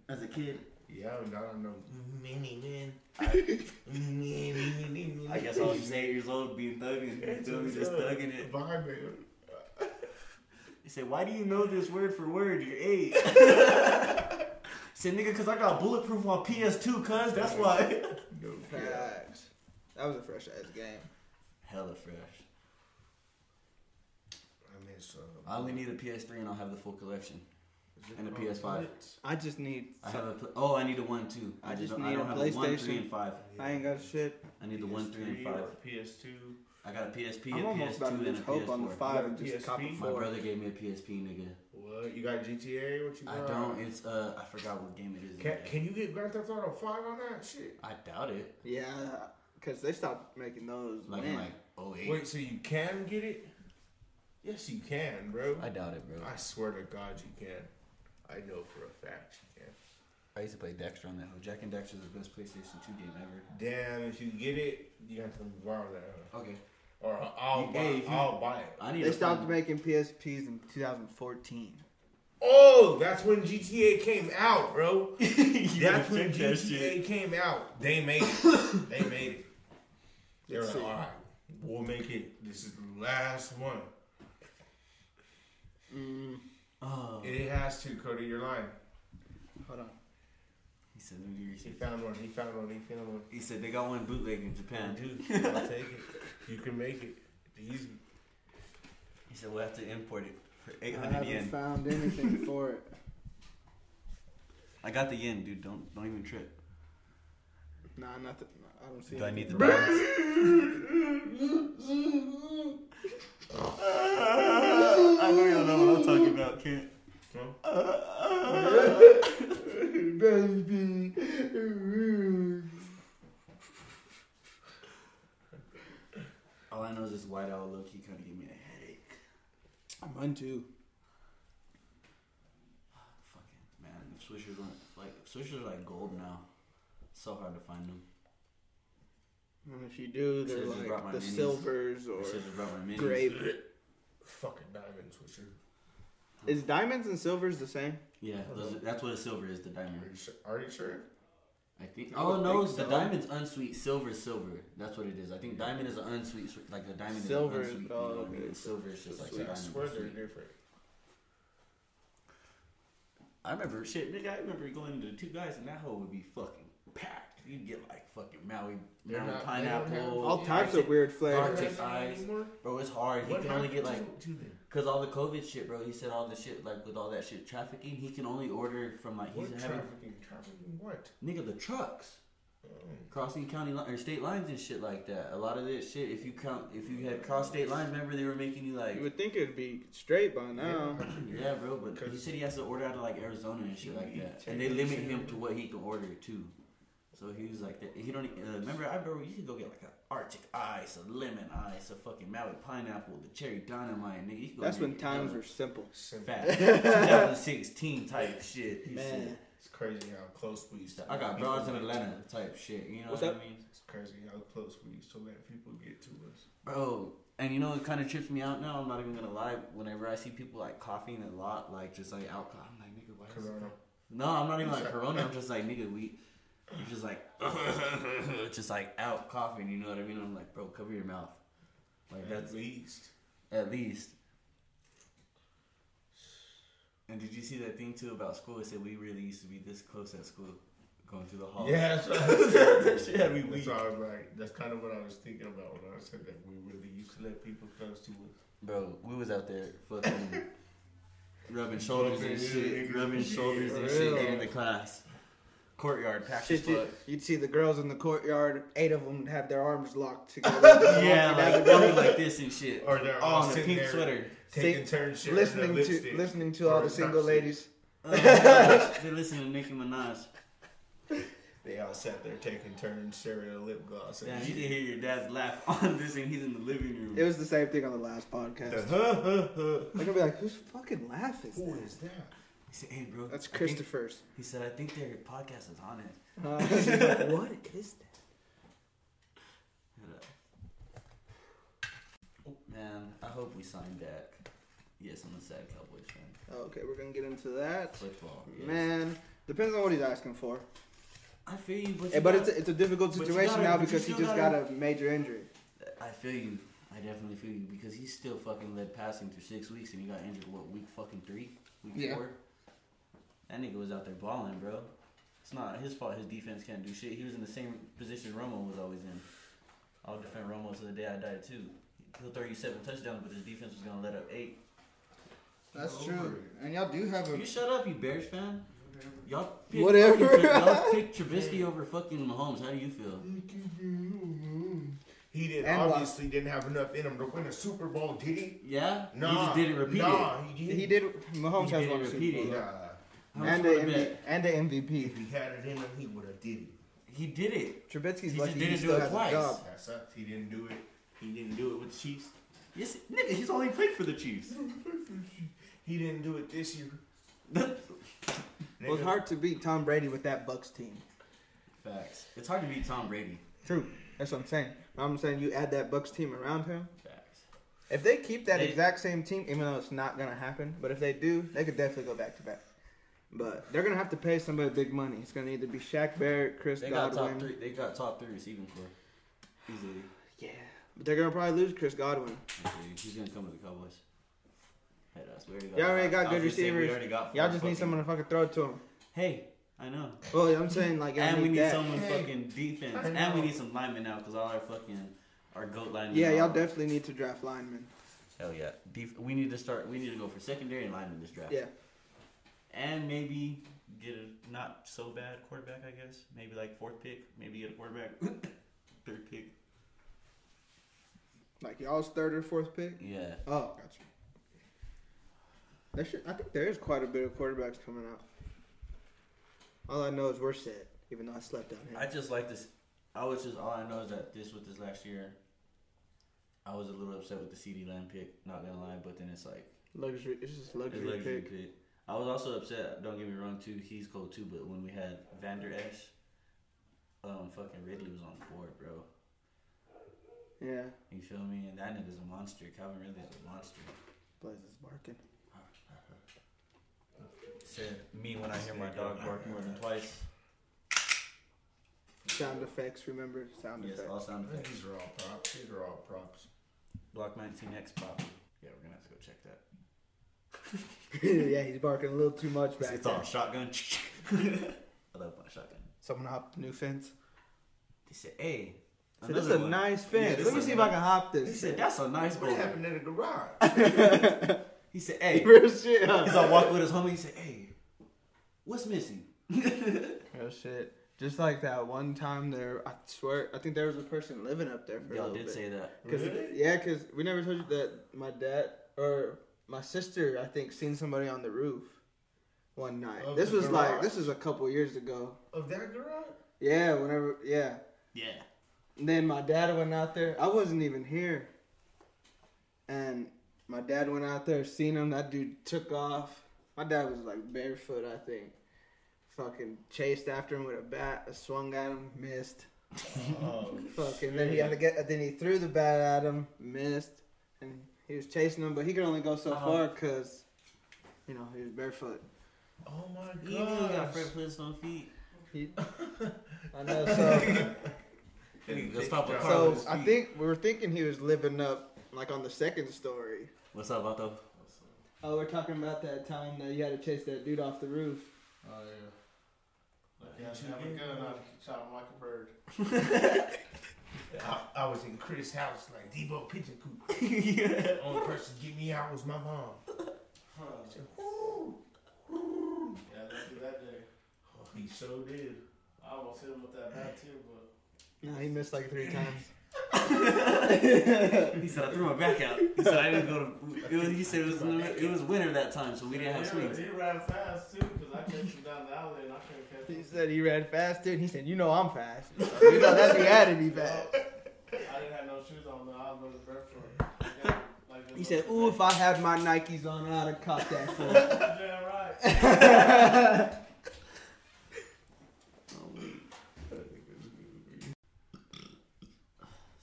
Speaker 2: as a kid.
Speaker 4: yeah, now I know. Mini man. (laughs) Mini, mini, mini.
Speaker 2: I guess I was just eight years old being thugging. You feel me? Just thugging it.
Speaker 4: Vibe, man.
Speaker 2: He said, Why do you know this word for word? You're eight. said, Nigga, because I got bulletproof on PS2, cuz. That's why. (laughs)
Speaker 4: No cap.
Speaker 3: Facts. That was a fresh ass game.
Speaker 2: Hella fresh.
Speaker 4: I mean, so.
Speaker 2: I only need a PS3 and I'll have the full collection.
Speaker 4: Is it
Speaker 2: and a
Speaker 4: called
Speaker 2: PS5.
Speaker 4: Blitz?
Speaker 3: I just need.
Speaker 2: I have a. Pl- oh, I need a 1 2.
Speaker 3: I just
Speaker 2: don't-
Speaker 3: need
Speaker 2: I don't
Speaker 3: a
Speaker 2: have a 1, 3,
Speaker 3: PlayStation.
Speaker 2: and 5.
Speaker 3: I ain't got shit.
Speaker 2: I need the 1, 3, and 5.
Speaker 4: or PS2.
Speaker 2: I got a PSP,
Speaker 3: I'm
Speaker 2: a
Speaker 3: almost
Speaker 2: PS2,
Speaker 3: about to
Speaker 2: and a
Speaker 3: lose hope on the
Speaker 2: PS4.
Speaker 3: five
Speaker 4: You
Speaker 3: and
Speaker 4: got
Speaker 3: just cop a
Speaker 4: PSP?
Speaker 2: My
Speaker 3: four.
Speaker 2: brother gave me a PSP, nigga.
Speaker 4: What? You got GTA? What you got?
Speaker 2: I don't. It's, uh, I forgot what game it is.
Speaker 4: Can, can you get Grand Theft Auto 5 on that shit?
Speaker 2: I doubt it.
Speaker 3: Yeah, because they stopped making those.
Speaker 2: Like,
Speaker 3: when?
Speaker 2: in like, oh, eight.
Speaker 4: Wait, so you can get it? Yes, you can, bro.
Speaker 2: I doubt it, bro.
Speaker 4: I swear to God, you can. I know for a fact you can.
Speaker 2: I used to play Dexter on that. hoe. Jack and Dexter's the best PlayStation 2 game ever.
Speaker 4: Damn, if you get it, you have to borrow that.
Speaker 2: Okay.
Speaker 4: Or I'll,
Speaker 2: You-
Speaker 4: buy,
Speaker 2: hey, if you-
Speaker 4: I'll buy it.
Speaker 2: I need
Speaker 3: They
Speaker 2: to
Speaker 3: stopped
Speaker 2: find-
Speaker 3: making PSPs in 2014.
Speaker 4: Oh, that's when GTA came out,
Speaker 2: (laughs)
Speaker 4: bro.
Speaker 2: You
Speaker 4: That's
Speaker 2: better
Speaker 4: when
Speaker 2: check that
Speaker 4: GTA
Speaker 2: shit.
Speaker 4: came out. They made it. They made it. They were
Speaker 3: Let's
Speaker 4: like,
Speaker 3: see.
Speaker 4: all right, we'll make it. This is the last one.
Speaker 3: Mm,
Speaker 2: Oh.
Speaker 4: It has to, Cody. You're lying.
Speaker 3: hold on.
Speaker 2: He said, "Let me
Speaker 4: He
Speaker 2: research."
Speaker 4: found one. He found one. He found one.
Speaker 2: He said they got one bootleg in Japan.
Speaker 4: Dude, I'll take it. You can make it. It's Easy.
Speaker 2: He said we'll have to import it for
Speaker 3: I
Speaker 2: 800
Speaker 3: haven't
Speaker 2: yen.
Speaker 3: found
Speaker 2: (laughs)
Speaker 3: anything for it.
Speaker 2: I got the yen, dude. Don't don't even trip.
Speaker 3: Nah, nothing. I don't see.
Speaker 2: Do I need the
Speaker 3: anything.
Speaker 2: balance? (laughs) I know y'all know what I'm talking about, Kent.
Speaker 4: No?
Speaker 2: (laughs)
Speaker 3: baby?
Speaker 2: All I know is this white owl low key kind of gave me a headache.
Speaker 3: Mine too.
Speaker 2: Fucking man, the swishers aren't like swishers are like gold now. So hard to find them.
Speaker 3: And if you do, they're
Speaker 2: Should've just brought my
Speaker 3: like the
Speaker 2: minis.
Speaker 3: silvers
Speaker 2: I
Speaker 3: or
Speaker 2: should have brought my minis.
Speaker 3: grape.
Speaker 4: Fucking diamond swisher.
Speaker 3: Is diamonds and silvers the same?
Speaker 2: Yeah, those, are- that's what a silver is, the diamond.
Speaker 4: Are you sure? Are you sure?
Speaker 2: I think.
Speaker 3: I
Speaker 2: Oh
Speaker 3: would
Speaker 2: no,
Speaker 3: think
Speaker 2: the
Speaker 3: so.
Speaker 2: diamond's unsweet. Silver is silver. That's what it is. I think diamond is an unsweet. swe- Like the diamond
Speaker 3: Silver
Speaker 2: is
Speaker 3: is-
Speaker 2: an unsweet.
Speaker 3: oh,
Speaker 2: you know what I mean?
Speaker 3: okay.
Speaker 2: And Silver is just like the
Speaker 4: I
Speaker 2: diamond.
Speaker 4: swear
Speaker 2: is
Speaker 4: they're
Speaker 2: sweet.
Speaker 4: different.
Speaker 2: I remember shit, nigga. I remember going to two guys and that hole would be fucking packed. You'd get like fucking Maui,
Speaker 4: They're not- they
Speaker 2: Maui
Speaker 4: don't have-
Speaker 2: pineapple,
Speaker 3: All types of weird flavors.
Speaker 2: Arctic eyes. Bro, it's hard. He can only get like
Speaker 4: two then?
Speaker 2: Cause all the COVID shit, bro. He said all the shit like with all that shit trafficking. He can only order from like he's
Speaker 4: What
Speaker 2: having
Speaker 4: trafficking? Trafficking what?
Speaker 2: nigga the trucks
Speaker 4: Oh.
Speaker 2: crossing county li- or state lines and shit like that. A lot of this shit, if you count, if you had cross state lines, remember they were making you like
Speaker 3: You would think it'd be straight by now.
Speaker 2: yeah, bro. But he said he has to order out of like Arizona and shit like that, and they limit him to what he can order too. So he was like that. He don't e- uh, remember. I remember you could go get like an Arctic ice, a lemon ice, a fucking Maui pineapple, the cherry dynamite, nigga. You could go
Speaker 3: That's when
Speaker 2: get-
Speaker 3: times were simple.
Speaker 4: Simple.
Speaker 2: fat.
Speaker 3: (laughs)
Speaker 2: 2016 type shit. He
Speaker 3: Man.
Speaker 2: said,
Speaker 4: It's crazy how close we used to.
Speaker 2: I got
Speaker 4: people
Speaker 2: broads in
Speaker 4: get to-
Speaker 2: Atlanta type shit. You know
Speaker 3: What's
Speaker 2: what
Speaker 3: that?
Speaker 2: I mean?
Speaker 4: It's crazy how close we used to let people get to us.
Speaker 2: Bro, and you know it kind of trips me out now. I'm not even gonna lie. Whenever I see people like coughing a lot, like just like alcohol, I'm like, nigga, why? is-
Speaker 4: Corona.
Speaker 2: No, I'm not even like Corona. I'm just like, nigga, we. You're just like, (laughs) just like out coughing. You know what I mean? I'm like, bro, cover your mouth. Like that's
Speaker 4: At least.
Speaker 2: at least. And did you see that thing too about school? It said we really used to be this close at school, going through the hall.
Speaker 4: Yeah, that's
Speaker 2: (laughs)
Speaker 4: what I was
Speaker 2: Oh. that shit had me
Speaker 4: That's
Speaker 2: weak.
Speaker 4: why I was like, that's kind of what I was thinking about when I said that we really used to let people close to us.
Speaker 2: Bro, we was out there
Speaker 4: (coughs)
Speaker 2: fucking rubbing shoulders and shit, rubbing shoulders and shit
Speaker 3: Really?
Speaker 2: in the class. Courtyard packed as
Speaker 3: Shit, you,
Speaker 2: fuck.
Speaker 3: you'd see the girls in the courtyard. Eight of them had their arms (laughs) locked together.
Speaker 2: Yeah,
Speaker 3: Walking down the
Speaker 2: like
Speaker 3: door.
Speaker 2: going like this and shit.
Speaker 4: Or they're all
Speaker 2: all in a
Speaker 4: sitting
Speaker 2: pink
Speaker 4: there.
Speaker 2: sweater.
Speaker 4: (laughs) Taking turns sharing
Speaker 3: listening
Speaker 4: their
Speaker 3: to
Speaker 4: lipstick.
Speaker 3: listening to all
Speaker 4: Or
Speaker 3: the
Speaker 4: top
Speaker 3: single
Speaker 4: six.
Speaker 3: ladies.
Speaker 2: Oh, they listen to Nicki Minaj.
Speaker 4: They all sat there taking turns sharing a lip gloss.
Speaker 2: Damn,
Speaker 4: And
Speaker 2: you can
Speaker 4: shit.
Speaker 2: hear your dad's laugh (laughs) on this, and he's in the living room.
Speaker 3: It was the same thing on the last
Speaker 4: The
Speaker 3: podcast.
Speaker 4: huh, huh, huh.
Speaker 3: They're gonna be like, "Whose fucking laugh is
Speaker 4: Who
Speaker 3: that?"
Speaker 4: is that?
Speaker 2: He said, "Hey, bro,
Speaker 3: That's
Speaker 2: I think- (laughs)
Speaker 3: Christopher's.
Speaker 2: He said, "I think their podcast is on it."
Speaker 3: Uh, (laughs) what is that?
Speaker 2: Man, I hope we sign back. Yes, I'm a sad Cowboys fan.
Speaker 3: Oh, Okay, we're gonna get into that.
Speaker 2: Football, yes.
Speaker 3: Man, depends on what he's asking for.
Speaker 2: I feel you, but,
Speaker 3: Eh,
Speaker 2: you
Speaker 3: But
Speaker 2: got-
Speaker 3: it's a, it's a difficult
Speaker 2: but you
Speaker 3: situation
Speaker 2: gotta-
Speaker 3: now
Speaker 2: but you
Speaker 3: because he
Speaker 2: still
Speaker 3: just got
Speaker 2: gotta-
Speaker 3: a major injury.
Speaker 2: I feel you. I definitely feel you because he's still fucking led passing through six weeks, and he got injured what week fucking three, week
Speaker 3: Yeah.
Speaker 2: four. That nigga was out there balling, bro. It's not his fault. His defense can't do shit. He was in the same position Romo was always in. I'll defend Romo to the day I die too. He'll throw you seven touchdowns, but his defense was gonna let up eight.
Speaker 3: That's true. And y'all do have
Speaker 2: You shut up, you Bears fan. Y'all pick
Speaker 3: Whatever.
Speaker 2: fucking Tra-
Speaker 3: (laughs)
Speaker 2: y'all pick Trubisky over fucking Mahomes. How do you feel?
Speaker 4: He did
Speaker 3: And what?
Speaker 4: obviously didn't have enough in him to win a Super Bowl, did he?
Speaker 2: Yeah,
Speaker 4: No,
Speaker 2: he just didn't repeat it.
Speaker 4: nah, He did.
Speaker 3: He did. Mahomes
Speaker 2: He
Speaker 3: has
Speaker 2: didn't
Speaker 3: won a
Speaker 2: repeat
Speaker 3: Super
Speaker 2: it.
Speaker 3: Bowl.
Speaker 4: Nah,
Speaker 2: How much
Speaker 3: And
Speaker 2: you
Speaker 3: a,
Speaker 2: wanna
Speaker 3: MV,
Speaker 2: bet?
Speaker 3: and a MVP.
Speaker 4: if he had it in him, he would have did it.
Speaker 2: He did it. He
Speaker 3: Trubisky's
Speaker 2: just
Speaker 3: lucky he
Speaker 2: didn't do
Speaker 3: still
Speaker 2: it
Speaker 3: has
Speaker 2: twice.
Speaker 3: a job.
Speaker 4: That sucks. He didn't do it. He didn't do it with the Chiefs.
Speaker 2: Yes, nigga, he's only played for the Chiefs.
Speaker 4: He didn't do it this year.
Speaker 3: It was
Speaker 4: Nigga,
Speaker 3: hard to beat Tom Brady with that Bucks team.
Speaker 2: (laughs) Facts. It's hard to beat Tom Brady.
Speaker 3: True. That's what I'm saying. I'm saying you add that Bucks team around him.
Speaker 2: Facts.
Speaker 3: If they keep that
Speaker 2: They-
Speaker 3: exact same team, even though it's not gonna happen, but if they do, they could definitely go back to back. But they're gonna have to pay somebody big money. It's gonna either be Shaq Barrett, Chris
Speaker 2: They got top
Speaker 3: Godwin.
Speaker 2: three. They got top three receiving core. Easily.
Speaker 3: Yeah, but they're gonna probably lose Chris Godwin.
Speaker 2: Okay, He's gonna come with the Cowboys. Hey, that's we already got.
Speaker 3: Y'all already got
Speaker 2: I was
Speaker 3: good
Speaker 2: gonna say,
Speaker 3: receivers.
Speaker 2: We already got.
Speaker 3: Y'all
Speaker 2: four
Speaker 3: just need
Speaker 2: fucking-
Speaker 3: someone to fucking throw it to him.
Speaker 2: Hey, I know.
Speaker 3: Well, I'm saying like y'all
Speaker 2: and we need
Speaker 3: that.
Speaker 2: someone
Speaker 4: Hey,
Speaker 2: fucking defense.
Speaker 4: I
Speaker 2: And we
Speaker 4: know.
Speaker 2: need some linemen now because all our fucking our goat linemen.
Speaker 3: Yeah,
Speaker 2: are-
Speaker 3: y'all definitely need to draft linemen.
Speaker 2: Hell yeah. Def- we need to start. We need to go for secondary and linemen this draft.
Speaker 3: Yeah,
Speaker 2: And maybe get a not so bad quarterback. I guess maybe like fourth pick. Maybe get a quarterback. (coughs) Third pick.
Speaker 3: like y'all's third or fourth pick.
Speaker 2: Yeah.
Speaker 3: Oh, gotcha. That should, I think there is quite a bit of quarterbacks coming out. All I know is we're set, even though I slept on him.
Speaker 2: I just like this. I was just all I know is that this with this last year, I was a little upset with the CD Lamb pick. Not gonna lie, but then it's like
Speaker 3: luxury, it's just
Speaker 2: it's
Speaker 3: luxury,
Speaker 2: luxury
Speaker 3: pick.
Speaker 2: pick. I was also upset. Don't get me wrong, too. He's cold too. But when we had Vander Esch, um, fucking Ridley was on the board, bro.
Speaker 3: Yeah,
Speaker 2: You feel me? And that nigga's a monster. Calvin Ridley's a monster.
Speaker 3: Blaze is barking.
Speaker 2: Said me when I hear my dog bark more than twice.
Speaker 3: Sound effects, remember? Sound
Speaker 2: Yes,
Speaker 3: effects.
Speaker 2: all sound effects.
Speaker 4: These are all props. These are all props.
Speaker 2: Block 19X pop. Yeah, we're gonna have to go check that.
Speaker 3: (laughs) yeah, he's barking a little too much back
Speaker 2: it's
Speaker 3: there.
Speaker 2: all shotgun. (laughs) I love my shotgun.
Speaker 3: Someone hopped the new fence.
Speaker 2: They said, "Hey,
Speaker 3: So this is
Speaker 2: another
Speaker 3: a
Speaker 2: one."
Speaker 3: nice
Speaker 2: Yeah,
Speaker 3: fence.
Speaker 2: this
Speaker 3: Let me
Speaker 2: is
Speaker 3: see
Speaker 2: a-
Speaker 3: if I can hop
Speaker 2: He
Speaker 3: this.
Speaker 2: said,
Speaker 3: (laughs)
Speaker 2: "That's a nice
Speaker 4: What
Speaker 2: goal."
Speaker 4: happened in the garage?
Speaker 2: (laughs) He said, "Hey."
Speaker 3: Real shit. huh?
Speaker 2: He's all walking with his homie. He said, "Hey, what's missing?"
Speaker 3: Real shit. Just like that one time there, I swear, I think there was a person living up there for a
Speaker 2: Y'all
Speaker 3: little
Speaker 2: did
Speaker 3: bit.
Speaker 2: say that.
Speaker 3: Cause, Yeah, because we never told you that my dad or my sister, I think, seen somebody on the roof one night.
Speaker 4: Of
Speaker 3: this
Speaker 4: the
Speaker 3: was like,
Speaker 4: garage?
Speaker 3: this was a couple years ago.
Speaker 4: Of that garage?
Speaker 2: (laughs)
Speaker 3: Yeah, whenever, yeah.
Speaker 2: Yeah.
Speaker 3: And then my dad went out there. I wasn't even here. And my dad went out there, seen him. That dude took off. My dad was like barefoot, I think. Fucking chased after him with a bat, swung at him, missed.
Speaker 4: Oh,
Speaker 3: Fucking then he had to get. Then he threw the bat at him, missed, and he was chasing him, but he could only go so
Speaker 2: Uh-huh.
Speaker 3: far 'cause, far because, you know, he was barefoot.
Speaker 4: oh my
Speaker 2: He got
Speaker 4: god.
Speaker 2: Fred Flintstone feet.
Speaker 3: (laughs) He, I know. So,
Speaker 2: Let's talk about
Speaker 3: so I think we were thinking he was living up like on the second story.
Speaker 2: What's up, Vato?
Speaker 3: Oh, we're talking about that time that you had to chase that dude off the roof.
Speaker 7: Oh, yeah. Yeah, she have a gun. I could chop him like a bird.
Speaker 3: (laughs)
Speaker 4: I, I was in Chris' house like Debo Pigeon
Speaker 3: (laughs)
Speaker 4: Coop.
Speaker 2: yeah.
Speaker 4: The only person to get me out was my mom.
Speaker 7: Huh.
Speaker 4: said, "Woo."
Speaker 7: Yeah, let's do that day.
Speaker 4: Oh, he so did.
Speaker 7: I almost hit him with that bat, too, but
Speaker 3: No, he missed like three times.
Speaker 2: He said I threw my back out. He said I didn't go to. It was, he said it was it was winter that time, so we didn't have
Speaker 7: he,
Speaker 2: swings.
Speaker 7: He ran fast, too, because I chased him down the alley and I couldn't catch
Speaker 3: He
Speaker 7: him.
Speaker 3: said he ran fast, dude. He said, "You know I'm fast. (laughs) You know that he had to be fast."
Speaker 7: Oh, I didn't have no shoes on, though. I was running barefoot. Yeah, like
Speaker 3: He said, "Ooh, if I had my Nikes on, I'd have caught
Speaker 2: (laughs)
Speaker 3: that fool."
Speaker 7: Yeah, right.
Speaker 3: (laughs)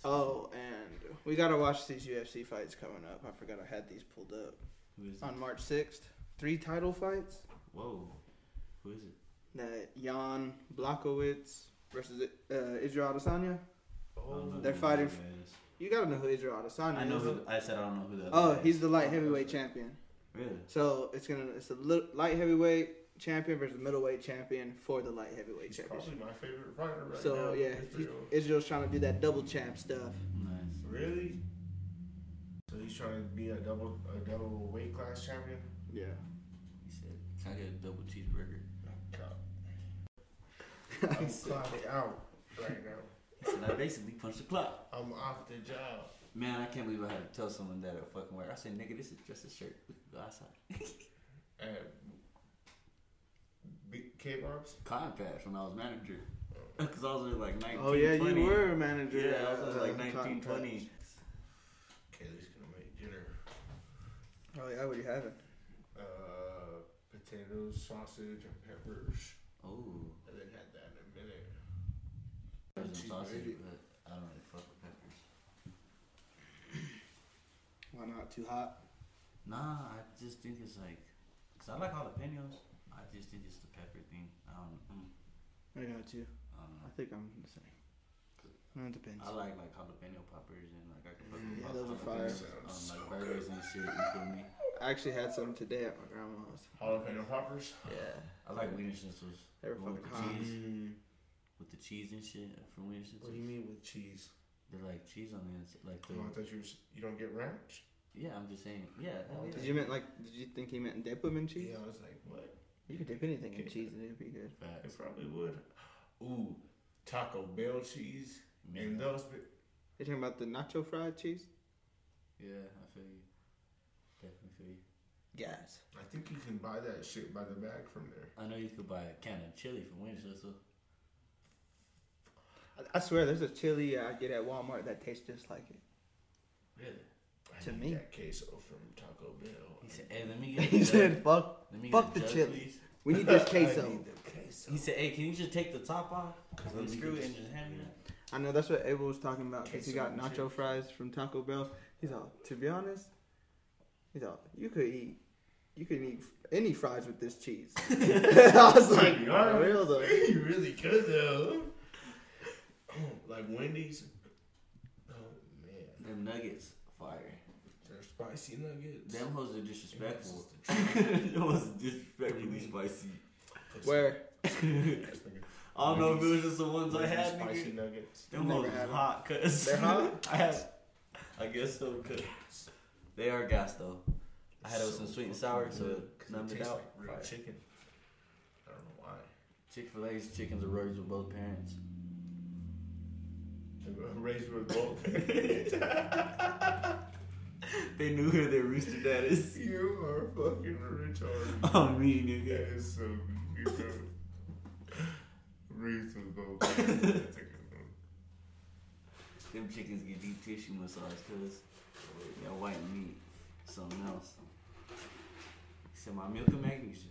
Speaker 3: Oh, and we gotta watch these UFC fights coming up. I forgot I had these pulled up
Speaker 2: Who is it?
Speaker 3: on March sixth. Three title fights:
Speaker 2: Whoa. Who is it?
Speaker 3: that Jan Blakowicz versus uh, Israel Adesanya.
Speaker 2: I don't know
Speaker 3: They're
Speaker 2: who
Speaker 3: fighting
Speaker 2: that guy is.
Speaker 3: You gotta know who Israel Adesanya
Speaker 2: I know
Speaker 3: is.
Speaker 2: who. I said I don't know who that.
Speaker 3: oh,
Speaker 2: guy
Speaker 3: he's
Speaker 2: is.
Speaker 3: the light heavyweight champion.
Speaker 2: really.
Speaker 3: So it's gonna it's a li- light heavyweight champion versus middleweight champion for the light heavyweight
Speaker 4: He's
Speaker 3: championship.
Speaker 4: probably my favorite fighter right now.
Speaker 3: So yeah, he's,
Speaker 4: Israel.
Speaker 3: Israel's trying to do that double champ stuff.
Speaker 2: Nice.
Speaker 4: Really? So he's trying to be a double a double weight class champion?
Speaker 3: Yeah.
Speaker 2: He said, "Can I get a double cheeseburger?"
Speaker 4: (laughs) I'm clocked out right now.
Speaker 2: He said, "I basically punched the clock."
Speaker 4: I'm off the job.
Speaker 2: Man, I can't believe I had to tell someone that at fucking work. I said, "Nigga, this is just a shirt. We can go outside."
Speaker 4: And B- K Bob's?
Speaker 2: Compass when I was manager, (laughs) because I was only like 19.
Speaker 3: Oh yeah,
Speaker 2: 20.
Speaker 3: you were a manager.
Speaker 2: Yeah, I was
Speaker 3: at,
Speaker 2: only
Speaker 3: uh,
Speaker 2: like
Speaker 3: Top
Speaker 2: 19,
Speaker 3: Top.
Speaker 2: 20.
Speaker 4: Kaylee's gonna make dinner.
Speaker 3: Oh yeah, what do you have it?
Speaker 4: Uh, potatoes, sausage, and peppers.
Speaker 2: Oh.
Speaker 4: I haven't had that in a minute.
Speaker 2: There's some
Speaker 4: Cheese
Speaker 2: sausage,
Speaker 4: gravy.
Speaker 2: but I don't really fuck with peppers.
Speaker 3: Why not? Too hot.
Speaker 2: Nah, I just think it's like, cause I like jalapenos. I just think it's the pepper thing. I don't, mm,
Speaker 3: I got you.
Speaker 2: I don't
Speaker 3: I
Speaker 2: know.
Speaker 3: think I'm the same. No, it depends.
Speaker 2: I like like jalapeno poppers and like I can fuck with
Speaker 3: Yeah,
Speaker 2: pop-
Speaker 3: those are fire.
Speaker 2: jalapenos
Speaker 4: Sounds
Speaker 2: on
Speaker 4: so
Speaker 2: like burgers and shit. You feel me?
Speaker 3: I actually had some today at my grandma's.
Speaker 2: Oh.
Speaker 4: Jalapeno poppers?
Speaker 3: Yeah.
Speaker 2: I like wiener schnitzels.
Speaker 3: They were
Speaker 2: One with
Speaker 3: fucking
Speaker 2: the
Speaker 3: hot.
Speaker 2: cheese,
Speaker 4: Mm,
Speaker 2: with the cheese and shit uh, from wiener
Speaker 4: what do you
Speaker 2: schnitzels.
Speaker 4: mean with cheese?
Speaker 2: They're like cheese on the inside, like the.
Speaker 4: Oh, I thought you, was, you don't get ranch?
Speaker 2: Yeah, I'm just saying. Yeah. hell
Speaker 4: Oh,
Speaker 2: yeah.
Speaker 3: Did you meant like? Did you think he meant dip them in cheese?
Speaker 4: Yeah, I was like, what?
Speaker 3: You could dip anything in cheese and it'd be good.
Speaker 4: I
Speaker 2: Facts.
Speaker 4: probably would. Ooh, Taco Bell cheese. And
Speaker 2: Yeah.
Speaker 4: those. bi-
Speaker 3: You talking about the nacho fried cheese?
Speaker 2: Yeah, I feel you. Definitely feel you.
Speaker 3: Yes.
Speaker 4: I think you can buy that shit by the bag from there.
Speaker 2: I know you could buy a can of chili from Wiener Schnitzel.
Speaker 3: I, I swear, there's a chili I get at Walmart that tastes just like it.
Speaker 2: Really?
Speaker 4: I
Speaker 3: To
Speaker 4: need
Speaker 3: me.
Speaker 4: That queso from Taco Bell.
Speaker 2: He said, "Hey, let
Speaker 3: (laughs)
Speaker 2: me get."
Speaker 3: he
Speaker 2: the-
Speaker 3: said, "Fuck,
Speaker 2: Let me
Speaker 3: fuck
Speaker 2: get
Speaker 3: the
Speaker 2: jug,
Speaker 3: chili.
Speaker 2: please."
Speaker 3: We need this
Speaker 4: (laughs) I
Speaker 3: queso."
Speaker 4: need the queso.
Speaker 2: He said, "Hey, can you just take the top off?
Speaker 4: Cause
Speaker 2: And
Speaker 4: then you
Speaker 2: screw
Speaker 4: can
Speaker 2: it and
Speaker 4: just-
Speaker 2: just hand me that."
Speaker 3: I know that's what Abel was talking about because he
Speaker 4: Queso
Speaker 3: got
Speaker 4: and
Speaker 3: nacho
Speaker 4: chips.
Speaker 3: fries from Taco Bell. He's all, to be honest, he's all, you could eat, you could eat any fries with this cheese. (laughs) I
Speaker 4: (laughs)
Speaker 3: was
Speaker 4: To
Speaker 3: like,
Speaker 4: be
Speaker 3: "For
Speaker 4: honest." (laughs)
Speaker 3: real though.
Speaker 4: you really could though. Wendy's. Oh man,
Speaker 2: Them nuggets, fire.
Speaker 4: they're spicy nuggets.
Speaker 2: Them hoes are
Speaker 3: (laughs)
Speaker 2: disrespectful. (laughs)
Speaker 4: That's the truth.
Speaker 2: it was disrespectfully spicy.
Speaker 4: (laughs) Pussy.
Speaker 3: Where?
Speaker 4: Ass nigga.
Speaker 2: I don't know if it was just the ones I
Speaker 4: Wendy's
Speaker 2: had.
Speaker 4: spicy
Speaker 2: Nigga.
Speaker 4: nuggets.
Speaker 2: Them
Speaker 3: Never
Speaker 2: hoes
Speaker 3: had
Speaker 2: is
Speaker 3: 'em.
Speaker 2: hot, cuz.
Speaker 3: They're hot?
Speaker 2: (laughs) I had. I guess so, cuz. They are gas though. I had it with
Speaker 4: So
Speaker 2: some sweet
Speaker 4: fucking
Speaker 2: and sour, so
Speaker 4: good,
Speaker 2: it
Speaker 4: 'cause
Speaker 2: numbed it
Speaker 4: tastes
Speaker 2: out.
Speaker 4: Like real
Speaker 2: Fire.
Speaker 4: chicken. I don't know why.
Speaker 2: Chick Fil A's chickens are raised with both parents.
Speaker 3: (laughs)
Speaker 4: They were Raised with gold.
Speaker 2: They knew who their rooster dad
Speaker 4: (laughs)
Speaker 2: is. (laughs)
Speaker 4: you are fucking rich already.
Speaker 2: Oh me,
Speaker 4: That
Speaker 2: nigga.
Speaker 4: is so you know, Raised with gold. (laughs) That's a good one.
Speaker 2: Them chickens get deep tissue massage, cuz. That white meat, something else. Except my milk and magnesia.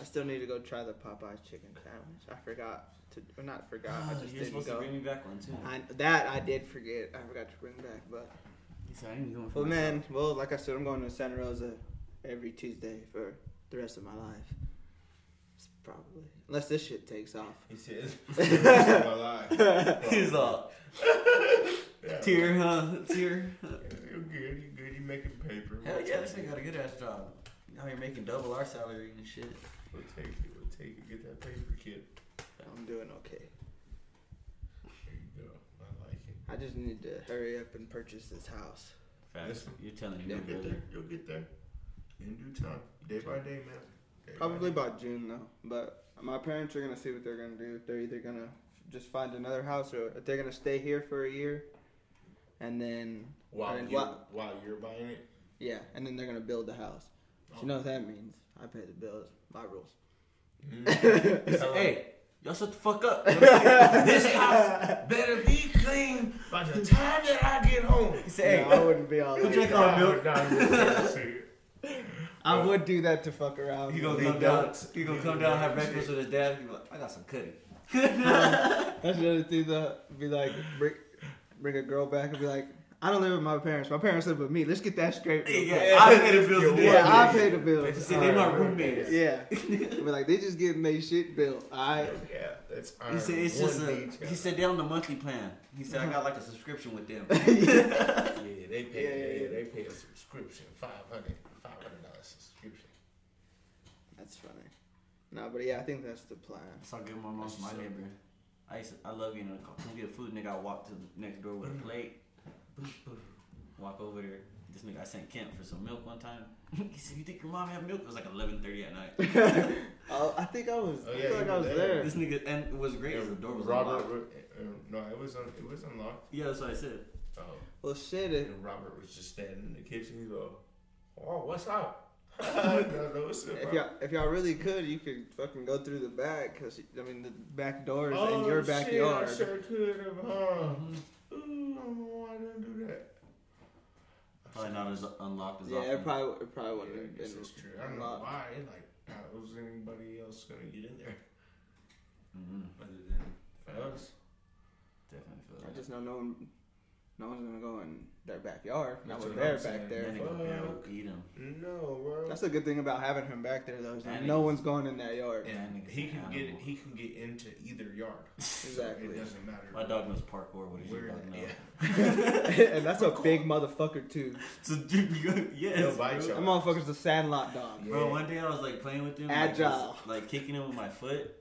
Speaker 3: I still need to go try the Popeyes chicken sandwich. I forgot to, or not forgot. I
Speaker 4: Ah,
Speaker 2: Oh,
Speaker 3: just
Speaker 2: you're
Speaker 3: didn't
Speaker 2: supposed to
Speaker 3: go.
Speaker 2: bring me back one too.
Speaker 3: I, that I did forget. I forgot to bring back, but
Speaker 2: He said, I ain't going for
Speaker 3: well,
Speaker 2: myself."
Speaker 3: man, well, like I said, I'm going to Santa Rosa every Tuesday for the rest of my life. It's probably unless this shit takes off.
Speaker 4: He (laughs) says, "Rest of my (laughs) life."
Speaker 2: (laughs) He's all
Speaker 4: Yeah.
Speaker 2: tear, huh? Tear.
Speaker 4: You're good. You're good. You're making paper.
Speaker 2: Hell
Speaker 4: We'll
Speaker 2: yeah,
Speaker 4: take
Speaker 2: this nigga got a good ass job. Now you're making double our salary and shit.
Speaker 4: it. We'll take it. We'll take it. Get that paper, kid.
Speaker 3: I'm doing okay.
Speaker 4: There you go. I like it.
Speaker 3: I just need to hurry up and purchase this house.
Speaker 2: Facts. You're telling me,
Speaker 4: You'll get
Speaker 2: brother.
Speaker 4: there. You'll get there. In due time. Day by day, man. Day by
Speaker 3: Probably
Speaker 4: day.
Speaker 3: by June though. But my parents are gonna see what they're gonna do. They're either gonna just find another house or if they're gonna stay here for a year, and then
Speaker 4: While
Speaker 3: and
Speaker 4: you
Speaker 3: wha-
Speaker 4: while you're buying
Speaker 2: (laughs)
Speaker 4: it,
Speaker 3: yeah, and then they're gonna build the house. So you know what that means? I pay the bills. My rules.
Speaker 4: (laughs)
Speaker 2: Hey, y'all shut the fuck (laughs) up. this house.
Speaker 4: better be clean by the time that I get home.
Speaker 2: He said, (laughs)
Speaker 3: No,
Speaker 2: hey,
Speaker 3: I wouldn't be all
Speaker 2: you
Speaker 3: like.
Speaker 2: drink all the milk.
Speaker 4: Milk.
Speaker 3: I would do that to fuck around.
Speaker 2: He gonna
Speaker 4: They
Speaker 2: come down.
Speaker 4: don't.
Speaker 2: He gonna come down, have breakfast with his dad. He be like, I got some cutting.
Speaker 3: That's another thing though. Be like, bring, bring a girl back and be like, I don't live with my parents. My parents live with me. Let's get that straight. real quick.
Speaker 2: Yeah, I pay the bills. and
Speaker 3: Yeah,
Speaker 2: everything.
Speaker 3: I pay the bills.
Speaker 2: He said, they my
Speaker 3: Alright.
Speaker 2: roommates.
Speaker 3: Yeah. But like they just getting their shit built. I
Speaker 4: Yeah, that's
Speaker 2: He
Speaker 4: iron.
Speaker 2: said it's
Speaker 4: One
Speaker 2: just a.
Speaker 4: beach, yeah.
Speaker 2: He said they on the monthly plan. He said
Speaker 4: Uh-huh.
Speaker 2: I got like a subscription with
Speaker 4: (laughs)
Speaker 2: them.
Speaker 4: Yeah, they pay.
Speaker 3: Yeah, yeah,
Speaker 4: they,
Speaker 3: yeah.
Speaker 4: they pay a subscription, 500 hundred dollars subscription.
Speaker 3: (laughs) That's funny. No, but yeah, I think that's the plan. (laughs)
Speaker 2: So I give my mom
Speaker 4: That's
Speaker 2: my
Speaker 4: so-
Speaker 2: neighbor. I used to, I love you know come get food nigga. I walk to the next door with a
Speaker 4: Mm-hmm.
Speaker 2: plate. Walk over there. This nigga I sent Kent for some milk one time. he said, "You think your mom have milk?" It was like eleven thirty at night.
Speaker 3: Oh, I think I was.
Speaker 4: Oh,
Speaker 3: I
Speaker 4: yeah,
Speaker 3: feel like
Speaker 4: you
Speaker 3: I
Speaker 4: were
Speaker 3: was
Speaker 4: there.
Speaker 3: there.
Speaker 2: this nigga and it was great. 'cause The door was
Speaker 4: Robert,
Speaker 2: unlocked.
Speaker 4: wa- uh, no, it was un, it was unlocked.
Speaker 2: Yeah, that's what I said.
Speaker 4: Oh,
Speaker 3: Well, shit. It,
Speaker 4: and Robert was just standing in the kitchen. He's all, "Oh, what's up?" (laughs) no, no, what's up?
Speaker 3: if
Speaker 4: Robert?"
Speaker 3: y'all if y'all really could, you could fucking go through the back because I mean the back door is in
Speaker 4: Oh,
Speaker 3: your
Speaker 4: shit,
Speaker 3: backyard.
Speaker 4: I sure could have, huh? Ooh, I didn't do that.
Speaker 2: Probably not as unlocked as
Speaker 3: Yeah,
Speaker 2: often.
Speaker 3: it probably it probably
Speaker 4: Yeah,
Speaker 3: wouldn't have
Speaker 4: I guess
Speaker 3: been.
Speaker 4: that's true. I don't know
Speaker 3: unlocked.
Speaker 4: why. Like, how was anybody else gonna get in there?
Speaker 2: Mhm,
Speaker 5: Other than
Speaker 4: Us?
Speaker 2: definitely feel
Speaker 3: I
Speaker 2: that.
Speaker 3: just know no one, no one's gonna go in their backyard. Not
Speaker 4: That's
Speaker 3: with
Speaker 4: what I'm
Speaker 3: their
Speaker 4: saying.
Speaker 3: back there.
Speaker 2: That nigga barrel eat him.
Speaker 4: No, bro.
Speaker 3: That's a good thing about having him back there though. Is that
Speaker 2: That
Speaker 3: no
Speaker 2: nigga's-
Speaker 3: one's going in that yard.
Speaker 4: and
Speaker 2: That nigga's
Speaker 4: he
Speaker 2: an
Speaker 4: can get
Speaker 2: animal.
Speaker 4: he can get into either yard.
Speaker 3: Exactly.
Speaker 4: It doesn't matter.
Speaker 2: My dog knows parkour. What is your
Speaker 4: Where
Speaker 2: dog know?
Speaker 4: yeah.
Speaker 3: (laughs) and that's a big motherfucker too.
Speaker 2: (laughs) So you (laughs) yes.
Speaker 4: They'll bite
Speaker 2: bro.
Speaker 4: you.
Speaker 3: That motherfucker's a sandlot dog.
Speaker 2: Bro, one day I was like playing with him,
Speaker 3: Agile.
Speaker 2: like, just, like kicking him with my foot,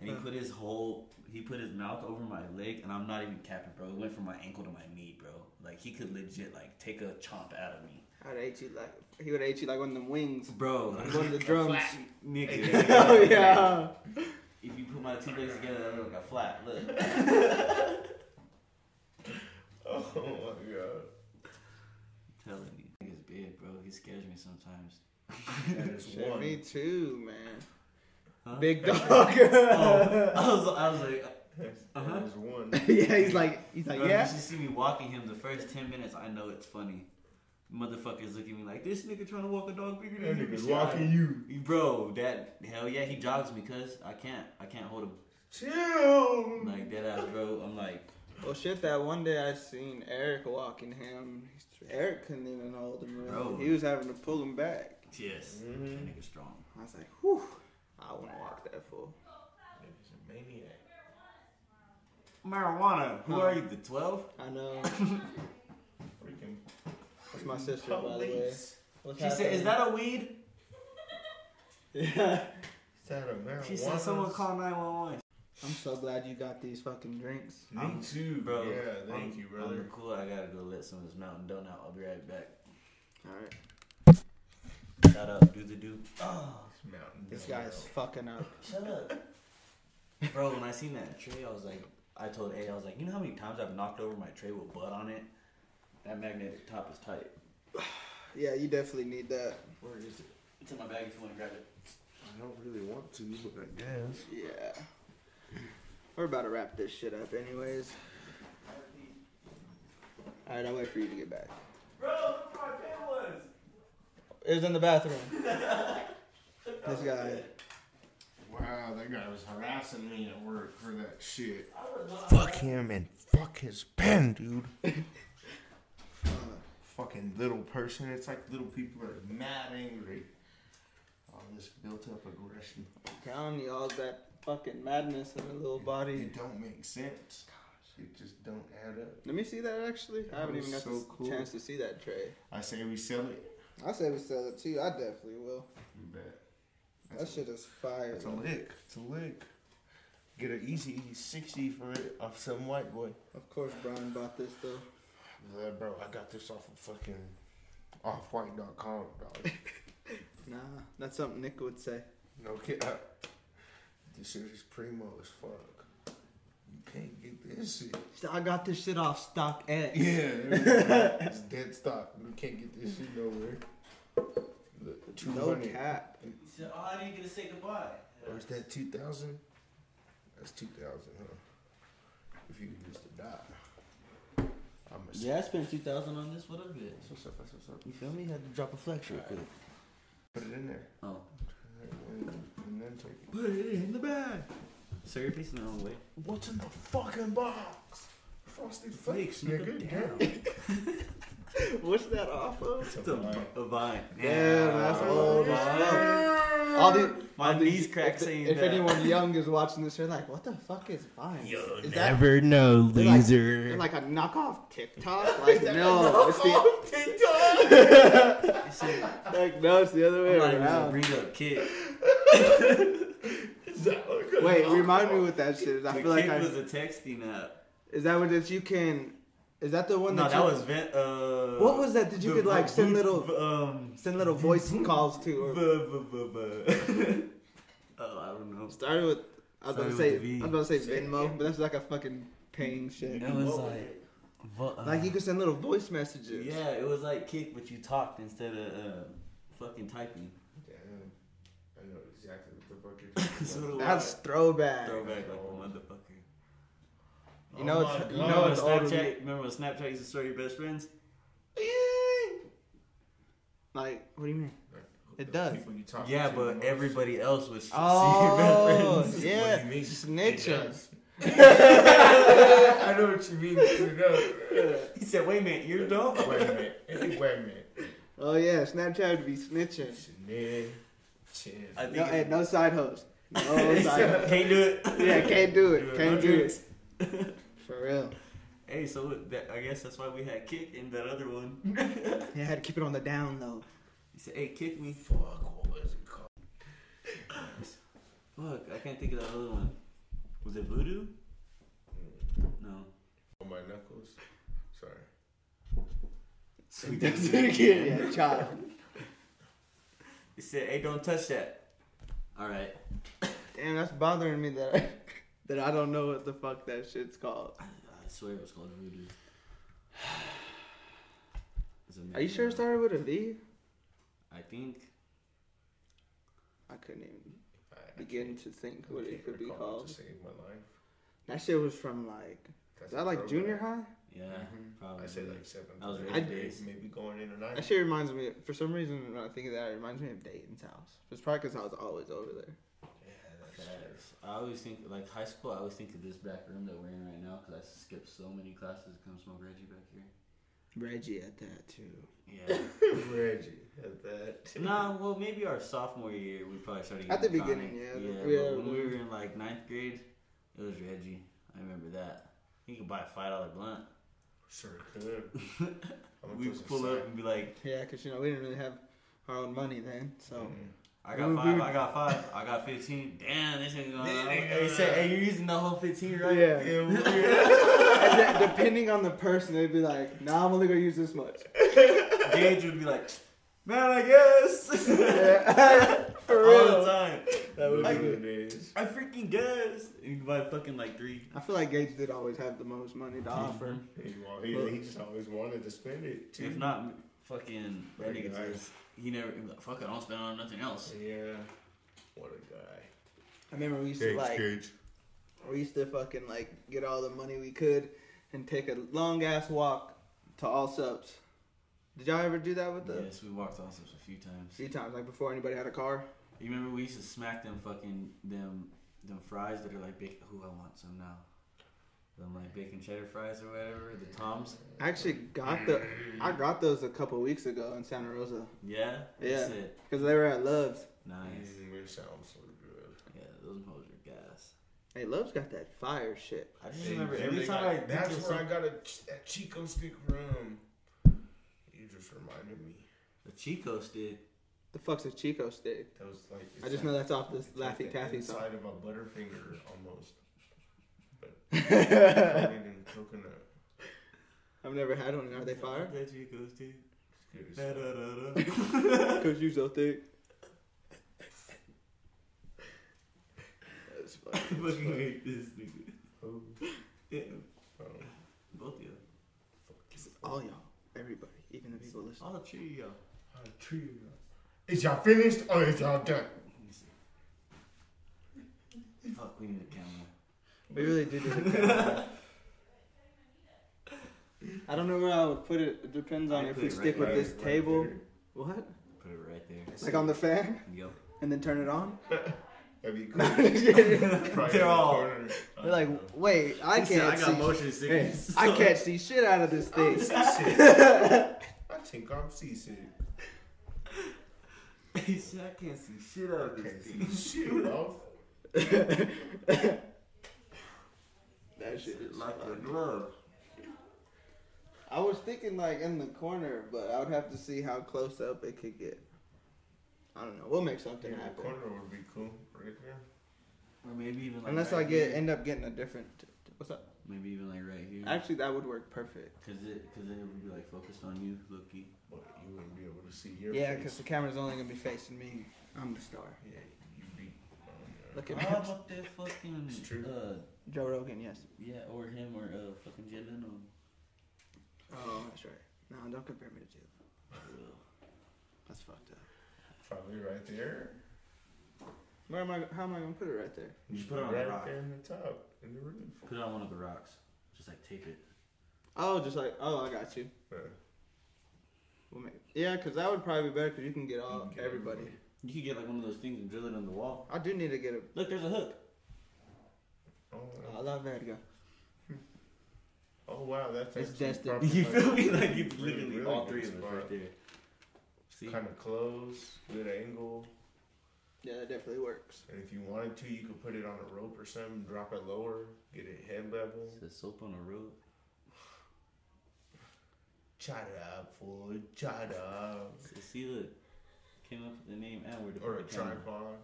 Speaker 2: and he put his whole he put his mouth over my leg, and I'm not even capping, bro. It went from my ankle to my knee, bro. Like he could legit like take a chomp out of me,
Speaker 3: I'd ate you like he would ate you like one of them wings,
Speaker 4: (laughs)
Speaker 2: bro.
Speaker 3: like one of the drums. (laughs)
Speaker 2: Nigga,
Speaker 3: oh yeah.
Speaker 2: if you put my two legs together, I look like a flat.
Speaker 3: (laughs)
Speaker 2: Look,
Speaker 4: (laughs) Oh my god.
Speaker 2: telling you, nigga's big, bro. He scares me sometimes.
Speaker 4: That is
Speaker 3: Shit,
Speaker 4: one.
Speaker 3: me too, man.
Speaker 2: Huh?
Speaker 4: (laughs)
Speaker 3: Big dog. (laughs) yeah,
Speaker 2: Oh, I was, I was like, Uh-huh.
Speaker 4: That is one.
Speaker 3: he's like he's (laughs) like
Speaker 2: bro,
Speaker 3: yeah.
Speaker 2: you should see me walking him. The first ten minutes, I know it's funny. Motherfuckers look at me like this nigga trying to walk a dog bigger than
Speaker 4: That
Speaker 2: you.
Speaker 4: nigga's
Speaker 2: Shit, I-
Speaker 4: walking you.
Speaker 2: Bro, that hell yeah, he jogs me cuz I can't I can't hold him.
Speaker 4: Chill.
Speaker 2: Like that ass bro. I'm like
Speaker 3: Well, shit. That one day I seen Eric walking him. Eric couldn't even hold him.
Speaker 2: Bro.
Speaker 3: Really. He was having to pull him back.
Speaker 4: Mm-hmm.
Speaker 2: Yes. That nigga strong.
Speaker 3: I was like, whew. I wouldn't walk that full.
Speaker 4: Nigga's a maniac.
Speaker 5: Marijuana. Who
Speaker 3: Huh.
Speaker 5: are you? The
Speaker 2: (laughs)
Speaker 5: twelve?
Speaker 3: I know.
Speaker 4: Freaking
Speaker 3: That's my sister, by the way.
Speaker 4: police.
Speaker 3: What's
Speaker 5: She said, "Is
Speaker 3: happening?
Speaker 5: that a weed?"
Speaker 3: (laughs) Yeah.
Speaker 4: Is that a marijuana?
Speaker 5: She said, "Someone call 911."
Speaker 3: I'm so glad you got these fucking drinks.
Speaker 4: Me
Speaker 5: I'm-
Speaker 4: too,
Speaker 5: bro,
Speaker 4: Yeah, thank
Speaker 5: I'm-
Speaker 4: you,
Speaker 5: I'm
Speaker 4: brother.
Speaker 5: cool. I gotta go let some of this Mountain Dew out. I'll be right back.
Speaker 3: All right.
Speaker 5: Shout out, do the do.
Speaker 4: It's Mountain
Speaker 3: This
Speaker 4: Dew,
Speaker 3: guy's fucking up.
Speaker 5: Shut up,
Speaker 2: (laughs) Bro, when I seen that tray, I was like, I told A, I was like, you know how many times I've knocked over my tray with butt on it? That magnetic top is tight.
Speaker 3: Yeah, you definitely need that.
Speaker 2: Where is it? It's in my bag if you want to grab it.
Speaker 5: I don't really want to, but I guess.
Speaker 3: Yeah. We're about to wrap this shit up, anyways. All right, I'll wait for you to get back.
Speaker 5: Bro, look where my pen was.
Speaker 3: It was in the bathroom. (laughs) this guy.
Speaker 7: Wow, that guy was harassing me at work for that shit.
Speaker 4: Fuck him and fuck his pen, dude.
Speaker 7: (laughs) Fucking little person. It's like little people are mad angry. All this built up aggression.
Speaker 3: I'm telling you all that fucking madness in the little body.
Speaker 7: It don't make sense. It just don't add up.
Speaker 3: Let me see that actually. I haven't
Speaker 7: That was
Speaker 3: even got
Speaker 7: so
Speaker 3: the
Speaker 7: cool.
Speaker 3: chance to see that tray.
Speaker 7: I say we sell it.
Speaker 3: I say we sell it too. I definitely will.
Speaker 7: You bet.
Speaker 3: That shit is fire.
Speaker 7: It's a lick. It's a lick. Get an easy 60 for it off some white boy.
Speaker 3: Of course, Brian bought this though.
Speaker 7: Yeah, bro, I got this off of fucking offwhite.com, dog. (laughs)
Speaker 3: Nah, that's something Nick would say.
Speaker 7: No kid. I- This shit is primo as fuck. You can't get this shit. (laughs)
Speaker 3: So I got this shit off StockX.
Speaker 7: Yeah, it's dead stock. You can't get this shit nowhere. Look,
Speaker 3: No
Speaker 7: 200.
Speaker 3: cap.
Speaker 2: He said, oh, I didn't get to say goodbye.
Speaker 7: Or is that 2000? That's 2000, huh? If you used to die. I'm a
Speaker 2: Yeah, I spent 2000 on this. What of it?
Speaker 7: That's what's up, that's what's up.
Speaker 2: You feel me? Had to drop a flex real quick.
Speaker 7: Put it in there.
Speaker 2: Oh.
Speaker 7: And, and then take it.
Speaker 2: Put it in the bag. Sir, you're facing the wrong way.
Speaker 7: What's in the fucking box? Frosted
Speaker 2: Nick,
Speaker 7: Flakes,
Speaker 2: sneak
Speaker 7: nigga.
Speaker 2: it
Speaker 7: Damn.
Speaker 2: down.
Speaker 3: (laughs) What's that off of?
Speaker 2: It's a, a vine.
Speaker 3: Damn, that's
Speaker 6: Oh,
Speaker 3: old as fuck. All the,
Speaker 2: My
Speaker 3: all the-
Speaker 2: knees crack
Speaker 3: if,
Speaker 2: saying
Speaker 3: If
Speaker 2: that. (laughs)
Speaker 3: anyone young is watching this, they're like, what the fuck is Vine? is that
Speaker 6: Never know,
Speaker 3: they're like-
Speaker 6: loser.
Speaker 3: they're like, a knockoff
Speaker 6: (laughs)
Speaker 3: TikTok? Like, no. It's the,
Speaker 2: I said,
Speaker 3: like, no, it's the other way
Speaker 2: I'm not even gonna
Speaker 3: around.
Speaker 2: bring up kid.
Speaker 3: Wait, remind me what that shit is. I
Speaker 2: The
Speaker 3: feel like
Speaker 2: kid
Speaker 3: I.
Speaker 2: was a texting app.
Speaker 3: Is that what that you can. Is that the one
Speaker 2: No,
Speaker 3: that
Speaker 2: that
Speaker 3: you.
Speaker 2: was vent. Uh,
Speaker 3: What was that that you
Speaker 2: the
Speaker 3: could, like,
Speaker 2: v-
Speaker 3: send
Speaker 2: v-
Speaker 3: little-
Speaker 2: v- Um,
Speaker 3: Send
Speaker 2: (laughs)
Speaker 3: little voice calls to. Or,
Speaker 2: v- v- v- (laughs) v- oh, I don't know.
Speaker 3: Started with I was about to say
Speaker 2: Started with
Speaker 3: I
Speaker 2: V.
Speaker 3: was about to say Venmo, but that's like a fucking paying shit.
Speaker 6: it was like, vo- uh,
Speaker 3: Like you could send little voice messages.
Speaker 2: Yeah, it was like kick, but you talked instead of uh, fucking typing.
Speaker 4: Damn. I know exactly what the fuck you're
Speaker 2: So
Speaker 4: talking
Speaker 2: do I.
Speaker 3: That's throwback.
Speaker 2: throwback Oh, like a motherfucker.
Speaker 3: You know
Speaker 4: my
Speaker 3: it's you
Speaker 4: God.
Speaker 3: know
Speaker 2: remember
Speaker 3: it's
Speaker 2: when
Speaker 3: old. when you-
Speaker 2: Snapchat? Remember when Snapchat used to store your best friends?
Speaker 3: Like what do you mean?
Speaker 4: (laughs) about.
Speaker 3: It
Speaker 4: The
Speaker 3: does.
Speaker 4: People you talking to
Speaker 2: Yeah,
Speaker 4: the
Speaker 2: but
Speaker 4: most.
Speaker 2: everybody else was
Speaker 4: (laughs)
Speaker 2: (laughs)
Speaker 3: Oh
Speaker 2: see your best friends.
Speaker 3: yeah,
Speaker 4: What do you mean? It
Speaker 3: snitching.
Speaker 4: does. I know what you mean. You know.
Speaker 2: He said, "Wait a minute, you're (laughs) dumb."
Speaker 4: Wait a minute. Wait a minute.
Speaker 3: Oh yeah, Snapchat would be snitching.
Speaker 4: Chanel. Chanel.
Speaker 2: I think
Speaker 3: No, hey, no side host. No
Speaker 4: (laughs)
Speaker 2: He
Speaker 3: side
Speaker 2: said,
Speaker 3: host.
Speaker 2: can't do it.
Speaker 3: Yeah, can't do it. Can't do it.
Speaker 2: drinks.
Speaker 3: For real.
Speaker 2: Hey, so that, I guess that's why we had kick in that other one.
Speaker 3: Yeah, I had to keep it on the down
Speaker 4: (laughs)
Speaker 3: low.
Speaker 2: He said, "Hey, kick me."
Speaker 4: Fuck, what was it called?
Speaker 2: Fuck, I can't think of that other one. Was it voodoo? No.
Speaker 4: On my knuckles? Sorry.
Speaker 2: Sweet
Speaker 3: yeah, child.
Speaker 2: He said, "Hey, don't touch that." All right.
Speaker 3: Damn, that's bothering me that I, (laughs) that I don't know what the fuck that shit's called.
Speaker 2: I, I swear it was called voodoo. It's a
Speaker 3: Are you sure it
Speaker 2: Mexican-
Speaker 3: started with a V?
Speaker 2: I think.
Speaker 3: I couldn't even
Speaker 4: I- I
Speaker 3: begin
Speaker 4: can't-
Speaker 3: to think
Speaker 4: I
Speaker 3: what
Speaker 4: can't
Speaker 3: it could be
Speaker 4: recall To
Speaker 3: called.
Speaker 4: save my life.
Speaker 3: That shit was from like, is
Speaker 4: That's a
Speaker 3: that like
Speaker 4: throwback.
Speaker 3: junior high?
Speaker 2: Yeah,
Speaker 4: Mhm.
Speaker 2: probably.
Speaker 4: I say like seven.
Speaker 2: That was
Speaker 4: grade,
Speaker 2: really
Speaker 4: maybe-
Speaker 2: base.
Speaker 4: Maybe going into nine.
Speaker 3: That shit reminds me, for some reason, when I think of that, it reminds me of Dayton's house. It's probably because I was always over there.
Speaker 4: Yeah, that's true.
Speaker 2: Facts. I always think like high school. I always think of this back room that we're in right now because I skipped so many classes. Come smoke Reggie back here.
Speaker 3: Reggie at that too.
Speaker 2: Yeah. (laughs)
Speaker 4: (laughs) Reggie had that.
Speaker 2: nah. Well, maybe our sophomore year we probably started
Speaker 3: At the
Speaker 2: getting
Speaker 3: beginning,
Speaker 2: chronic.
Speaker 3: yeah,
Speaker 2: Yeah.
Speaker 3: the- yeah,
Speaker 2: but when we
Speaker 3: we-
Speaker 2: were in like ninth grade, it was Reggie. I remember that. He could buy a five dollar blunt.
Speaker 4: Sure
Speaker 2: (laughs)
Speaker 4: could. I'm gonna
Speaker 2: We
Speaker 4: put some
Speaker 2: pull
Speaker 4: sand.
Speaker 2: up and be like,
Speaker 3: Yeah, because you know we didn't really have our own money then, so
Speaker 2: I got
Speaker 3: We-
Speaker 2: five,
Speaker 3: we-
Speaker 2: I got five, I got fifteen. Damn, this ain't going.
Speaker 4: This ain't
Speaker 2: Hey,
Speaker 4: gonna-
Speaker 2: say, hey, you're using the whole fifteen, right?
Speaker 3: Yeah.
Speaker 4: Yeah, we're-
Speaker 3: (laughs) And then depending on the person, they'd be like, "Nah, I'm only gonna use this much."
Speaker 2: Gage would be like, man, I guess.
Speaker 3: (laughs)
Speaker 2: (laughs)
Speaker 3: Yeah. (laughs) For
Speaker 2: All
Speaker 3: real.
Speaker 2: the time.
Speaker 4: that was
Speaker 2: Like-
Speaker 4: good days.
Speaker 2: I freaking guess. You can buy fucking like three.
Speaker 3: I feel like Gage did always have the most money to offer.
Speaker 4: He, wa- he, he just always wanted to spend it. Too.
Speaker 2: If not, fucking that
Speaker 4: Very
Speaker 2: nigga
Speaker 4: nice.
Speaker 2: just he never he be like, fuck. it, I don't spend on nothing else.
Speaker 4: yeah, what a guy.
Speaker 3: I remember we used to
Speaker 1: Gage,
Speaker 3: like
Speaker 1: Gage.
Speaker 3: we used to fucking like get all the money we could and take a long ass walk to all subs. Did y'all ever do that with the
Speaker 2: Yes, we walked off this a few times.
Speaker 3: few times like before anybody had a car?
Speaker 2: You remember we used to smack them fucking them them fries that are like bacon. Who I want some now. Them like bacon cheddar fries or whatever. The Toms.
Speaker 3: I actually got the I got those a couple weeks ago in Santa Rosa
Speaker 2: Yeah.
Speaker 3: Yeah.
Speaker 2: That's it.
Speaker 3: because they were at Love's.
Speaker 2: Nice.
Speaker 4: Mm, it sounds so good.
Speaker 2: Yeah, those hoes are gas.
Speaker 3: Hey, Love's got that fire shit.
Speaker 2: I just
Speaker 4: And
Speaker 2: remember
Speaker 4: then
Speaker 2: every
Speaker 4: they
Speaker 2: time
Speaker 4: got-
Speaker 2: I
Speaker 4: that's
Speaker 2: think
Speaker 4: where I
Speaker 2: of some-
Speaker 4: got a, ch- that Chico stick from. You just reminded me.
Speaker 2: the Chicos did.
Speaker 3: The fuck's a Chico stick?
Speaker 4: That was like.
Speaker 3: I just know that's off this Laffy Taffy song.
Speaker 4: side of my butterfinger almost.
Speaker 3: (laughs)
Speaker 4: But coated in coconut.
Speaker 3: I've never had one. Are they fire? (laughs)
Speaker 2: The Chicos did.
Speaker 4: It's good as
Speaker 2: Da,
Speaker 4: fuck.
Speaker 2: da, da, da.
Speaker 4: (laughs)
Speaker 3: Cause you so thick. That's funny.
Speaker 2: Fucking hate this nigga.
Speaker 4: Oh,
Speaker 2: Yeah,
Speaker 4: oh,
Speaker 2: both of you.
Speaker 3: (laughs) It's all y'all, everybody, even the people listening.
Speaker 2: All three of y'all.
Speaker 4: I treat you.
Speaker 1: Is y'all finished or is y'all done?
Speaker 2: Let me see. Fuck, we need a camera.
Speaker 3: We really did. do (laughs) the I don't know where I would put it. It depends on
Speaker 2: I'd
Speaker 3: if
Speaker 2: put
Speaker 3: we
Speaker 2: it right
Speaker 3: stick with
Speaker 4: there,
Speaker 3: this
Speaker 4: right
Speaker 3: table.
Speaker 4: there.
Speaker 3: What?
Speaker 2: Put it right there.
Speaker 3: Like on the fan,
Speaker 2: Yo.
Speaker 3: and then turn it on.
Speaker 4: That'd
Speaker 3: (laughs)
Speaker 4: be cool.
Speaker 3: They're
Speaker 4: Probably in the
Speaker 2: all-
Speaker 4: corner. Uh, I
Speaker 3: like,
Speaker 4: don't know.
Speaker 3: wait, I
Speaker 2: He said,
Speaker 3: can't
Speaker 2: I got
Speaker 3: see.
Speaker 2: motion
Speaker 3: Hey,
Speaker 2: sickness. (laughs)
Speaker 3: (laughs) I can't see shit out of this thing. (laughs)
Speaker 4: I think I'm seasick.
Speaker 2: he said, I can't see shit out of
Speaker 4: Can't
Speaker 2: this thing.
Speaker 4: see shit off.
Speaker 3: That shit is
Speaker 2: Like a
Speaker 3: funny.
Speaker 2: glove.
Speaker 3: I was thinking like in the corner, but I would have to see how close up it could get. I don't know. We'll make something
Speaker 4: Yeah, the
Speaker 3: happen.
Speaker 4: corner would be cool. Right there.
Speaker 2: Or maybe even like
Speaker 3: Unless I
Speaker 2: right
Speaker 3: get
Speaker 2: here.
Speaker 3: end up getting a different. What's up?
Speaker 2: Maybe even like right here.
Speaker 3: Actually, that would work perfect.
Speaker 2: Cause it, cause it would be like focused on you, looky.
Speaker 4: But you wouldn't be able to see your
Speaker 3: Yeah,
Speaker 4: face.
Speaker 3: because the camera's only gonna be facing me. I'm the star.
Speaker 4: Yeah, you'd be. um,
Speaker 3: Look
Speaker 2: How
Speaker 3: at me.
Speaker 2: about that fucking?
Speaker 4: It's true.
Speaker 2: Uh,
Speaker 3: (laughs) Joe Rogan. Yes.
Speaker 2: yeah, or him or uh, fucking Jay Leno.
Speaker 3: Oh, that's right. No, don't compare me to Jalen.
Speaker 2: Well,
Speaker 3: That's fucked up.
Speaker 4: Probably right there.
Speaker 3: Where am I? How am I gonna put it right there?
Speaker 2: You should put it on
Speaker 4: right
Speaker 2: the rock.
Speaker 4: there in the top, in the roof.
Speaker 2: Put it on one of the rocks. Just like tape it.
Speaker 3: Oh, just like oh, I got you.
Speaker 4: Yeah.
Speaker 3: We'll make. Yeah, because that would probably be better because you can get
Speaker 4: You
Speaker 3: all
Speaker 4: can get
Speaker 3: everybody.
Speaker 4: everybody.
Speaker 2: You could get like one of those things and drill it in the wall.
Speaker 3: I do need to get a.
Speaker 2: Look, there's a hook.
Speaker 4: Oh,
Speaker 3: I love Verga.
Speaker 4: oh wow, that's
Speaker 3: It's
Speaker 4: actually
Speaker 3: destined.
Speaker 4: probably
Speaker 2: You feel (laughs) me? Like
Speaker 4: Really,
Speaker 2: you literally
Speaker 4: really
Speaker 2: all
Speaker 4: good
Speaker 2: three of us
Speaker 4: spot.
Speaker 2: right there. See,
Speaker 4: Kind of close, good angle,
Speaker 3: Yeah, that definitely works.
Speaker 4: and if you wanted to, you could put it on a rope or something, drop it lower, get it head level,
Speaker 2: says soap on a rope.
Speaker 4: chop it up, fool, chop it up,
Speaker 2: So see, look, came up with the name and we're
Speaker 4: or a
Speaker 2: the camera.
Speaker 4: tripod.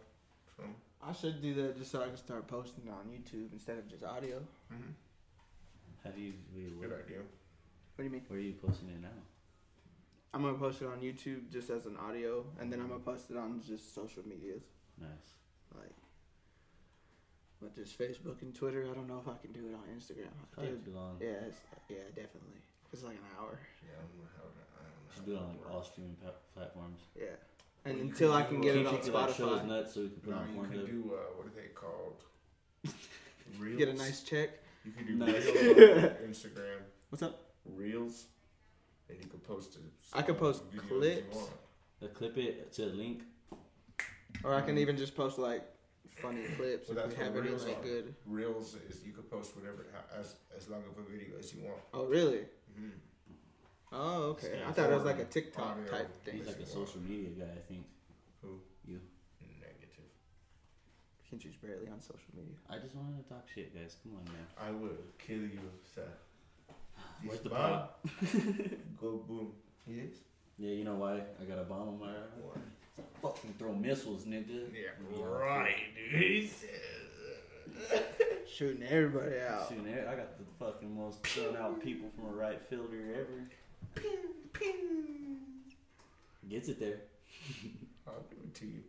Speaker 4: Some-
Speaker 3: I should do that just so I can start posting it on YouTube instead of just audio. What
Speaker 4: mhm,
Speaker 2: How do you? Wait,
Speaker 4: Good
Speaker 2: where,
Speaker 4: idea.
Speaker 3: do you mean?
Speaker 2: where are you posting it now?
Speaker 3: I'm gonna post it on YouTube just as an audio, and then I'm gonna post it on just social medias
Speaker 2: Nice.
Speaker 3: like, but just Facebook and Twitter. I don't know if I can do it on Instagram. I
Speaker 2: Probably
Speaker 3: did-
Speaker 2: too long.
Speaker 3: Oh, Yeah, it's, yeah, definitely. It's like an hour.
Speaker 4: Yeah, I don't know how to. I don't know how
Speaker 2: Should do it
Speaker 4: to
Speaker 2: on like
Speaker 4: work.
Speaker 2: all streaming pa- platforms.
Speaker 3: Yeah, and
Speaker 4: Well, you
Speaker 3: until
Speaker 4: could
Speaker 3: I can
Speaker 4: do,
Speaker 3: get
Speaker 4: uh,
Speaker 3: it
Speaker 2: Keisha
Speaker 3: on
Speaker 2: could, like, show his
Speaker 3: Spotify,
Speaker 2: nuts so we can put it
Speaker 4: No,
Speaker 2: on
Speaker 4: you could
Speaker 2: Pornhub.
Speaker 4: do uh, what are they
Speaker 2: (laughs)
Speaker 4: called? Reels.
Speaker 3: get a nice check.
Speaker 4: You could do
Speaker 2: No.
Speaker 4: reels on
Speaker 2: (laughs)
Speaker 4: Instagram
Speaker 3: What's up?
Speaker 4: reels, and you could post it.
Speaker 3: I could post
Speaker 4: videos you
Speaker 3: clips.
Speaker 4: want.
Speaker 2: Uh, clip it to a link.
Speaker 3: Or I can even just post like funny clips
Speaker 4: Well,
Speaker 3: if we
Speaker 4: that's what
Speaker 3: have any
Speaker 4: reels
Speaker 3: like
Speaker 4: are.
Speaker 3: good.
Speaker 4: Reels is you could post whatever how- as as long of a video as you want.
Speaker 3: Oh really?
Speaker 2: Mm-hmm.
Speaker 4: Mhm.
Speaker 3: Oh okay.
Speaker 4: Yeah,
Speaker 3: I thought it was
Speaker 4: or
Speaker 3: like a TikTok
Speaker 4: audio.
Speaker 3: type thing.
Speaker 2: He's like a social media guy, I think.
Speaker 4: Who
Speaker 2: You.
Speaker 4: negative?
Speaker 3: Kinchie's barely on social media.
Speaker 2: I just wanted to talk shit, guys. Come on, man.
Speaker 4: I will kill you, sir. This
Speaker 2: Where's the
Speaker 4: bomb
Speaker 2: (laughs)
Speaker 4: Go boom.
Speaker 3: Yes.
Speaker 2: Yeah, you know why? I got a bomb on my right. Fucking throw missiles, nigga.
Speaker 4: Yeah,
Speaker 2: Yeah.
Speaker 4: right,
Speaker 2: (laughs)
Speaker 4: dude.
Speaker 3: Shooting everybody out.
Speaker 2: Shooting air- I got the fucking most thrown out people from a right fielder ever. Gets it there.
Speaker 4: I'll give it to you.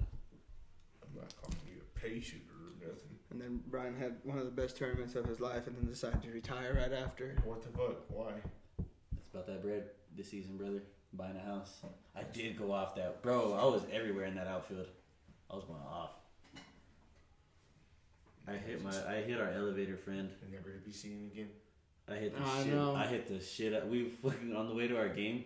Speaker 4: I'm not calling you a patient or nothing.
Speaker 3: And then Brian had one of the best tournaments of his life and then decided to retire right after.
Speaker 4: What the fuck? Why?
Speaker 2: It's about that bread this season, brother. Buying a house. I did go off that, bro. I was everywhere in that outfield. I was going off. I hit my. I hit our elevator friend.
Speaker 4: And never to be seen again.
Speaker 2: I hit the
Speaker 3: I
Speaker 2: shit.
Speaker 3: know.
Speaker 2: I hit the shit. out- We fucking on the way to our game,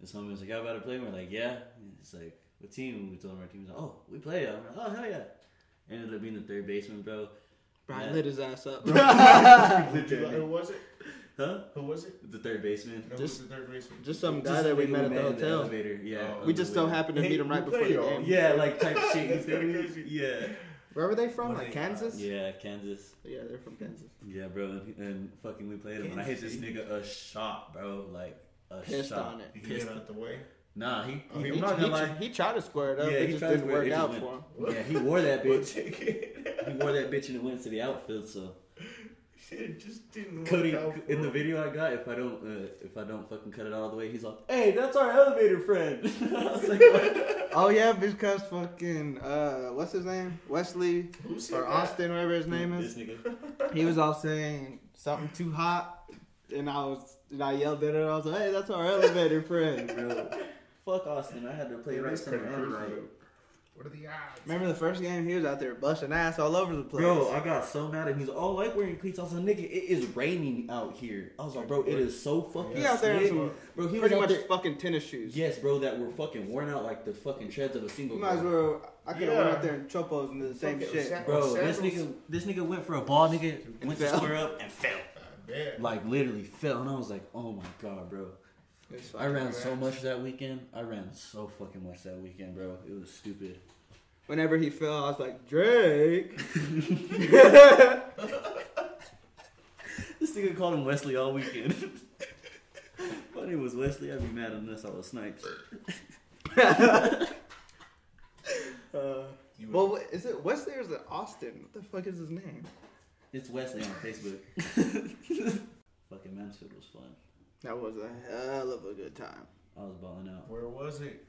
Speaker 2: and someone was like, "How about to play?" And we're like, "Yeah." And it's like, "What team?" And we told him our team. He's like, "Oh, we play." I'm like, "Oh hell yeah!" Ended up being the third baseman, bro.
Speaker 3: Brian
Speaker 2: Yeah.
Speaker 3: lit his ass up.
Speaker 2: (laughs)
Speaker 4: Who was it?
Speaker 2: Huh?
Speaker 4: Who was it?
Speaker 2: The third baseman.
Speaker 4: No,
Speaker 3: Just-
Speaker 4: who's the third baseman?
Speaker 3: Just some guy
Speaker 2: Just
Speaker 3: that we
Speaker 2: nigga
Speaker 3: met at the
Speaker 2: in
Speaker 3: hotel.
Speaker 2: elevator. Yeah.
Speaker 4: Oh.
Speaker 3: we just so
Speaker 2: have.
Speaker 3: happened to meet him right
Speaker 4: Hey,
Speaker 3: before the
Speaker 4: you play,
Speaker 3: game.
Speaker 2: Yeah, like type shit. You
Speaker 4: That's
Speaker 2: feel
Speaker 3: (laughs)
Speaker 2: me?
Speaker 4: kinda crazy.
Speaker 2: Yeah.
Speaker 3: Where were they from?
Speaker 4: What
Speaker 3: Like
Speaker 4: they got.
Speaker 3: Kansas?
Speaker 2: Yeah, Kansas.
Speaker 3: Yeah, they're from Kansas.
Speaker 2: Yeah, bro, and, and fucking we played him, and I hit this nigga a shot, bro, like a
Speaker 3: Pissed
Speaker 2: shot.
Speaker 3: on it.
Speaker 4: He
Speaker 2: Pissed.
Speaker 4: get out the way.
Speaker 2: Nah, he.
Speaker 4: Oh,
Speaker 2: he
Speaker 4: he-
Speaker 2: I'm not gonna lie.
Speaker 3: he tried to square it up.
Speaker 2: Yeah, he
Speaker 3: it just
Speaker 2: tried to
Speaker 3: didn't
Speaker 2: square it,
Speaker 3: work
Speaker 2: it just
Speaker 3: out
Speaker 2: went.
Speaker 3: for
Speaker 2: (laughs)
Speaker 3: him.
Speaker 2: Yeah, he wore
Speaker 4: (laughs)
Speaker 2: that
Speaker 4: We'll
Speaker 2: bitch.
Speaker 4: take it.
Speaker 2: he wore that bitch, and it went to the outfield.
Speaker 3: (laughs)
Speaker 2: So
Speaker 4: Shit just didn't work
Speaker 2: Cody,
Speaker 4: out for
Speaker 2: in the
Speaker 4: him.
Speaker 2: video I got, if I don't, uh, if I don't fucking cut it all the way, he's like, "Hey, that's our elevator friend." (laughs) I was
Speaker 3: (laughs)
Speaker 2: like, what?
Speaker 3: Oh yeah, because fucking uh, what's his name? Wesley
Speaker 4: Who said
Speaker 3: or
Speaker 4: that?
Speaker 3: Austin, whatever his name
Speaker 2: "This
Speaker 3: is.
Speaker 2: nigga."
Speaker 3: He was all saying something too hot, and I was and I yelled at her. I was like, "Hey, that's our
Speaker 2: (laughs)
Speaker 3: elevator friend."
Speaker 2: Bro, fuck Austin. I had to play
Speaker 4: Yeah,
Speaker 2: right
Speaker 4: that's
Speaker 2: center.
Speaker 4: pretty
Speaker 2: and
Speaker 4: crazy.
Speaker 2: right.
Speaker 4: What are the odds?
Speaker 3: Remember the first game? He was out there busting ass all over the place.
Speaker 2: Bro, uh, I got so mad at him. He's all oh, I like wearing cleats. I was like, nigga, it is raining out here. I was like, bro, it is so fucking.
Speaker 3: He out there in
Speaker 2: slick."
Speaker 3: some
Speaker 2: bro. He was
Speaker 3: pretty
Speaker 2: out
Speaker 3: much
Speaker 2: there.
Speaker 3: fucking tennis shoes.
Speaker 2: Yes, bro, that were fucking worn out like the fucking shreds of a single.
Speaker 3: You might as
Speaker 2: ball.
Speaker 3: well. I could have
Speaker 4: Yeah.
Speaker 3: went out there in chopos and did the same
Speaker 4: Fuck it,
Speaker 3: shit.
Speaker 4: Zach-
Speaker 2: Bro,
Speaker 4: Sandals.
Speaker 2: this nigga, this nigga went for a ball, nigga, went to
Speaker 3: fell.
Speaker 2: square up and fell.
Speaker 4: I bet.
Speaker 2: Like literally fell, and I was like, oh my god, bro.
Speaker 3: It's
Speaker 2: I
Speaker 3: fucking
Speaker 2: ran so
Speaker 3: rad.
Speaker 2: much that weekend. I ran so fucking much that weekend, bro. It was stupid.
Speaker 3: Whenever he fell, I was like, Drake.
Speaker 2: (laughs)
Speaker 3: (laughs)
Speaker 2: This nigga called him Wesley all (laughs) weekend. My name was Wesley. I'd be mad unless I was sniped.
Speaker 3: Uh,
Speaker 4: You
Speaker 3: well, wait, is it Wesley or is it Austin? What the fuck is his name?
Speaker 2: It's Wesley on (laughs) Facebook. Fucking Mansfield was fun.
Speaker 3: That was a hell of a good time.
Speaker 2: I was balling out.
Speaker 4: Where was it?
Speaker 2: (laughs)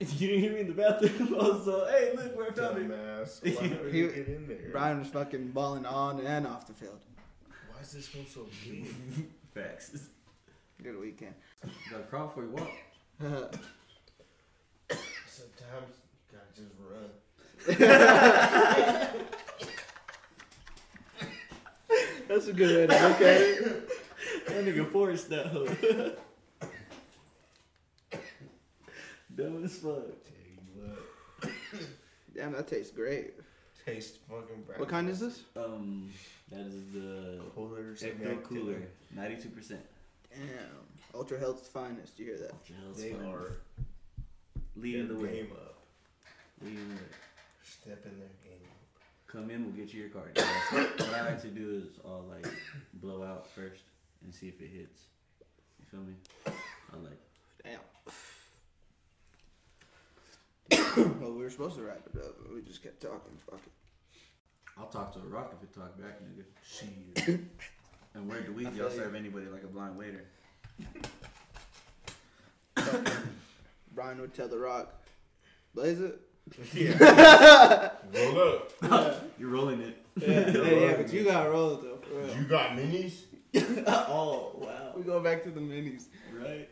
Speaker 2: You didn't hear me in the bathroom. (laughs) I was uh, hey, look where I found it.
Speaker 4: Dumbass. Why did
Speaker 3: He-
Speaker 4: you get in there?
Speaker 3: Brian was fucking balling on and off the field.
Speaker 4: Why is this one so big?
Speaker 2: Facts. You
Speaker 3: Good weekend. (laughs)
Speaker 2: gotta crawl before you walk.
Speaker 4: (laughs) Sometimes you gotta just run.
Speaker 3: That's a good way to look at it.
Speaker 2: That nigga forced that hoe. (laughs) Dumb as fuck.
Speaker 4: Tell you what.
Speaker 3: Damn, that tastes great.
Speaker 4: Taste fucking bright.
Speaker 3: What kind is this?
Speaker 2: Um, that is the
Speaker 4: cooler?
Speaker 2: Ecto Cooler, ninety-two percent.
Speaker 3: Damn. Ultra Health's finest. You hear that?
Speaker 4: They are
Speaker 2: leading the
Speaker 4: their
Speaker 2: way.
Speaker 4: game up.
Speaker 2: Leading the way.
Speaker 4: Step in their
Speaker 3: (laughs)
Speaker 4: game. up.
Speaker 2: Come in, we'll get you your card. guys. what I like to do is I'll like blow out first and see if it hits. You feel me? I like
Speaker 3: Damn. (coughs) well, we were supposed to wrap it up, but we just kept talking. Fuck it.
Speaker 2: I'll talk to a rock if it talk back, nigga.
Speaker 4: Shit.
Speaker 2: And where do we
Speaker 3: I
Speaker 2: y'all
Speaker 3: feel you.
Speaker 2: serve anybody like a blind waiter?
Speaker 3: Brian would tell The Rock, blaze it.
Speaker 4: yeah. Roll up.
Speaker 2: You're rolling it. (laughs)
Speaker 3: Yeah,
Speaker 4: yeah,
Speaker 3: but you gotta roll it though, for real.
Speaker 4: You got minis?
Speaker 2: oh wow.
Speaker 3: We go back to the minis.
Speaker 2: Right.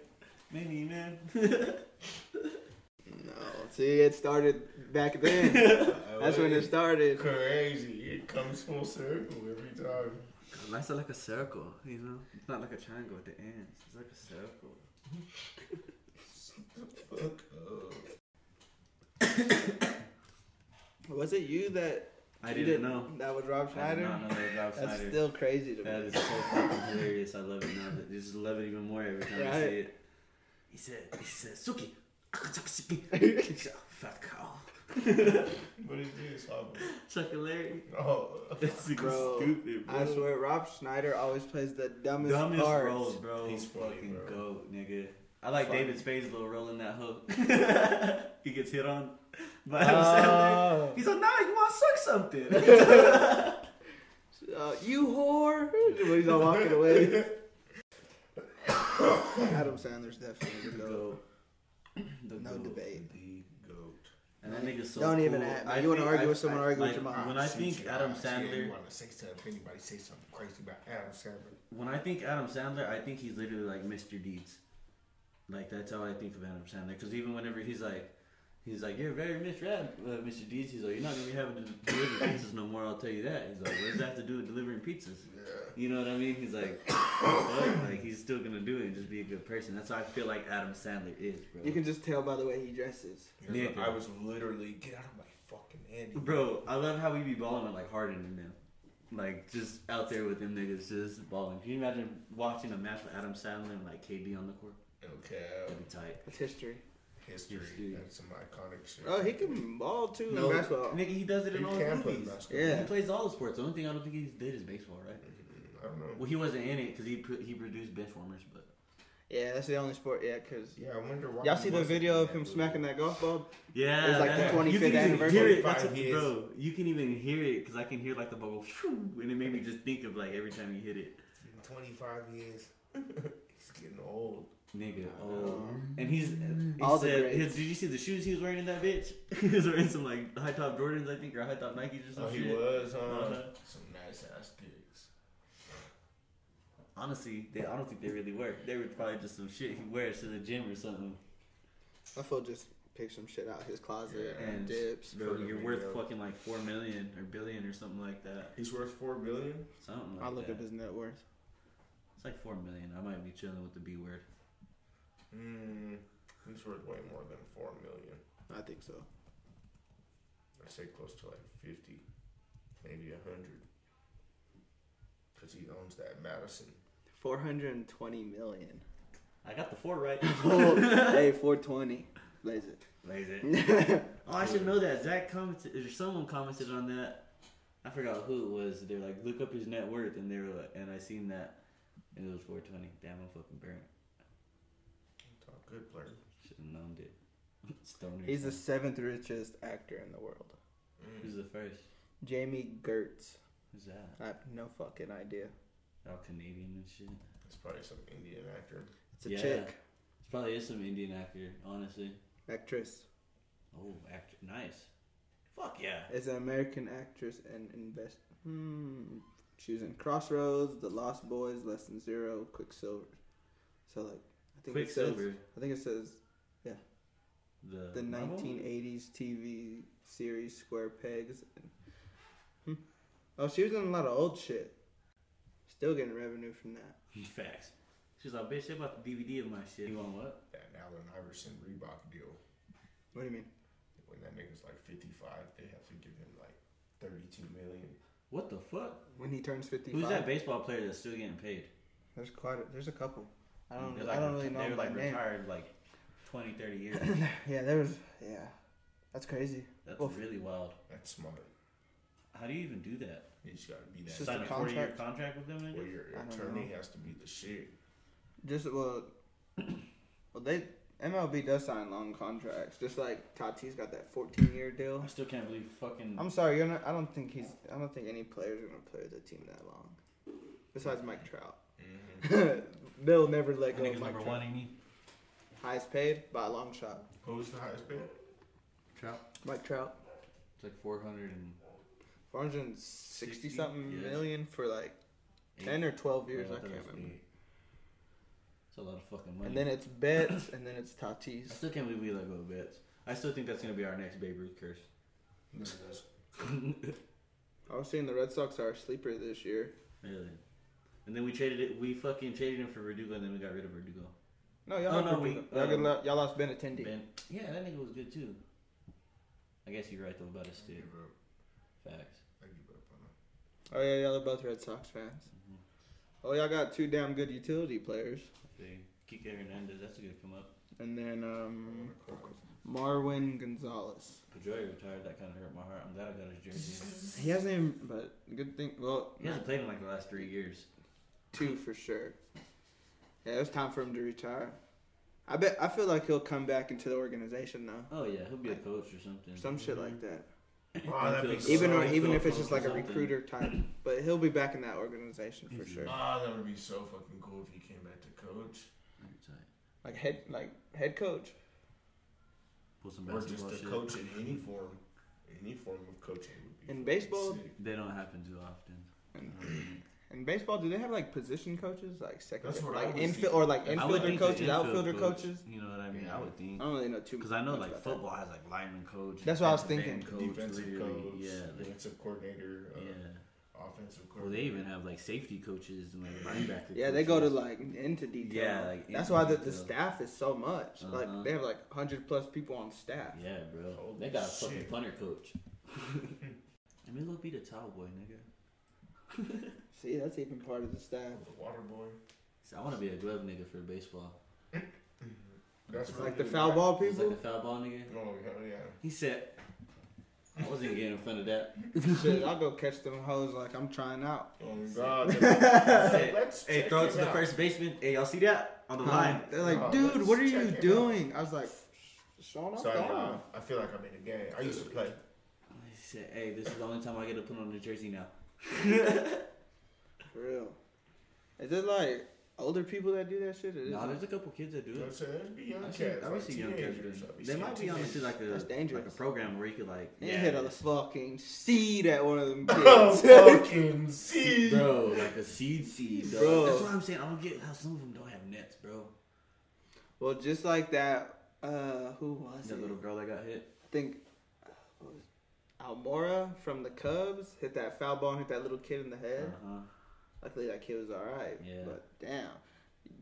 Speaker 2: Mini man.
Speaker 3: No, see, it started
Speaker 2: (laughs)
Speaker 3: back then. (laughs) That's when it
Speaker 4: (laughs)
Speaker 3: started.
Speaker 4: Crazy. It comes full circle every time.
Speaker 2: Life's like a circle, you know? It's not like a triangle at the end. It's like a circle.
Speaker 4: Fuck up.
Speaker 3: Was it you that
Speaker 2: I
Speaker 3: you
Speaker 2: didn't, know.
Speaker 3: that was Rob
Speaker 2: I did
Speaker 3: Schneider?
Speaker 2: not know that Rob
Speaker 3: That's
Speaker 2: Schneider.
Speaker 3: still crazy to
Speaker 2: That
Speaker 3: me.
Speaker 2: is so fucking hilarious. I love it now. I just love it even more every time I
Speaker 3: Right. (laughs)
Speaker 2: see it. He said, he said, Suki, akatsuki, fat cow.
Speaker 4: What is this? Oh,
Speaker 2: Chuckalary.
Speaker 4: oh.
Speaker 2: That's
Speaker 3: Bro,
Speaker 2: stupid, bro.
Speaker 3: I swear, Rob Schneider always plays the dumbest,
Speaker 2: Dumbest (laughs)
Speaker 3: parts. (laughs)
Speaker 2: roles, bro.
Speaker 4: He's funny,
Speaker 2: fucking
Speaker 4: bro.
Speaker 2: goat, nigga. I like
Speaker 4: Funny.
Speaker 2: David Spade's little role in
Speaker 4: (laughs)
Speaker 2: that hook. he gets hit on by
Speaker 3: Uh,
Speaker 2: Adam Sandler.
Speaker 3: Oh.
Speaker 2: He's like, nah, you want to suck
Speaker 3: (laughs)
Speaker 2: something.
Speaker 3: Uh, you whore!
Speaker 2: (laughs)
Speaker 3: When he's all walking away. Adam Sandler's definitely the goat.
Speaker 2: Goat. The
Speaker 3: No debate.
Speaker 4: The goat.
Speaker 2: And that nigga's so
Speaker 3: Don't even
Speaker 2: cool.
Speaker 3: act,
Speaker 2: I
Speaker 3: man. You wanna
Speaker 2: think-
Speaker 3: argue
Speaker 2: I-
Speaker 3: with someone,
Speaker 2: I-
Speaker 3: argue with
Speaker 2: like,
Speaker 3: your mom.
Speaker 2: When I
Speaker 4: Shoot
Speaker 2: think
Speaker 4: your
Speaker 2: Adam
Speaker 4: eyes. Yeah,
Speaker 2: Sandler,
Speaker 4: you want to say something? If anybody say something crazy about Adam Sandler,
Speaker 2: when I think Adam Sandler, I think he's literally like Mr. Deeds. Like that's how I think of Adam Sandler. Because even whenever he's like, he's like, "You're very misread, uh, Mr. Deeds." He's like, "You're not gonna be having to deliver pizzas no more." I'll tell you that. He's like, "What does that have to do with delivering pizzas?" You know what I mean? He's like, "Fuck," like he's still gonna do it and just be a good person. That's how I feel like Adam Sandler is, bro.
Speaker 3: You can just tell by the way he dresses.
Speaker 2: Nigga.
Speaker 4: I was literally get out of my fucking Andy.
Speaker 2: Bro, I love how we be balling with like Harden and them. Like just out there with them niggas just balling. Can you imagine watching a match with Adam Sandler and like KD on the court?
Speaker 4: Okay,
Speaker 2: That'd be tight.
Speaker 3: That's history.
Speaker 4: history.
Speaker 2: Yes, dude.
Speaker 4: That's some iconic shit.
Speaker 3: Oh, he can ball too
Speaker 2: No.
Speaker 3: in basketball.
Speaker 2: Nigga, he does it in
Speaker 4: You
Speaker 2: all
Speaker 4: can
Speaker 2: his
Speaker 4: play
Speaker 2: movies.
Speaker 4: basketball.
Speaker 3: Yeah.
Speaker 2: He plays all the sports. The only thing I don't think he did is baseball, right?
Speaker 4: I don't know.
Speaker 2: Well, he wasn't in it because he pr- he produced Benchwarmers, but
Speaker 3: Yeah, that's the only sport. Yeah, cause
Speaker 4: Yeah, I wonder why.
Speaker 3: y'all
Speaker 4: he
Speaker 3: see the
Speaker 4: wasn't
Speaker 3: video
Speaker 4: in
Speaker 3: of
Speaker 4: that
Speaker 3: him
Speaker 4: movie.
Speaker 3: smacking that golf ball.
Speaker 2: yeah,
Speaker 3: It was like the
Speaker 2: that-
Speaker 3: 25th
Speaker 2: you can even
Speaker 3: anniversary.
Speaker 2: hear it. That's
Speaker 4: 25
Speaker 2: a-
Speaker 4: years.
Speaker 2: bro, you can even hear it because I can hear like the bubble, shoo, and it made me just think of like every time you hit it,
Speaker 4: In 25
Speaker 3: (laughs)
Speaker 4: years. He's getting old.
Speaker 2: nigga. Oh, and he's uh, he
Speaker 3: All the
Speaker 2: said, his,
Speaker 3: greats.
Speaker 2: did you see the shoes he was wearing in that bitch? (laughs) he was wearing some like high top Jordans, I think, or high top Nikes or some
Speaker 4: Oh,
Speaker 2: shit.
Speaker 4: he was, huh?
Speaker 2: Uh-huh.
Speaker 4: Some nice ass gigs.
Speaker 2: Honestly, they, I don't think they really were. They were probably just some shit he wears to the gym or something.
Speaker 3: I feel just pick some shit out of his closet
Speaker 4: Yeah.
Speaker 3: and
Speaker 2: And-
Speaker 3: dips.
Speaker 2: Bro,
Speaker 4: For the
Speaker 2: you're worth
Speaker 4: video.
Speaker 2: fucking like four million or billion or something like that.
Speaker 4: He's worth four billion.
Speaker 2: Something like
Speaker 3: I'll look
Speaker 2: that.
Speaker 3: up his net worth.
Speaker 2: It's like four million. I might be chilling with the B word.
Speaker 4: Mm, he's worth way more than four million.
Speaker 3: I think so.
Speaker 4: I'd say close to like fifty, maybe a hundred. Cause he owns that Madison.
Speaker 3: Four hundred and twenty (laughs) million.
Speaker 2: I got the four (laughs) right.
Speaker 3: Oh, hey, (laughs) four twenty. Blaze
Speaker 2: Blaze it.
Speaker 3: it.
Speaker 2: Oh, I should know that. Zach commented, or someone commented on that. I forgot who it was. They were like, look up his net worth, and they were like, and I seen that, and it was four twenty. Damn, I'm fucking burnt.
Speaker 4: It's all good, player.
Speaker 2: Should have known it. (laughs) Stoner.
Speaker 3: (laughs) He's the seventh richest actor in the world.
Speaker 4: Hmm,
Speaker 2: Who's the first?
Speaker 3: Jamie Gertz.
Speaker 2: Who's that?
Speaker 3: I have no fucking idea.
Speaker 2: All Canadian and shit. It's
Speaker 4: It's probably some Indian actor.
Speaker 3: It's a
Speaker 2: Yeah.
Speaker 3: chick
Speaker 2: probably is some Indian actor, honestly.
Speaker 3: actress.
Speaker 2: Oh, actor, nice. Fuck yeah.
Speaker 3: is an American actress and invest. Hmm. She was in Crossroads, The Lost Boys, Less Than Zero, Quicksilver. So like, I think it says.
Speaker 2: Quicksilver.
Speaker 3: I think it says
Speaker 2: The,
Speaker 3: the
Speaker 2: Marvel?
Speaker 3: 1980s TV series Square Pegs. And, hmm. Oh, she was in a lot of old shit. Still getting revenue from that.
Speaker 2: Facts. She's like, bitch, they bought the DVD of my shit. You want what?
Speaker 4: That Allen Iverson Reebok deal.
Speaker 3: What do you mean?
Speaker 4: When that nigga's like fifty-five, they have to give him like thirty-two million.
Speaker 2: What the fuck?
Speaker 3: When he turns 55.
Speaker 2: Who's that baseball player that's still getting paid?
Speaker 3: There's quite. A, there's a couple. I don't.
Speaker 2: They're
Speaker 3: I don't
Speaker 2: reti-
Speaker 3: really know
Speaker 2: They were
Speaker 3: them by
Speaker 2: like
Speaker 3: name.
Speaker 2: retired like 20, 30 years.
Speaker 3: (laughs) Yeah, there was. Yeah, that's crazy.
Speaker 2: That's
Speaker 3: Well,
Speaker 2: really wild.
Speaker 4: That's smart.
Speaker 2: How do you even do that?
Speaker 4: You just gotta be
Speaker 3: It's
Speaker 4: that.
Speaker 3: just
Speaker 2: Sign
Speaker 3: a
Speaker 2: a four-year
Speaker 3: contract.
Speaker 2: contract with them? I
Speaker 4: Well,
Speaker 2: guess?
Speaker 4: your
Speaker 3: I don't
Speaker 4: attorney
Speaker 3: know.
Speaker 4: has to be the shit.
Speaker 3: Just well,
Speaker 2: (coughs)
Speaker 3: well they MLB does sign long contracts. Just like Tatis got that 14 year deal.
Speaker 2: I still can't believe fucking.
Speaker 3: I'm sorry, you're not. I don't think he's. I don't think any players are gonna play with the team that long. Besides Mike Trout,
Speaker 4: Mm-hmm.
Speaker 3: (laughs) they'll never
Speaker 2: I
Speaker 3: let go
Speaker 2: think
Speaker 3: of
Speaker 2: it's
Speaker 3: Mike
Speaker 2: number
Speaker 3: Trout.
Speaker 2: one, ain't he?
Speaker 3: Highest paid by a long shot.
Speaker 4: Who was the highest paid?
Speaker 3: Mike Trout,
Speaker 2: It's like 400 and
Speaker 3: 460 something
Speaker 2: Yeah.
Speaker 3: million for like 10 or 12 years. I can't remember.
Speaker 2: It's a lot of fucking money.
Speaker 3: And then it's Betts, and then it's Tatis.
Speaker 2: I still can't believe we let go of bets. I still think that's gonna be our next Babe Ruth curse.
Speaker 3: I was saying the Red Sox are a sleeper this year.
Speaker 2: Really. And then we traded it. We fucking traded him for Verdugo, and then we got rid of Verdugo.
Speaker 3: No, y'all,
Speaker 2: Oh,
Speaker 3: have
Speaker 2: no, we-
Speaker 3: y'all, got
Speaker 2: um,
Speaker 3: lo- y'all lost Ben Attendee.
Speaker 2: Ben, yeah, that nigga was good too. I guess you're right though about his
Speaker 4: I
Speaker 2: stick.
Speaker 4: give up.
Speaker 2: Facts.
Speaker 4: I give up on him.
Speaker 3: Oh yeah, y'all are both Red Sox fans.
Speaker 2: Mm-hmm.
Speaker 3: Oh, y'all got two damn good utility players,
Speaker 2: See, Kike Hernandez, that's a good come up.
Speaker 3: and then um, Marwin Gonzalez.
Speaker 2: Pedroia retired. That kind of hurt my heart. I'm glad I got his jersey.
Speaker 3: He hasn't even, but good thing. Well,
Speaker 2: He hasn't played in like the last three years.
Speaker 3: two for sure. Yeah, it was time for him to retire. I bet. I feel like he'll come back into the organization though.
Speaker 2: Oh yeah, he'll be a coach or something. (laughs)
Speaker 3: Some shit like that.
Speaker 4: Wow, that'd be
Speaker 2: Even
Speaker 4: so
Speaker 3: Even or,
Speaker 2: he'll
Speaker 3: even
Speaker 2: feel
Speaker 3: if it's just
Speaker 2: close
Speaker 3: like
Speaker 2: to
Speaker 3: a
Speaker 2: something.
Speaker 3: recruiter type, (coughs) but he'll be back in that organization for
Speaker 2: Mm-hmm.
Speaker 3: sure.
Speaker 4: Ah, that would be so fucking cool if you came back to coach.
Speaker 2: You're tight.
Speaker 3: Like head, like head coach.
Speaker 2: Pull some
Speaker 4: Or just
Speaker 2: basketball
Speaker 4: to
Speaker 2: shit.
Speaker 4: coach in any form. Any form of coaching would be fucking
Speaker 3: In baseball?
Speaker 4: sick.
Speaker 2: They don't happen too often.
Speaker 3: In baseball, do they have like position coaches, like second,
Speaker 4: That's what I
Speaker 3: like
Speaker 4: was
Speaker 3: infield
Speaker 4: thinking.
Speaker 3: or like
Speaker 4: I
Speaker 2: I would
Speaker 3: infielder
Speaker 2: think the
Speaker 3: coaches,
Speaker 2: infield
Speaker 3: outfielder
Speaker 2: coach,
Speaker 3: coaches?
Speaker 2: You know what I mean? I would
Speaker 3: I
Speaker 2: think
Speaker 3: don't really know too much.
Speaker 2: because I know
Speaker 3: much
Speaker 2: like
Speaker 3: about that.
Speaker 2: football has like lineman coach.
Speaker 3: That's what I was
Speaker 2: defensive
Speaker 3: thinking.
Speaker 2: end coach,
Speaker 4: defensive
Speaker 2: really,
Speaker 4: coach,
Speaker 2: Yeah, like,
Speaker 4: defensive coordinator, uh,
Speaker 2: yeah.
Speaker 4: offensive
Speaker 2: Well, they
Speaker 4: coordinator.
Speaker 2: even have like safety coaches and like linebacker.
Speaker 3: Yeah, they go to
Speaker 2: coaches.
Speaker 3: like into detail.
Speaker 2: Yeah, like,
Speaker 3: that's
Speaker 2: into
Speaker 3: why the, the
Speaker 2: detail.
Speaker 3: staff is so much.
Speaker 2: Uh-huh.
Speaker 3: Like they have like hundred plus people on staff.
Speaker 2: Yeah, bro.
Speaker 4: Holy
Speaker 2: they got a
Speaker 4: shit.
Speaker 2: fucking punter (laughs) coach. Let me go be the towel boy, nigga.
Speaker 3: See, that's even part of the staff.
Speaker 4: the water boy.
Speaker 2: So I want to be a glove nigga for baseball.
Speaker 4: That's
Speaker 3: It's
Speaker 4: what
Speaker 3: like
Speaker 4: they
Speaker 3: the
Speaker 4: do.
Speaker 3: foul ball
Speaker 2: He's like
Speaker 3: people.
Speaker 2: a foul ball nigga.
Speaker 4: Oh hell yeah!
Speaker 2: He said, I wasn't getting in front of that.
Speaker 3: Shit, I'll go catch them hoes like I'm trying out.
Speaker 4: Oh my god! (laughs) Let's
Speaker 2: Hey,
Speaker 4: check
Speaker 2: throw
Speaker 4: him
Speaker 2: it to the
Speaker 4: out.
Speaker 2: first baseman. Hey, y'all see that on the line?
Speaker 3: They're like,
Speaker 4: Oh,
Speaker 3: dude,
Speaker 4: let's
Speaker 3: what are
Speaker 4: check
Speaker 3: you
Speaker 4: him out."
Speaker 3: doing? I was like, showing off.
Speaker 4: Sorry,
Speaker 3: the
Speaker 4: nah,
Speaker 3: arm."
Speaker 4: I feel like I'm in a game. I used to play.
Speaker 2: He said, Hey, this is the only time I get to put on the jersey now.
Speaker 3: For real. Is it like older people that do that shit? Or is
Speaker 2: No,
Speaker 3: it-
Speaker 2: there's a couple kids that do
Speaker 4: You know what I'm
Speaker 2: it.
Speaker 4: saying? That'd be young
Speaker 2: I
Speaker 4: cats,
Speaker 2: see, I
Speaker 4: like
Speaker 2: see young kids.
Speaker 4: teenagers.
Speaker 2: doing
Speaker 4: I'd
Speaker 2: it. They might be on
Speaker 4: teenagers. (laughs)
Speaker 2: to like a
Speaker 3: That's dangerous.
Speaker 2: like a program where you could like
Speaker 3: They hit a fucking seed at one
Speaker 4: (laughs)
Speaker 3: of them (laughs)
Speaker 4: Oh,
Speaker 3: kids.
Speaker 4: fucking see.
Speaker 2: bro, like a seed seed, dog.
Speaker 3: Bro.
Speaker 2: That's what I'm saying. I don't get how some of them don't have nets, bro.
Speaker 3: well, just like that. Uh, who was
Speaker 2: That
Speaker 3: it?
Speaker 2: little girl that got hit.
Speaker 3: I think uh, what was it? Almora from the Cubs hit that foul ball and hit that little kid in the
Speaker 2: Uh
Speaker 3: head.
Speaker 2: huh.
Speaker 3: Luckily, that kid was all right.
Speaker 2: Yeah.
Speaker 3: But damn,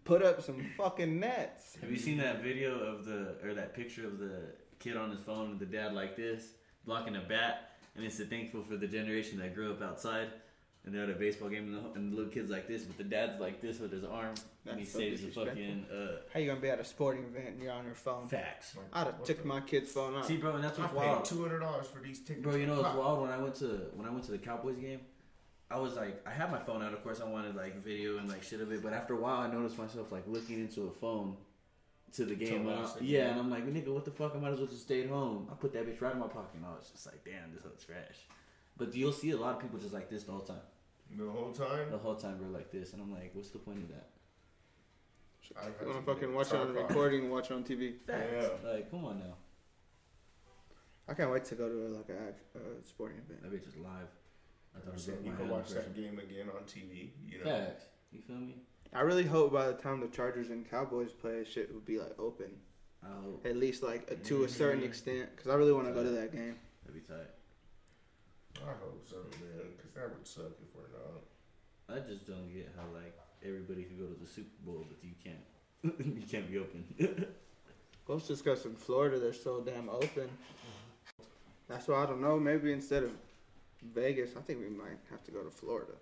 Speaker 3: put up some fucking nets.
Speaker 2: Have you seen that video of the or that picture of the kid on his phone with the dad like this blocking a bat? And it's a thankful for the generation that grew up outside. And they're at a baseball game and the, and the little kid's like this, but the dad's like this with his arm, and he
Speaker 3: That's so
Speaker 2: saves the fucking
Speaker 3: disrespectful.
Speaker 2: uh,
Speaker 3: How you gonna be at a sporting event and you're on your phone?
Speaker 2: facts.
Speaker 3: I'd have
Speaker 4: What
Speaker 3: took
Speaker 4: the-
Speaker 3: my kid's phone out.
Speaker 2: See, bro, and that's
Speaker 4: I
Speaker 2: what's
Speaker 4: paid
Speaker 2: wild.
Speaker 4: two hundred dollars for these tickets.
Speaker 2: Bro, you know it's wild. When I went to when I went to the Cowboys game, I was like, I had my phone out. Of course, I wanted like video and like shit of it. But after a while, I noticed myself like looking into a phone to the game. and I-
Speaker 4: watch the
Speaker 2: yeah,
Speaker 4: game.
Speaker 2: and I'm like, nigga, what the fuck? I might as well just stay at home. I put that bitch right in my pocket, and I was just like, damn, this looks trash. But you'll see a lot of people just like this the whole time.
Speaker 4: The whole time.
Speaker 2: The whole time we're like this, and I'm like, what's the point of that?
Speaker 4: I
Speaker 3: You wanna fucking watch it on recording, watch it on TV.
Speaker 2: Facts.
Speaker 4: Yeah.
Speaker 2: Like, come on now.
Speaker 3: I can't wait to go to like a uh, sporting event.
Speaker 2: That bitch is live. I thought it was
Speaker 4: You
Speaker 2: my
Speaker 4: can
Speaker 2: hand
Speaker 4: watch
Speaker 2: in
Speaker 4: that
Speaker 2: person.
Speaker 4: game again on TV. You know.
Speaker 2: Facts. You feel me?
Speaker 3: I really hope by the time the Chargers and Cowboys play, shit would be like open.
Speaker 2: I hope.
Speaker 3: At least like a, to a certain extent, because I really want to go to that game.
Speaker 2: That'd be tight.
Speaker 4: I hope so, man. Because that would suck if we're not.
Speaker 2: I just don't get how like everybody could go to the Super Bowl, but you can't. (laughs) you can't be open.
Speaker 3: Let's discuss in Florida. They're so damn open. That's why I don't know. Maybe instead of Vegas, I think we might have to go to Florida.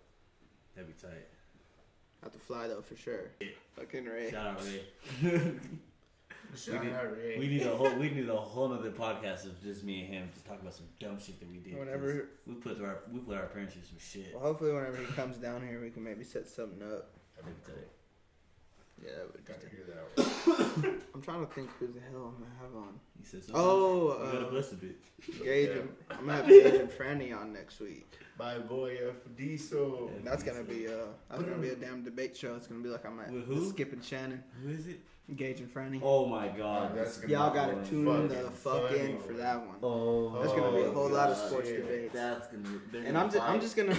Speaker 2: That'd be tight.
Speaker 3: Have to fly though for sure. Fucking Ray.
Speaker 2: Shout out Ray.
Speaker 4: Shout
Speaker 2: need-
Speaker 4: out, Ray.
Speaker 2: We need a whole we need a whole other podcast of just me and him just talking about some dumb shit that we did. 'cause
Speaker 3: Whenever,
Speaker 2: we put our we put our parents through some shit.
Speaker 3: well, hopefully, whenever he comes down here, we can maybe set something up.
Speaker 4: That'd be cool.
Speaker 3: Yeah, that would
Speaker 4: Gotta
Speaker 3: just,
Speaker 4: hear that one.
Speaker 3: I'm trying to think who the hell I'm gonna have on.
Speaker 2: He said something.
Speaker 3: Oh,
Speaker 2: you gotta
Speaker 3: uh,
Speaker 2: bless a bitch.
Speaker 3: Gage. and- I'm gonna have Gage and Franny on next week.
Speaker 4: My boy F Diesel.
Speaker 2: That'd
Speaker 3: That's
Speaker 2: be
Speaker 3: gonna
Speaker 2: sick.
Speaker 3: be uh, that's gonna be a damn debate show. It's gonna be like I'm at
Speaker 2: With who?
Speaker 3: Skip and Shannon,
Speaker 2: Who is it?
Speaker 3: Gage and Franny.
Speaker 2: Oh my god.
Speaker 4: That's gonna
Speaker 3: Y'all
Speaker 4: be
Speaker 3: gotta
Speaker 2: fucking
Speaker 3: tune the
Speaker 4: funny.
Speaker 3: fuck in for that one.
Speaker 2: oh,
Speaker 3: That's gonna be a
Speaker 4: Oh,
Speaker 3: whole lot of
Speaker 4: God,
Speaker 3: sports
Speaker 4: yeah.
Speaker 3: debates.
Speaker 2: That's gonna. they're
Speaker 3: And
Speaker 2: gonna
Speaker 3: I'm just, I'm
Speaker 2: fight.
Speaker 3: just gonna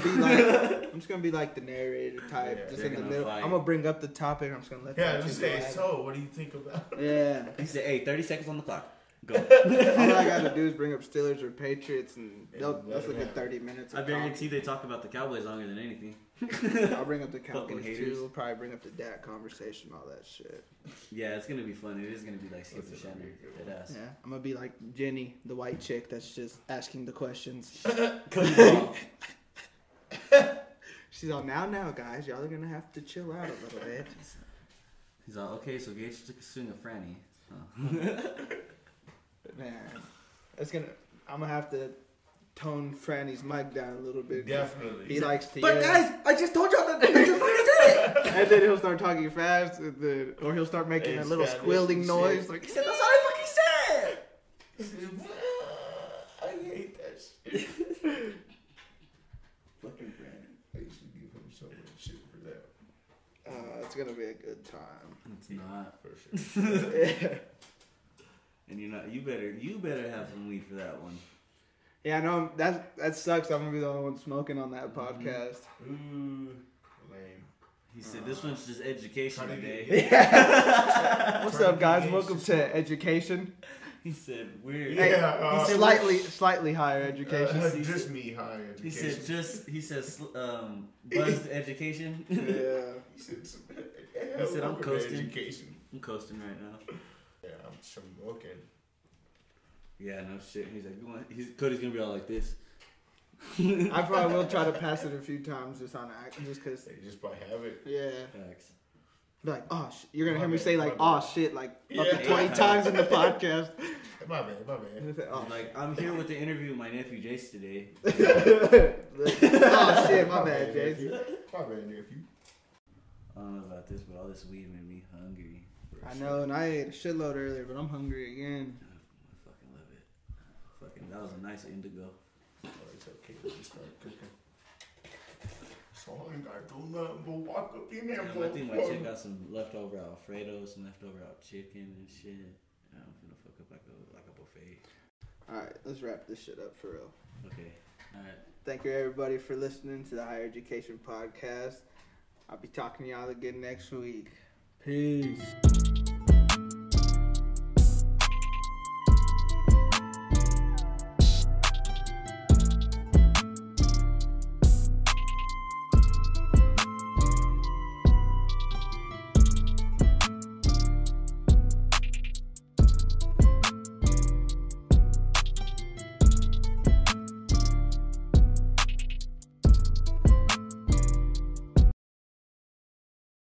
Speaker 2: (laughs)
Speaker 3: be like, I'm just gonna be like the narrator type,
Speaker 4: Yeah,
Speaker 3: just
Speaker 2: they're
Speaker 3: in the
Speaker 2: gonna
Speaker 3: middle.
Speaker 2: fight.
Speaker 3: I'm gonna bring up the topic. I'm just gonna let.
Speaker 4: Yeah,
Speaker 3: that
Speaker 4: just
Speaker 3: shit
Speaker 4: say,
Speaker 3: ride.
Speaker 4: so, what do you think about
Speaker 3: Yeah.
Speaker 2: He said, "Hey, thirty seconds on the clock. Go."
Speaker 3: All I gotta do is bring up Steelers or Patriots, and they'll,
Speaker 4: let
Speaker 3: that's
Speaker 4: them
Speaker 3: like a
Speaker 4: have it.
Speaker 3: 30 minutes.
Speaker 2: I
Speaker 3: Of
Speaker 2: guarantee they talk about the Cowboys longer than anything.
Speaker 3: talk. I'll bring up the
Speaker 2: Fucking
Speaker 3: Cowboys too.
Speaker 2: haters.
Speaker 3: We'll probably bring up the Dak conversation, all that shit.
Speaker 2: Yeah, it's gonna be fun. It is gonna be like Skip and
Speaker 4: That's gonna
Speaker 2: Shannon.
Speaker 4: be a good
Speaker 2: Dead ass.
Speaker 3: Yeah, I'm gonna be like Jenny, the white chick that's just asking the questions.
Speaker 2: Come (laughs) on.
Speaker 3: She's all now, now, guys. Y'all are gonna have to chill out a little bit.
Speaker 2: He's like, okay, so Gage took a swing of Franny. Huh.
Speaker 3: Man, that's gonna. I'm gonna have to tone Franny's mic down a little bit. 'cause
Speaker 4: Definitely.
Speaker 3: He likes to.
Speaker 7: But
Speaker 3: yell.
Speaker 7: guys, I just told y'all that. I just fucking said it.
Speaker 3: (laughs) and then he'll start talking fast, and then, or he'll start making a
Speaker 4: It's
Speaker 3: little
Speaker 4: got this
Speaker 3: squealing
Speaker 4: shit.
Speaker 3: noise. Like, (laughs)
Speaker 7: He said that's all I fucking said.
Speaker 4: I hate that shit.
Speaker 7: Fucking Brandon.
Speaker 4: I used to give him so much shit for that.
Speaker 3: uh, it's gonna be a good time.
Speaker 2: It's not.
Speaker 4: For sure.
Speaker 2: (laughs) And you're not. You better. You better have some weed for that one.
Speaker 3: Yeah, I know that that sucks. I'm gonna be the only one smoking on
Speaker 4: Mm-hmm.
Speaker 3: that podcast.
Speaker 4: Ooh, lame.
Speaker 2: He said this one's just education
Speaker 4: Trying to get-
Speaker 2: today.
Speaker 4: (laughs)
Speaker 3: What's
Speaker 4: Trying
Speaker 3: up,
Speaker 4: to
Speaker 3: guys?
Speaker 4: engage
Speaker 3: Welcome
Speaker 4: this-
Speaker 3: to education.
Speaker 2: (laughs) He said weird.
Speaker 4: Yeah,
Speaker 3: Hey,
Speaker 4: uh,
Speaker 3: slightly, slightly higher education.
Speaker 4: Uh, (laughs) just me high education.
Speaker 2: He said just. He said sl- um, buzzed education.
Speaker 3: yeah.
Speaker 4: He said, some-
Speaker 2: He said, "I'm
Speaker 4: Welcome to
Speaker 2: coasting."
Speaker 4: Education.
Speaker 2: (laughs) I'm coasting right now.
Speaker 4: Yeah, I'm smoking.
Speaker 2: Yeah, no shit. He's like, you want, he's, Cody's gonna be all like this.
Speaker 3: I probably
Speaker 4: (laughs)
Speaker 3: will try to pass it a few times just on act, just cause.
Speaker 4: They just by habit.
Speaker 3: Yeah,
Speaker 2: Facts.
Speaker 3: be like, oh, sh-. you're gonna hear me
Speaker 4: My
Speaker 3: say
Speaker 4: bad,
Speaker 3: like,
Speaker 4: my
Speaker 3: oh
Speaker 4: bad.
Speaker 3: shit, like
Speaker 4: Yeah.
Speaker 3: up to twenty
Speaker 2: Yeah.
Speaker 4: (laughs)
Speaker 3: times in the podcast.
Speaker 4: My bad, my
Speaker 3: And
Speaker 4: bad.
Speaker 3: it's like, oh,
Speaker 2: He's like, I'm here with the interview with my nephew Jace today.
Speaker 3: oh shit,
Speaker 4: (laughs)
Speaker 3: my bad, Jason.
Speaker 4: nephew. My bad, nephew.
Speaker 2: I don't know about this, but all this weed made me hungry.
Speaker 3: I know, and I ate a shitload earlier, but I'm hungry again.
Speaker 2: I fucking love it. Fucking, that was a nice indigo.
Speaker 4: Oh, it's okay. We just start cooking. So I ain't gotta do nothing but walk up in there.
Speaker 2: Um, I think my chick
Speaker 4: motherfucker.
Speaker 2: got some leftover Alfredo, some leftover out chicken and shit. I'm gonna fuck up like a like a buffet.
Speaker 3: All right, let's wrap this shit up for real.
Speaker 2: Okay. All right.
Speaker 3: Thank you everybody for listening to the Higher Education Podcast. I'll be talking to y'all again next week. Peace.